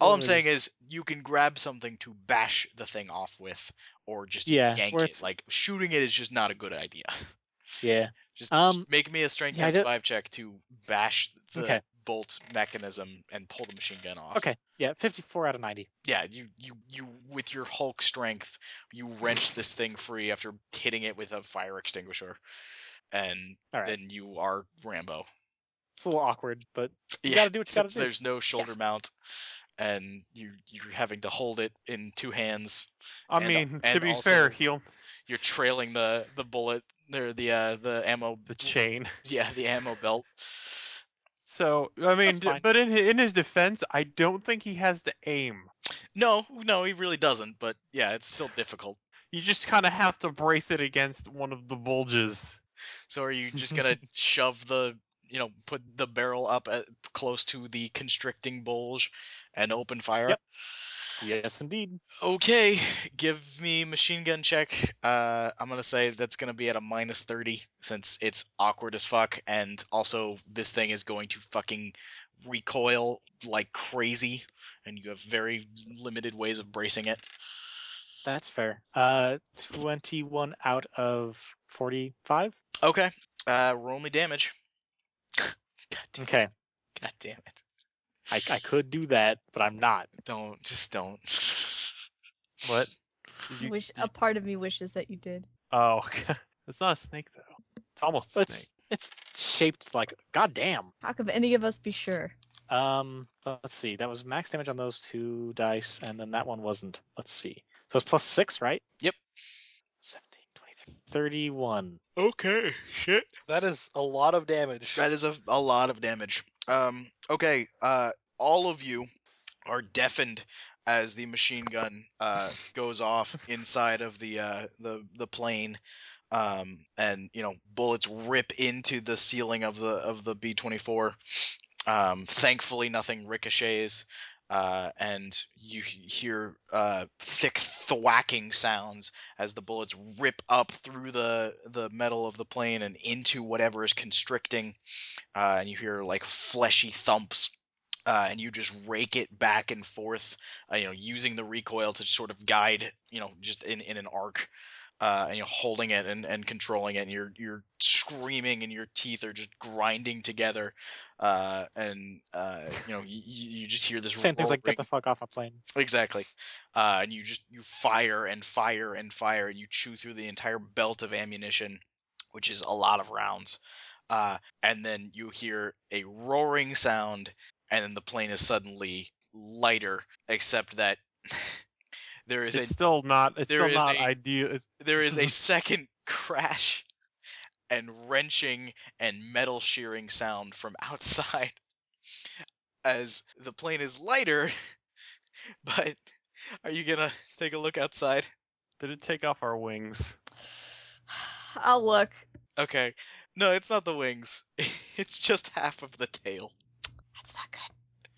All I'm saying is- is you can grab something to bash the thing off with, or just Yeah, yank where it. it's- Like shooting it is just not a good idea. Yeah. Just, Um, just make me a strength yeah, I times don't- five check to bash the Okay. bolt mechanism and pull the machine gun off. Okay. Yeah. Fifty-four out of ninety. Yeah, you you you with your Hulk strength, you wrench this thing free after hitting it with a fire extinguisher, and All right. then you are Rambo. It's a little awkward, but You yeah, gotta do what you gotta since do. there's no shoulder mount, and you you're having to hold it in two hands. I And- mean, and to be also- fair, he'll You're trailing the the bullet or the uh, the ammo the chain. Yeah, the ammo belt. So I mean, That's fine. but in in his defense, I don't think he has to aim. No, no, he really doesn't. But yeah, it's still difficult. You just kind of have to brace it against one of the bulges. So are you just gonna shove the you know put the barrel up at, close to the constricting bulge and open fire? Yep. yes, indeed. Okay, give me machine gun check. Uh, I'm gonna say that's gonna be at a minus thirty since it's awkward as fuck, and also this thing is going to fucking recoil like crazy, and you have very limited ways of bracing it. That's fair. Uh, twenty-one out of forty-five. Okay, uh, roll me damage. God damn, Okay. God damn it! I, I could do that, but I'm not. Don't just don't. What? Did you- Wish did you- a part of me wishes that you did. oh, it's not a snake though. It's almost a It's snake. it's shaped like goddamn. How could any of us be sure? Um, let's see. That was max damage on those two dice, and then that one wasn't. Let's see. So it's plus six, right? Yep. 17, 23, 31. Okay, shit. That is a lot of damage. That is a, a lot of damage. Um, okay, uh, all of you are deafened as the machine gun uh, goes off inside of the uh, the the plane, um, and you know bullets rip into the ceiling of the of the B twenty four. Thankfully, nothing ricochets. Uh, and you h- hear uh, thick thwacking sounds as the bullets rip up through the the metal of the plane and into whatever is constricting, uh, and you hear like fleshy thumps. Uh, and you just rake it back and forth, uh, you know, using the recoil to sort of guide, you know, just in, in an arc, uh, and you're holding it and, and controlling it. And you're you're screaming, and your teeth are just grinding together, uh, and uh, you know, you, you just hear this Same things like roaring- get the fuck off my plane. Exactly. Uh, and you just you fire and fire and fire and you chew through the entire belt of ammunition, which is a lot of rounds. Uh, and then you hear a roaring sound, and then the plane is suddenly lighter, except that there is It's a still not. It's there still is not a- ideal. It's, there is a second crash and wrenching and metal shearing sound from outside as the plane is lighter but are you gonna take a look outside did it take off our wings? I'll look. okay no it's not the wings it's just half of the tail That's not good.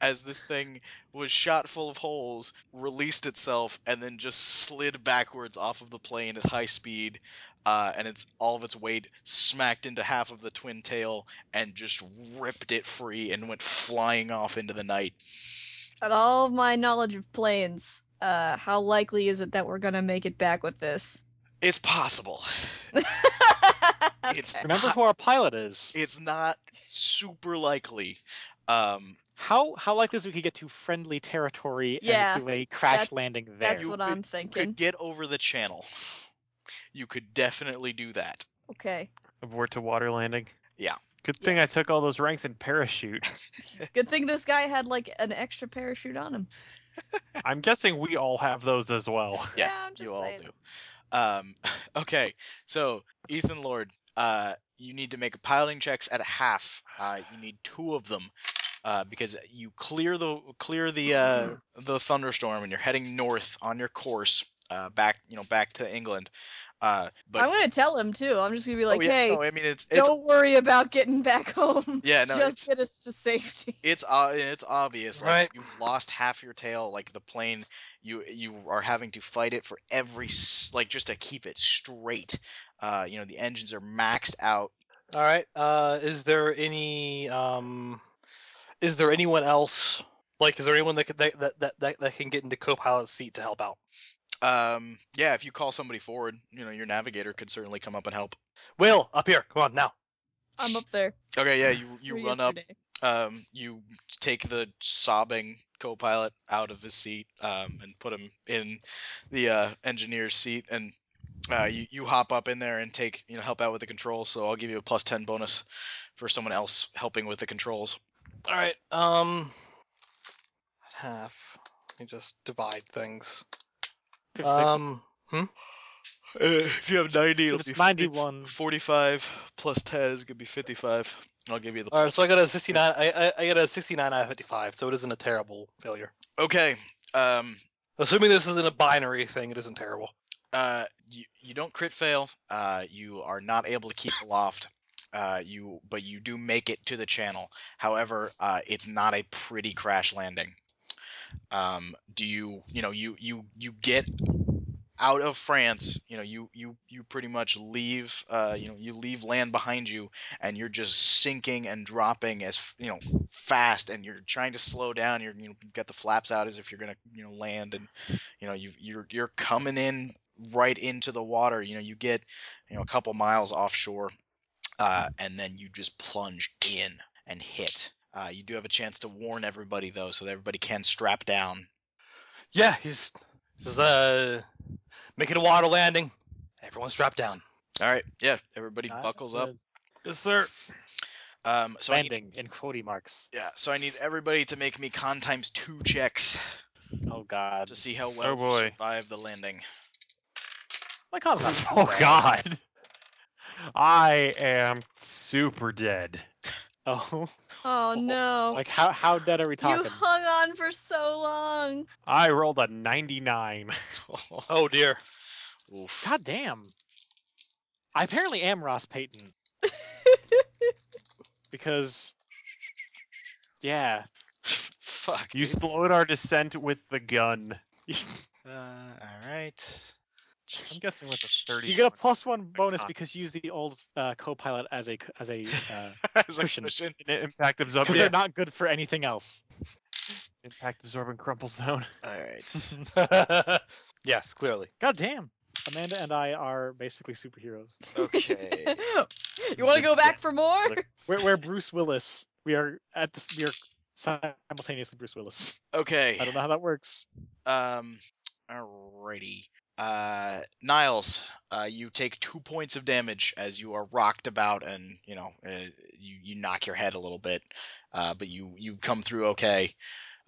as this thing was shot full of holes, released itself, and then just slid backwards off of the plane at high speed, uh, and its all of its weight smacked into half of the twin tail and just ripped it free and went flying off into the night. At all of my knowledge of planes, uh, how likely is it that we're gonna make it back with this? It's possible. It's Okay. Remember who our pilot is. It's not super likely. Um, How how likely is it we could get to friendly territory Yeah, and do a crash that's- landing there? That's You what could- I'm you could thinking. get over the channel. You could definitely do that. Okay. Abort to water landing. Yeah. Good thing I took all those ranks in parachute. Good thing this guy had like an extra parachute on him. I'm guessing we all have those as well. Yeah, Yes, I'm just you all saying. do. Um, okay, so Ethan Lord, uh, you need to make piling checks at a half. Uh, you need two of them uh, because you clear the clear the uh, the thunderstorm and you're heading north on your course uh, back you know back to England. Uh, but I'm gonna tell him too. I'm just gonna be like, oh, yeah, hey, no, I mean it's it's don't worry about getting back home. yeah no just it's get us to safety. it's uh, it's obvious like Right. you've lost half your tail like the plane you you are having to fight it for every s- like just to keep it straight uh you know the engines are maxed out All right. Uh, is there any um, is there anyone else? Like, is there anyone that could- that that that, that, that can get into co-pilot's seat to help out? um yeah if you call somebody forward you know your navigator could certainly come up and help Will, up here. Come on now. I'm up there. okay yeah you you Where run yesterday. up um you take the sobbing co-pilot out of his seat um and put him in the uh engineer's seat and uh, you, you hop up in there and take you know help out with the controls so i'll give you a plus 10 bonus for someone else helping with the controls All right. Um, half. Let me just divide things. Fifty-six. Um, hmm? Uh, if you have 90, it'll If be it's 91. 45 plus 10 is going to be 55. I'll give Uh, you the. All right. So I got a sixty-nine. I I, I got a sixty-nine out of fifty-five. So it isn't a terrible failure. Okay. Um. Assuming this isn't a binary thing, it isn't terrible. Uh. You, you don't crit fail. Uh. You are not able to keep aloft. Uh. You. But you do make it to the channel. However, uh, it's not a pretty crash landing. Um. Do you? You know. You. You. You get out of France. You know. You. You. You pretty much leave. Uh. You know. You leave land behind you, and you're just sinking and dropping as f- you know fast and you're trying to slow down you're you know, you've got the flaps out as if you're gonna you know land and you know you you're you're coming in right into the water you know you get you know a couple miles offshore uh, and then you just plunge in and hit uh, you do have a chance to warn everybody though so that everybody can strap down Yeah, he's he's uh making a water landing. Everyone strap down. all right yeah everybody Not buckles up good. Yes, sir. um so I need, landing in quotey marks. yeah so i need everybody to make me con times two checks Oh god. to see how well Oh, you boy. survive the landing My con's not Oh bad. God. I am super dead. Oh, Oh no. like how how dead are we you talking? hung on for so long. I rolled a 99. Oh dear. Oof. God damn. I apparently am Ross Payton. because yeah, Fuck. You dude. slowed our descent with the gun. Uh, all right. I'm guessing with a 30. you get a plus one bonus Con. because you use the old uh, co-pilot as a as a uh, As a Cushion. cushion. It impact absorb. because Yeah. they're not good for anything else. Impact absorb and crumple zone. All right. yes, clearly. God damn. Amanda and I are basically superheroes. Okay. you want to go back for more? We're, we're Bruce Willis. We are at this. We are simultaneously Bruce Willis. Okay. I don't know how that works. Um. Alrighty. Uh, Niles, uh, you take two points of damage as you are rocked about, and you know uh, you you knock your head a little bit, uh, but you you come through okay.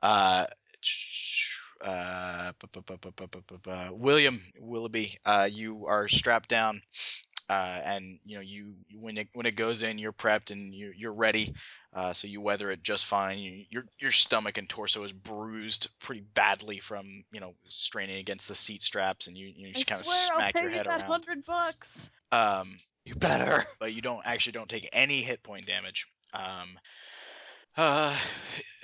Uh, uh, bu- bu- bu- bu- bu- bu- bu- bu- William Willoughby, uh, you are strapped down, uh, and you know you when it when it goes in, you're prepped and you you're ready, uh, so you weather it just fine. You, your your stomach and torso is bruised pretty badly from you know straining against the seat straps, and you you just kind of smack your head around. hundred bucks. Um, You better. but you don't actually don't take any hit point damage. Um, uh,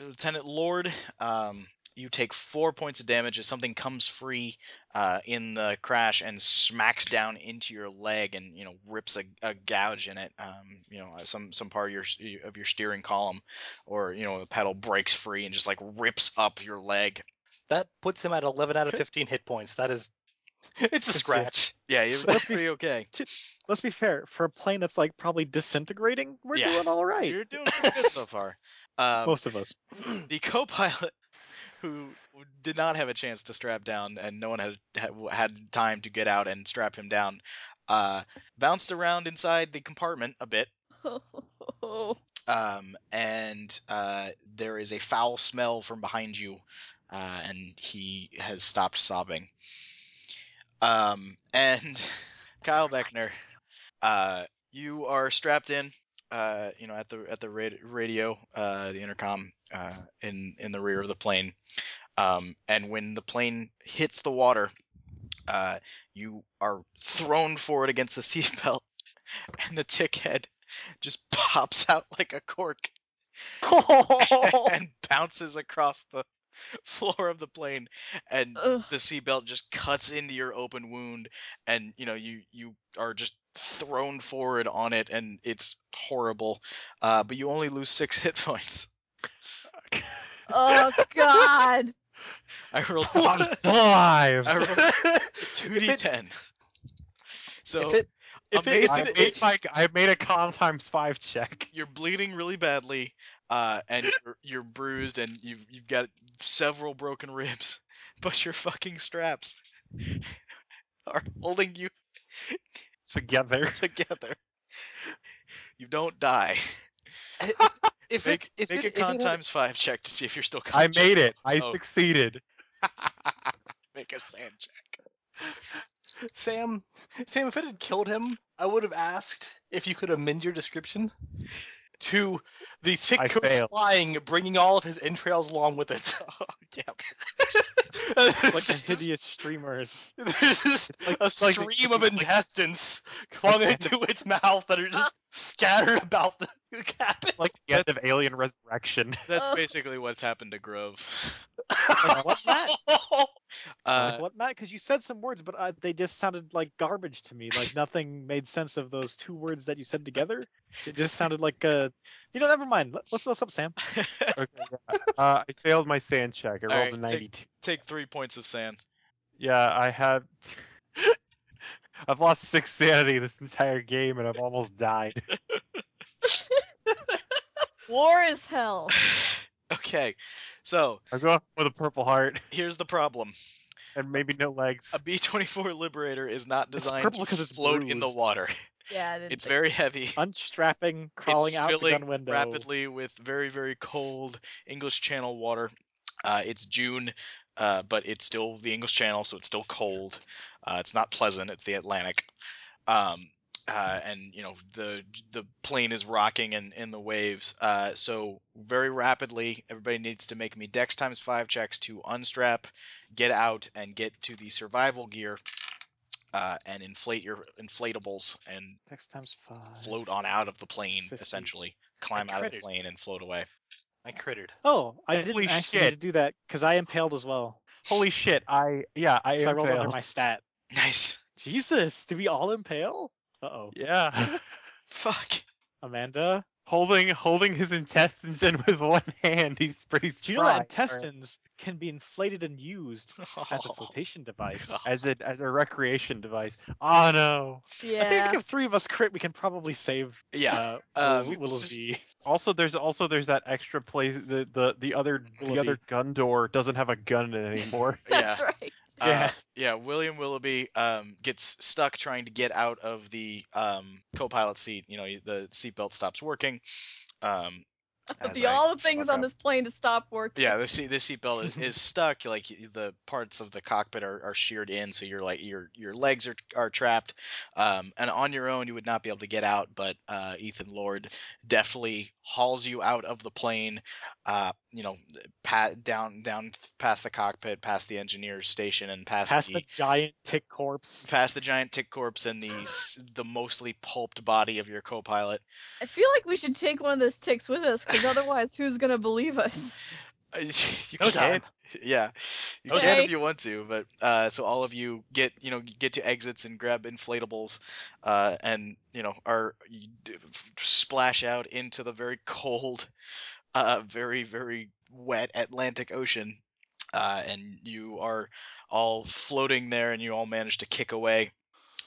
Lieutenant Lord, um, you take four points of damage as something comes free uh, in the crash and smacks down into your leg and you know rips a, a gouge in it. Um, you know some some part of your of your steering column, or you know the pedal breaks free and just like rips up your leg. That puts him at 11 out of 15 hit points. That is. It's a That's it. scratch. Yeah, you- that's pretty okay. Let's be fair. For a plane that's like probably disintegrating, we're Yeah. doing all right. You're doing pretty good so far. Um, Most of us. the co-pilot who did not have a chance to strap down and no one had had- had time to get out and strap him down uh, bounced around inside the compartment a bit Oh, um, and uh, there is a foul smell from behind you uh, and he has stopped sobbing um, and kyle beckner uh, you are strapped in uh, you know, at the at the rad- radio, uh, the intercom, uh, in in the rear of the plane. Um, and when the plane hits the water, uh, you are thrown forward against the seatbelt, and the tick head just pops out like a cork and bounces across the floor of the plane and Ugh. the seatbelt just cuts into your open wound and you know you you are just thrown forward on it and it's horrible uh, but you only lose six hit points oh God. i rolled I'm still alive. i rolled if 2d10 so it, if it, if amazing- I it, made, my, I made a con times five check. you're bleeding really badly uh, and you're, you're bruised and you've you've got several broken ribs but your fucking straps are holding you So get there. together. You don't die. if Make, it, if make it, if a con it had- times five check to see if you're still I conscious. made it. I Oh. succeeded. Make a sand check. Sam, Sam, if it had killed him, I would have asked if you could amend your description to the tick I goes failed. flying, bringing all of his entrails along with it. Oh, like the There's just- hideous streamers. there's just like- a it's like the- stream of intestines flung into its mouth that are just scattered about the cabin. Like the end of Alien Resurrection. That's Oh. basically what's happened to Grove. what's that? Uh, like, what, Matt? Because you said some words, but uh, they just sounded like garbage to me. Like nothing made sense of those two words that you said together. It just sounded like uh, you know. Never mind. Let- Let's what's up, Sam? Okay, yeah. uh, I failed my sand check. I All rolled right, a take- 92. take three points of sand. Yeah, I have. I've lost six sanity this entire game, and I've almost died. War is hell. okay, so I'm going with a purple heart here's the problem: and maybe no legs. a B24 Liberator is not designed purple to 'cause it's float in the bruised. water. Yeah. I didn't It's think very heavy. Unstrapping, crawling out the filling gun window. rapidly with very very cold English Channel water. Uh, it's June, uh, but it's still the English Channel, so it's still cold. Uh, it's not pleasant. It's the Atlantic, um, uh, and you know the the plane is rocking in, in the waves. Uh, so very rapidly, everybody needs to make me Dex times five checks to unstrap, get out, and get to the survival gear, uh, and inflate your inflatables and Next time's five. float on out of the plane, 50. essentially. Climb out of the Credit. plane and float away. I crittered. Oh, I didn't Holy actually shit. need to do that because I impaled as well. Holy shit! I yeah, I, So I rolled under failed. my stat. Nice. Jesus, do we all impale? Uh oh, Yeah, Fuck. Amanda. holding holding his intestines in with one hand. He's pretty. Do you know that spry. intestines can be inflated and used as Oh, a flotation device? as a as a recreation device. Oh no! so. I think Yeah. if three of us crit, we can probably save. yeah. Uh, Um, Will- Willoughby. Also, there's also there's that extra place. The the the other the Willoughby. other gun door doesn't have a gun in it anymore. yeah. That's right. Uh, Yeah. yeah, William Willoughby um, gets stuck trying to get out of the um, co-pilot seat. You know, the seatbelt stops working. Um, as The, I all the things fuck on up. this plane to stop working. Yeah, the seat the seatbelt is, is stuck. Like the parts of the cockpit are, are sheared in, so you're like your your legs are are trapped. Um, and on your own, you would not be able to get out. But uh, Ethan Lord deftly hauls you out of the plane. Uh, you know, pat down down past the cockpit, past the engineer's station, and past Past the giant tick corpse. past the giant tick corpse and the s- the mostly pulped body of your co-pilot. I feel like we should take one of those ticks with us, because otherwise, who's gonna believe us? you No can, yeah, you Okay. can if you want to. But uh, so all of you get you know get to exits and grab inflatables, uh, and you know are you d- f- splash out into the very cold, uh, very very wet Atlantic Ocean. Uh, and you are all floating there, and you all manage to kick away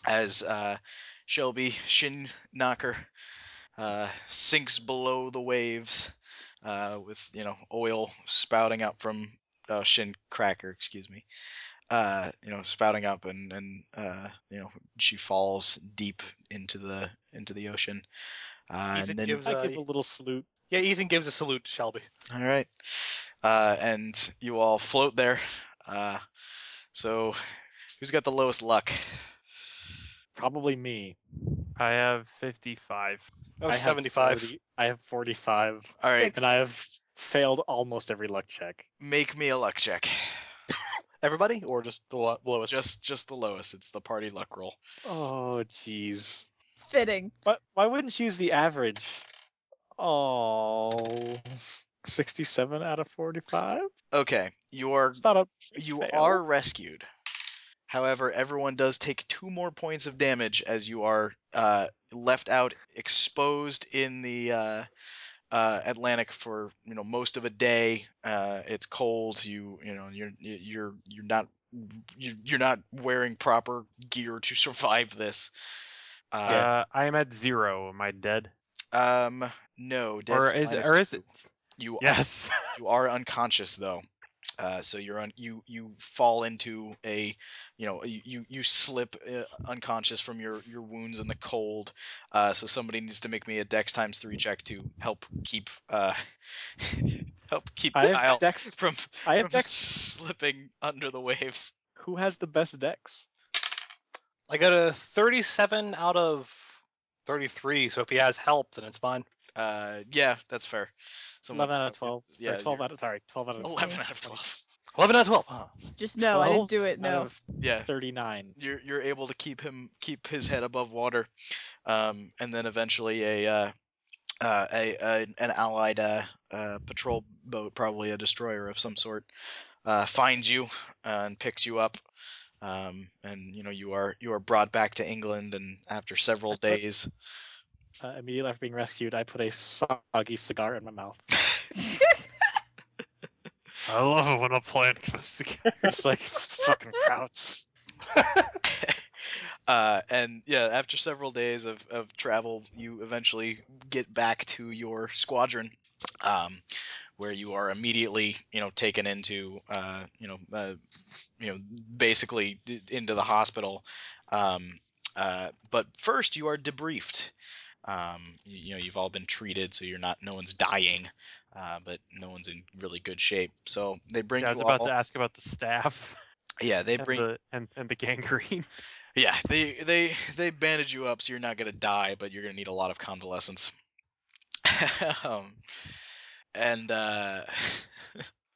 as uh, Shelby Shin Knocker uh, sinks below the waves uh, with you know oil spouting up from uh, shin cracker, excuse me. Uh, you know, spouting up and and uh, you know she falls deep into the into the ocean. Uh, Ethan and then gives I uh, give a little salute. yeah, Ethan gives a salute to Shelby. all right, uh, and you all float there. Uh, so who's got the lowest luck? Probably me. I have 55. Oh, I was have 75. 40 I have 45, All right, Six. and I have failed almost every luck check. make me a luck check. Everybody or just the lo- lowest? Just just the lowest. It's the party luck roll. Oh, jeez. It's fitting. But why wouldn't you use the average? Oh, 67 out of 45? Okay, you are It's not a. You fail. are rescued. However, everyone does take two more points of damage as you are uh, left out exposed in the uh, uh, Atlantic for you know most of a day. Uh, it's cold. You you know you're you're you're not you're you're not wearing proper gear to survive this. Uh, Uh, I am at zero. Am I dead? Um, no, or Dev's is minus or is two. it? you Yes. you are unconscious though uh, so you're on you you fall into a you know you you- you slip uh, unconscious from your your wounds in the cold uh, so somebody needs to make me a dex times three check to help keep uh help keep I Kyle have Dex. from, I from have Dex. slipping under the waves Who has the best Dex? I got a 37 out of 33. So if he has help, then it's mine. uh yeah that's fair Someone- 11 out of 12. yeah, Yeah, 12 you're- out of. Sorry, 12 out of 11 out of 12 11 out of 12. Huh. Just no, I didn't do it. 12 out No. of yeah 39. you're you're able to keep him keep his head above water, um, and then eventually a uh, uh, a, a an allied uh, uh, patrol boat, probably a destroyer of some sort, uh, finds you uh, and picks you up, um, and you know you are you are brought back to England, and after several days, Uh, immediately after being rescued, I put a soggy cigar in my mouth. I love it when a plane comes together. It's like fucking crowds. uh, and yeah, after several days of, of travel, you eventually get back to your squadron, um, where you are immediately, you know, taken into, uh, you know, uh, you know, basically d- into the hospital. Um, uh, but first, you are debriefed. Um, you, you know, you've all been treated, so you're not. No one's dying, uh, but no one's in really good shape. So they bring Yeah, I you was about all. to ask about the staff yeah, they and bring the and, and the gangrene. Yeah, they they they bandage you up, so you're not gonna die, but you're gonna need a lot of convalescence. um, and uh,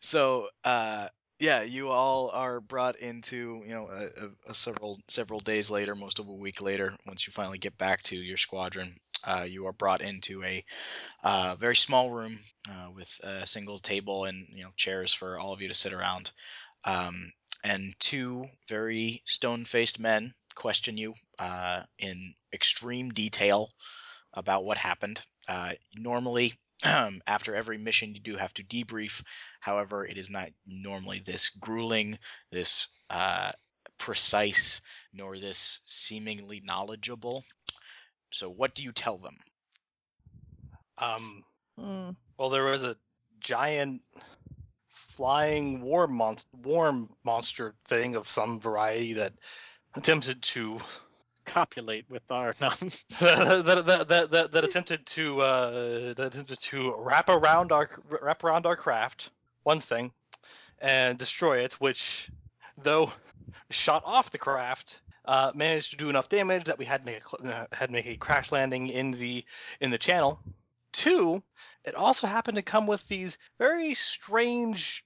so uh, yeah, you all are brought into you know a, a, a several several days later, most of a week later, once you finally get back to your squadron. Uh, you are brought into a uh, very small room uh, with a single table and you know chairs for all of you to sit around. Um, and two very stone-faced men question you uh, in extreme detail about what happened. Uh, normally, after every mission, you do have to debrief. However, it is not normally this grueling, this uh, precise, nor this seemingly knowledgeable. So, what do you tell them? Um, Mm. well, there was a giant flying worm, mon- worm monster thing of some variety that attempted to Copulate with our um, no. that, that, that, that, that attempted to uh, that attempted to wrap around our wrap around our craft. One thing, and destroy it, which though shot off the craft. Uh, managed to do enough damage that we had to make a cl- uh, had to make a crash landing in the in the channel. Two, it also happened to come with these very strange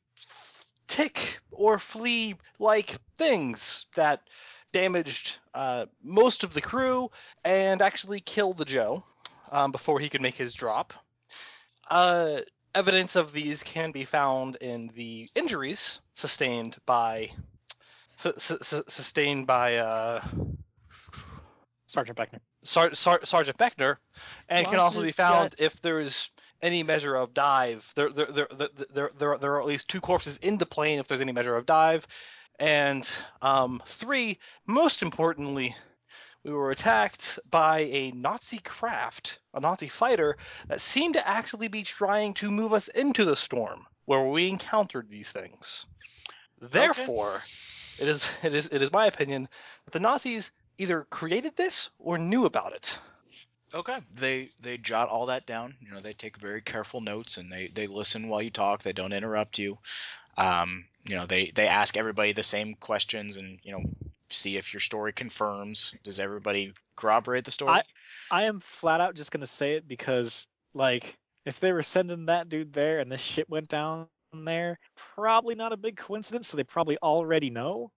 tick or flea like things that damaged uh, most of the crew and actually killed the Joe um, before he could make his drop. Uh, evidence of these can be found in the injuries sustained by su- su- su- sustained by uh, Sergeant Beckner. Sar- Sar- Sergeant Beckner, and can Lost also his be found guts. if there is any measure of dive. There, there, there, there, there, there, there are at least two corpses in the plane if there's any measure of dive, and um, three, most importantly, we were attacked by a Nazi craft, a Nazi fighter that seemed to actually be trying to move us into the storm where we encountered these things. Therefore, it is it is it is my opinion that the Nazis either created this or knew about it. Okay. They they jot all that down. You know, they take very careful notes and they they listen while you talk. They don't interrupt you. Um, you know, they they ask everybody the same questions and you know see if your story confirms. Does everybody corroborate the story? I- I am flat out just gonna say it because like if they were sending that dude there and this shit went down there, probably not a big coincidence. So they probably already know.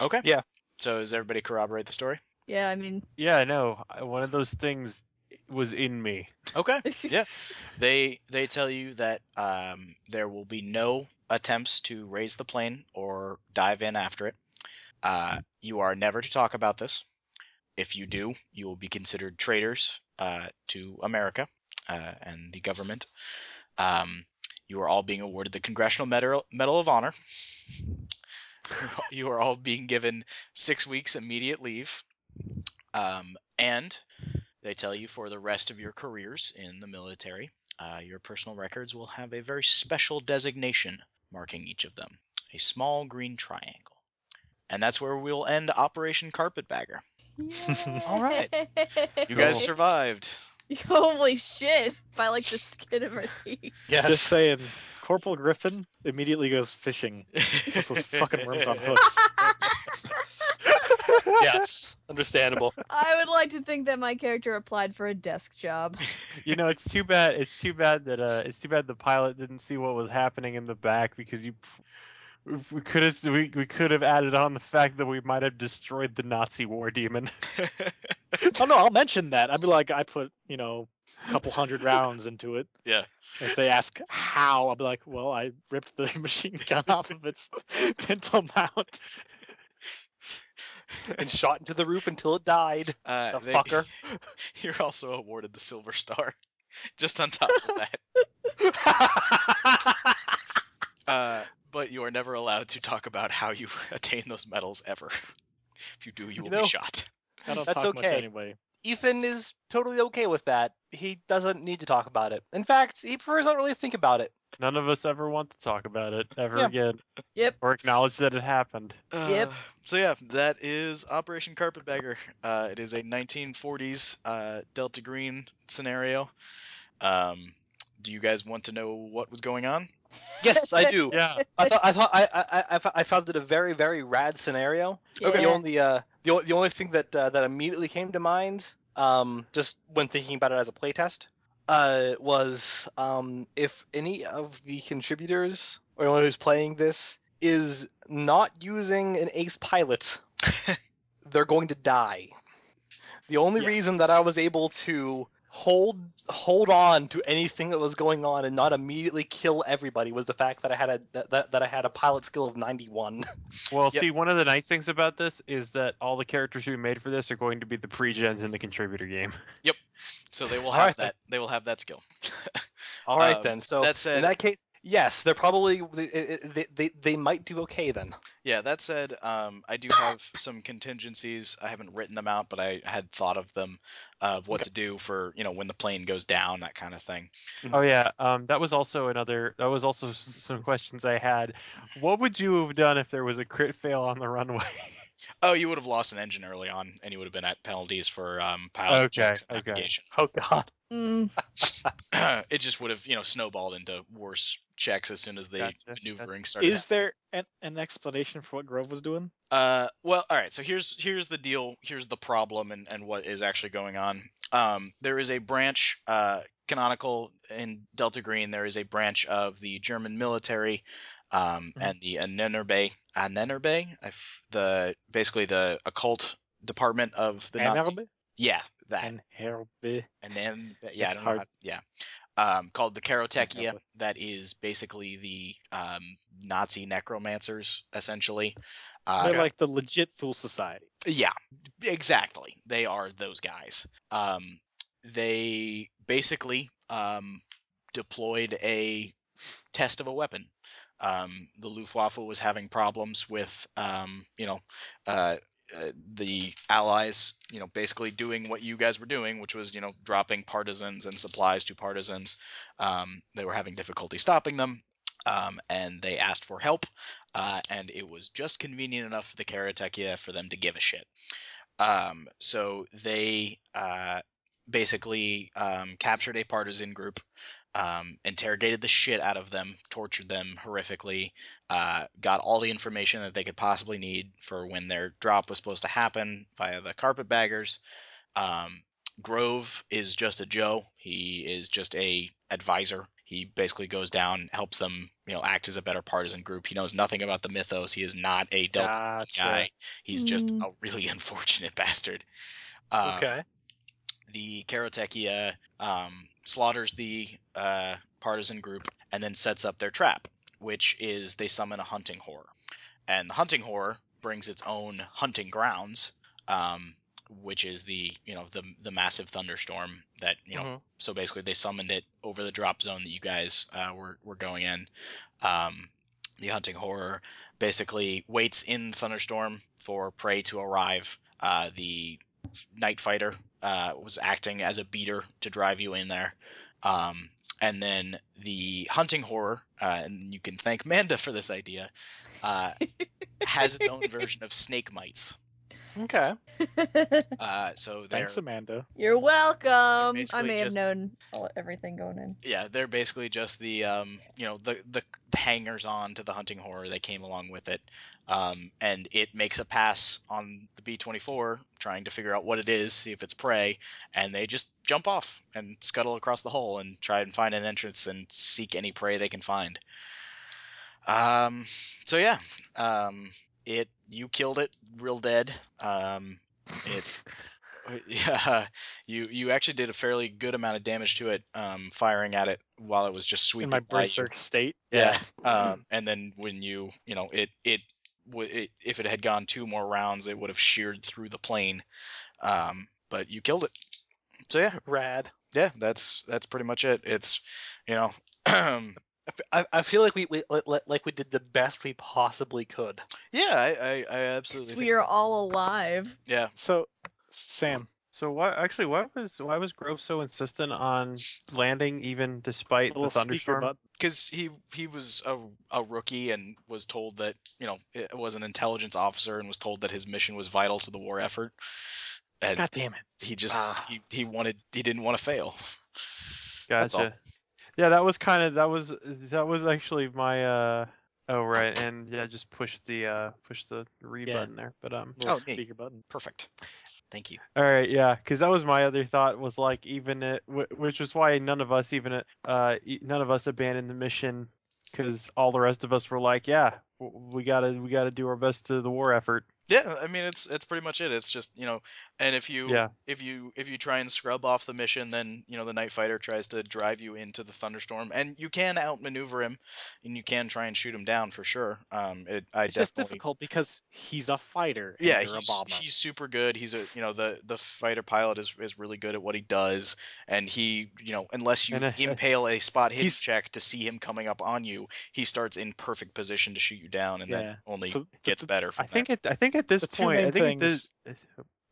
Okay. Yeah. So does everybody corroborate the story? Yeah, I mean, Yeah, I know. I- One of those things was in me. Okay. Yeah. they they tell you that um, there will be no attempts to raise the plane or dive in after it. Uh, you are never to talk about this. If you do, you will be considered traitors uh, to America uh, and the government. Um, you are all being awarded the Congressional Medal, Medal of Honor. you are all being given six weeks immediate leave. Um, and they tell you for the rest of your careers in the military, uh, your personal records will have a very special designation marking each of them a small green triangle. And that's where we'll end Operation Carpetbagger. All right. You guys Cool. survived. Holy shit! By like the skin of her teeth. Yes. Just saying, Corporal Griffin immediately goes fishing. Puts those fucking worms on hooks. yes. Understandable. I would like to think that my character applied for a desk job. You know, it's too bad. It's too bad that uh, it's too bad the pilot didn't see what was happening in the back because you, if we could have we, we could have added on the fact that we might have destroyed the Nazi war demon. oh no, I'll mention that. I'd be like, I put you know a couple hundred rounds into it. Yeah. If they ask how, I'll be like, well, I ripped the machine gun off of its pintle mount. And shot into the roof until it died. Uh, The fucker. You're also awarded the Silver Star. Just on top of that. Uh, but you are never allowed to talk about how you attain those medals ever. If you do, you will know, be shot. I don't That's talk much okay. anyway. Ethan is totally okay with that. He doesn't need to talk about it. In fact, he prefers not really think about it. None of us ever want to talk about it ever Yeah. again. Yep. Or acknowledge that it happened. Yep. Uh, so yeah, that is Operation Carpetbagger. Uh, it is a 1940s uh, Delta Green scenario. Um, do you guys want to know what was going on? Yes, I do. Yeah. I thought I thought I I, I- I, I found it a very very rad scenario. Okay. The only uh the, o- the only thing that uh, that immediately came to mind um just when thinking about it as a playtest uh was um if any of the contributors or anyone who's playing this is not using an ace pilot they're going to die. The only Yeah. reason that I was able to hold hold on to anything that was going on and not immediately kill everybody was the fact that I had a that, that I had a pilot skill of 91. Well, Yep. see, one of the nice things about this is that all the characters we made for this are going to be the pre-gens in the contributor game. So they will have Alright, that. They will have that skill. All right Um, then. So that said- in that case, yes, they're probably they, they, they, they might do okay then. Yeah, that said, um, I do have some contingencies. I haven't written them out, but I had thought of them uh, of what to do for you know when the plane goes down, that kind of thing. Oh yeah, um, that was also another. That was also s- some questions I had. What would you have done if there was a crit fail on the runway? Oh, you would have lost an engine early on, and you would have been at penalties for um, pilot Okay, checks and okay. navigation. Oh God. Mm, it just would have you know snowballed into worse checks as soon as the Gotcha, maneuvering started. Is there an, an explanation for what Grove was doing? Uh, well, all right. So here's here's the deal. Here's the problem, and and what is actually going on. Um, there is a branch, uh, canonical in Delta Green. There is a branch of the German military, um, Mm-hmm. and the Anenerbe, Anenerbe, if the basically the occult department of the Nazi. Anherbe? Yeah, that. Anherbe. And then, yeah, I It's don't hard. know. How, yeah. Um, called the Karotechia. Exactly. That is basically the um, Nazi necromancers, essentially. Uh, They're like the legit Fool Society. yeah, exactly. They are those guys. Um, they basically um, deployed a test of a weapon. Um, the Luftwaffe was having problems with, um, you know, uh, uh, the Allies, you know, basically doing what you guys were doing, which was, you know, dropping partisans and supplies to partisans. Um, they were having difficulty stopping them, um, and they asked for help uh, and it was just convenient enough for the Karatekia for them to give a shit. Um, so they uh, basically um, captured a partisan group, um, interrogated the shit out of them, tortured them horrifically, uh, got all the information that they could possibly need for when their drop was supposed to happen via the carpetbaggers. Um, Grove is just a Joe. He is just a advisor. He basically goes down, helps them, you know, act as a better partisan group. He knows nothing about the mythos. He is not a Delta Gotcha. guy. He's just Mm. a really unfortunate bastard. Um, okay. The Karotekia um, slaughters the uh, partisan group and then sets up their trap, which is they summon a hunting horror. And the hunting horror brings its own hunting grounds, um, which is the you know the the massive thunderstorm that you know Mhm. so basically they summoned it over the drop zone that you guys uh, were, were going in um, the hunting horror basically waits in thunderstorm for prey to arrive uh, the night fighter uh, was acting as a beater to drive you in there um, and then the hunting horror uh, and you can thank manda for this idea uh, has its own version of snake mites Okay. uh, so they're Thanks, Amanda. You're welcome. I basically may have just- known all, everything going in. yeah, they're basically just the um, you know, the the hangers on to the hunting horror that came along with it, um, and it makes a pass on the B twenty four, trying to figure out what it is, see if it's prey, and they just jump off and scuttle across the hole and try and find an entrance and seek any prey they can find. Um, so yeah, um, it you killed it, real dead. Um, it. Yeah, you you actually did a fairly good amount of damage to it, um, firing at it while it was just sweeping. In my by you. berserk state. Yeah. Um, and then when you you know it it, w- it if it had gone two more rounds, it would have sheared through the plane. Um, but you killed it. So yeah, Rad. yeah, that's that's pretty much it. It's you know. I f- I, I feel like we, we like- like like we did the best we possibly could. Yeah, I, I, I absolutely. Since think We are so. all alive. Yeah, So, Sam, So why actually why was why was Grove so insistent on landing even despite little the speaker thunderstorm? button. because he he was a, a rookie and was told that you know it was an intelligence officer and was told that his mission was vital to the war effort, and God damn it. he just Ah. he, he wanted he didn't want to fail. That's all. Gotcha. Yeah, that was kind of that was that was actually my uh oh right and yeah just push the uh push the re Yeah. button there but um Little Oh, neat. speaker button. Perfect. Thank you. all right yeah because that was my other thought was like even it wh- which was why none of us even uh e- none of us abandoned the mission because all the rest of us were like yeah w- we gotta we gotta do our best to the war effort Yeah, I mean it's it's pretty much it. It's just you know, and if you Yeah. if you if you try and scrub off the mission, then you know the night fighter tries to drive you into the thunderstorm, and you can outmaneuver him, and you can try and shoot him down for sure. Um, it I It's just definitely difficult because he's a fighter. and yeah you're a he's, bomber. he's super good he's a you know the the fighter pilot is, is really good at what he does and he you know unless you And, uh, impale a spot hit he's- check to see him coming up on you he starts in perfect position to shoot you down and Yeah. that only So the- gets the- better I from think at I think at this The two point, I main think this,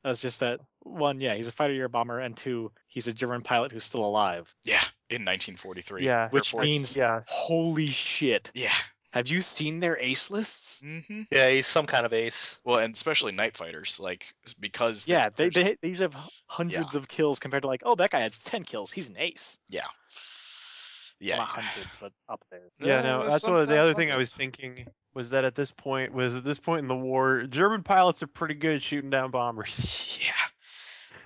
That's just uh, that one. Yeah, he's a fighter. You're a bomber, and two, he's a German pilot who's still alive. that. yeah in 1943 yeah, Which Airports. means, yeah, holy shit! yeah Have you seen their ace lists? hmm Yeah, he's some kind of ace. well and especially night fighters like because Yeah, there's- they, there's- they, they usually have hundreds of kills compared to like, oh, that guy has ten kills. He's an ace. yeah Well, yeah not hundreds, but up there. yeah. Uh, No, that's what the sometimes- other thing I was thinking was that at this point was at this point in the war, German pilots are pretty good at shooting down bombers. Yeah.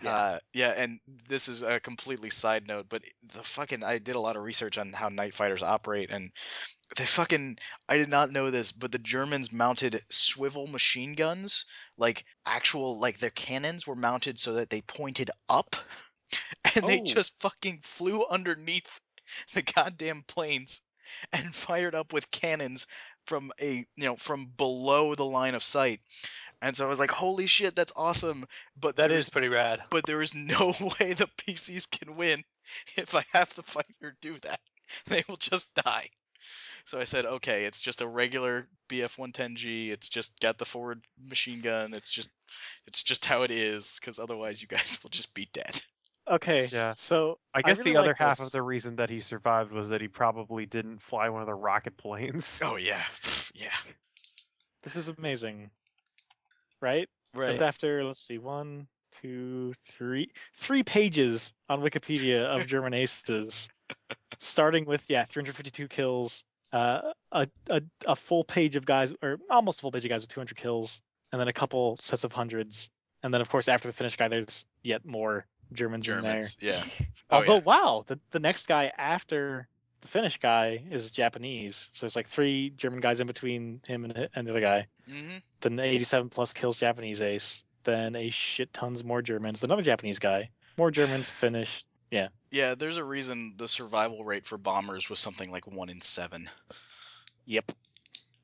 Yeah. Uh, yeah, and this is a completely side note, but the fucking I did a lot of research on how night fighters operate, and they fucking I did not know this, but the Germans mounted swivel machine guns, like actual like their cannons were mounted so that they pointed up, and they Oh. just fucking flew underneath the goddamn planes and fired up with cannons from a you know from below the line of sight, and so I was like, holy shit, that's awesome, but That there's- is pretty rad. but there is no way the PCs can win if I have the fighter do that. They will just die. So I said, okay, it's just a regular BF-110G. It's just got the forward machine gun. It's just, it's just how it is, because otherwise you guys will just be dead. Okay, Yeah. so I guess really the other like half this. of the reason that he survived was that he probably didn't fly one of the rocket planes. Oh yeah, yeah, this is amazing, right? That's after let's see, one, two, three, three pages on Wikipedia of German aces, starting with yeah, 352 kills, uh, a, a a full page of guys or almost a full page of guys with 200 kills, and then a couple sets of hundreds, and then of course after the Finnish guy, there's yet more Germans, in there. Germans. Yeah. Oh, Although wow, the the next guy after the Finnish guy is Japanese, so there's like three German guys in between him and, and the other guy yeah. hmm then 87 plus kills Japanese ace, then a shit tons more Germans, then another Japanese guy, more Germans, Finnish. Yeah, there's a reason the survival rate for bombers was something like one in seven. Yep.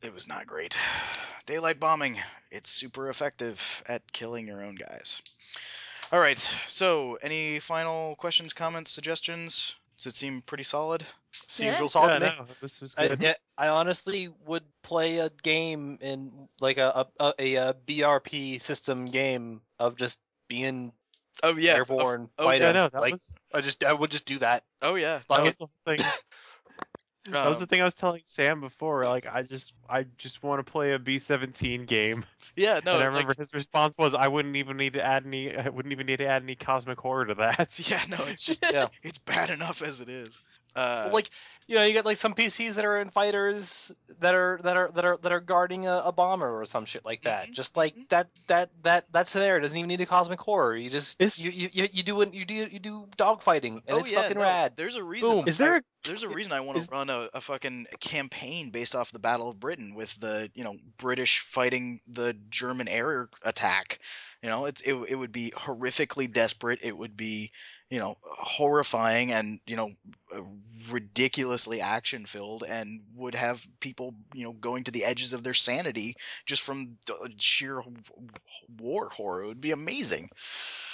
It was not great. Daylight bombing, it's super effective at killing your own guys. All right, so any final questions, comments, suggestions? Does it seem pretty solid? Seems Yeah. real solid yeah, to me. no, this was I, good. yeah, I honestly would play a game in like a a, a, a BRP system game of just being Oh yeah, of- airborne oh, fighting. yeah, no, that like was I just I would just do that. oh yeah. that Fuck was it. the whole thing. That was Um, the thing I was telling Sam before. Like, I just, I just want to play a B-17 game. yeah, no, and I like- remember his response was, "I wouldn't even need to add any. I wouldn't even need to add any cosmic horror to that." yeah, no, it's just Yeah. it's bad enough as it is. Uh, Well, like you know, you got like some PCs that are in fighters that are that are that are that are guarding a, a bomber or some shit like that. Mhm, Just like mhm. that that that that scenario doesn't even need a cosmic horror. You just Is- you, you you you do it you do you do dogfighting and oh it's yeah, fucking no, rad. There's a reason. Boom. Is there a There's a reason I want Is- to run a, a fucking campaign based off the Battle of Britain with the you know British fighting the German air attack. You know, it, it it would be horrifically desperate. It would be you know horrifying and you know uh, ridiculously action filled and would have people you know going to the edges of their sanity just from d- uh, sheer war horror. It would be amazing.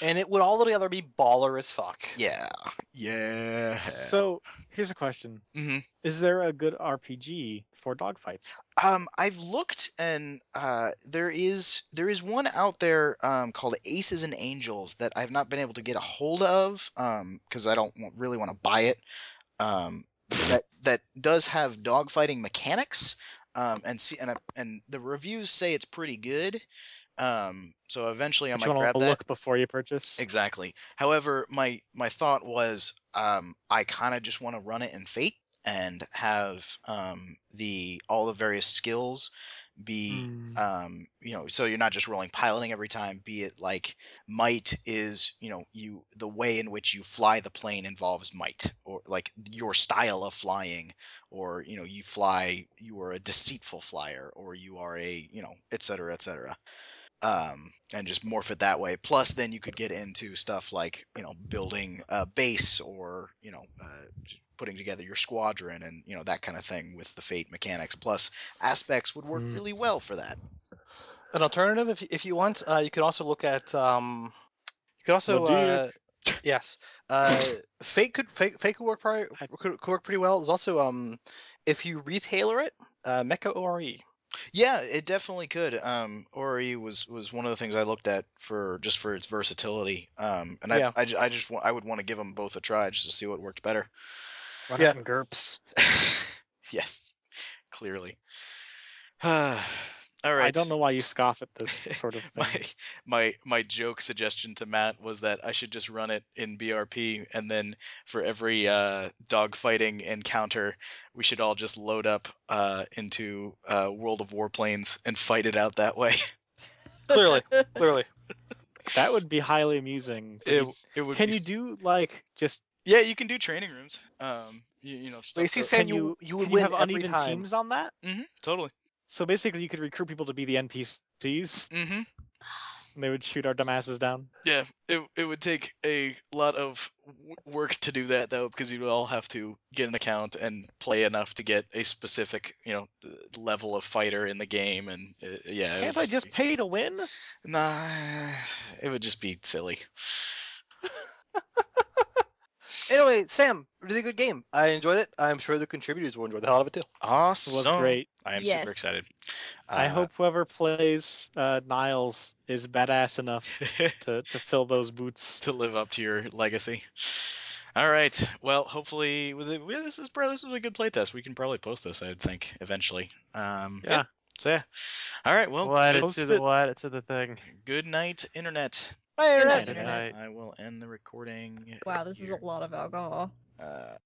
And it would all together be baller as fuck. Yeah. Yeah. so here's a question: hmm Is there a good RPG for dogfights? Um, I've looked, and uh, there is there is one out there um, called Aces and Angels that I've not been able to get a hold of because I don't want, really want to buy it. Um, that that does have dogfighting mechanics, um, and see, and I, and the reviews say it's pretty good. Um, so eventually I But might you want grab to that. look before you purchase. Exactly. However, my my thought was um, I kind of just want to run it in Fate and have um, the all the various skills be um, you know so you're not just rolling piloting every time. Be it like might is you know you the way in which you fly the plane involves might or like your style of flying or you know you fly you are a deceitful flyer or you are a you know et cetera et cetera um, and just morph it that way. Plus, then you could get into stuff like you know building a base or you know uh, j- putting together your squadron and you know that kind of thing with the fate mechanics. Plus, aspects would work Hmm. really well for that. An alternative, if if you want, uh, you could also look at. Um, you could also. Well, do you- Uh, yes. Uh, fake could fake fake could work probably, could, could work pretty well. There's also um, if you retailer it, uh, Mecha ORE. Yeah, it definitely could. Um, Ori was was one of the things I looked at for just for its versatility. Um, and I Yeah. I, ju- I just wa- I would want to give them both a try just to see what worked better. Why Yeah. not in GURPS? yes, clearly. All right. I don't know why you scoff at this sort of My thing. my my joke suggestion to Matt was that I should just run it in BRP, and then for every uh, dogfighting encounter, we should all just load up uh, into uh, World of Warplanes and fight it out that way. Clearly. Clearly. That would be highly amusing. Would you- it would can be you do like just Yeah, you can do training rooms. Um, you, you know, stuff Basically that- saying can you you- you would can win you have every uneven time. teams on that? Mhm, totally. So basically, you could recruit people to be the NPCs, hmm and they would shoot our dumbasses down. Yeah, it it would take a lot of w- work to do that though, because you'd all have to get an account and play enough to get a specific, you know, uh, level of fighter in the game, and uh, yeah. it Can't would I just be- pay to win? Nah, it would just be silly. Anyway, Sam, really good game. I enjoyed it. I'm sure the contributors will enjoy the hell out of it too. It Awesome. was great. I am Yes. super excited. I Uh, hope whoever plays uh, Niles is badass enough to, to fill those boots. to live up to your legacy. All right. Well, hopefully, with it, well, this is probably this is a good playtest. We can probably post this, I'd think, eventually. Um, Yeah. So yeah. All right. Well, We'll add good, it to post the it. we'll add it to the thing. good night, internet. Bye, Good everyone. night, Good Internet. night. I will end the recording. Wow, this is a here. lot of alcohol. Uh,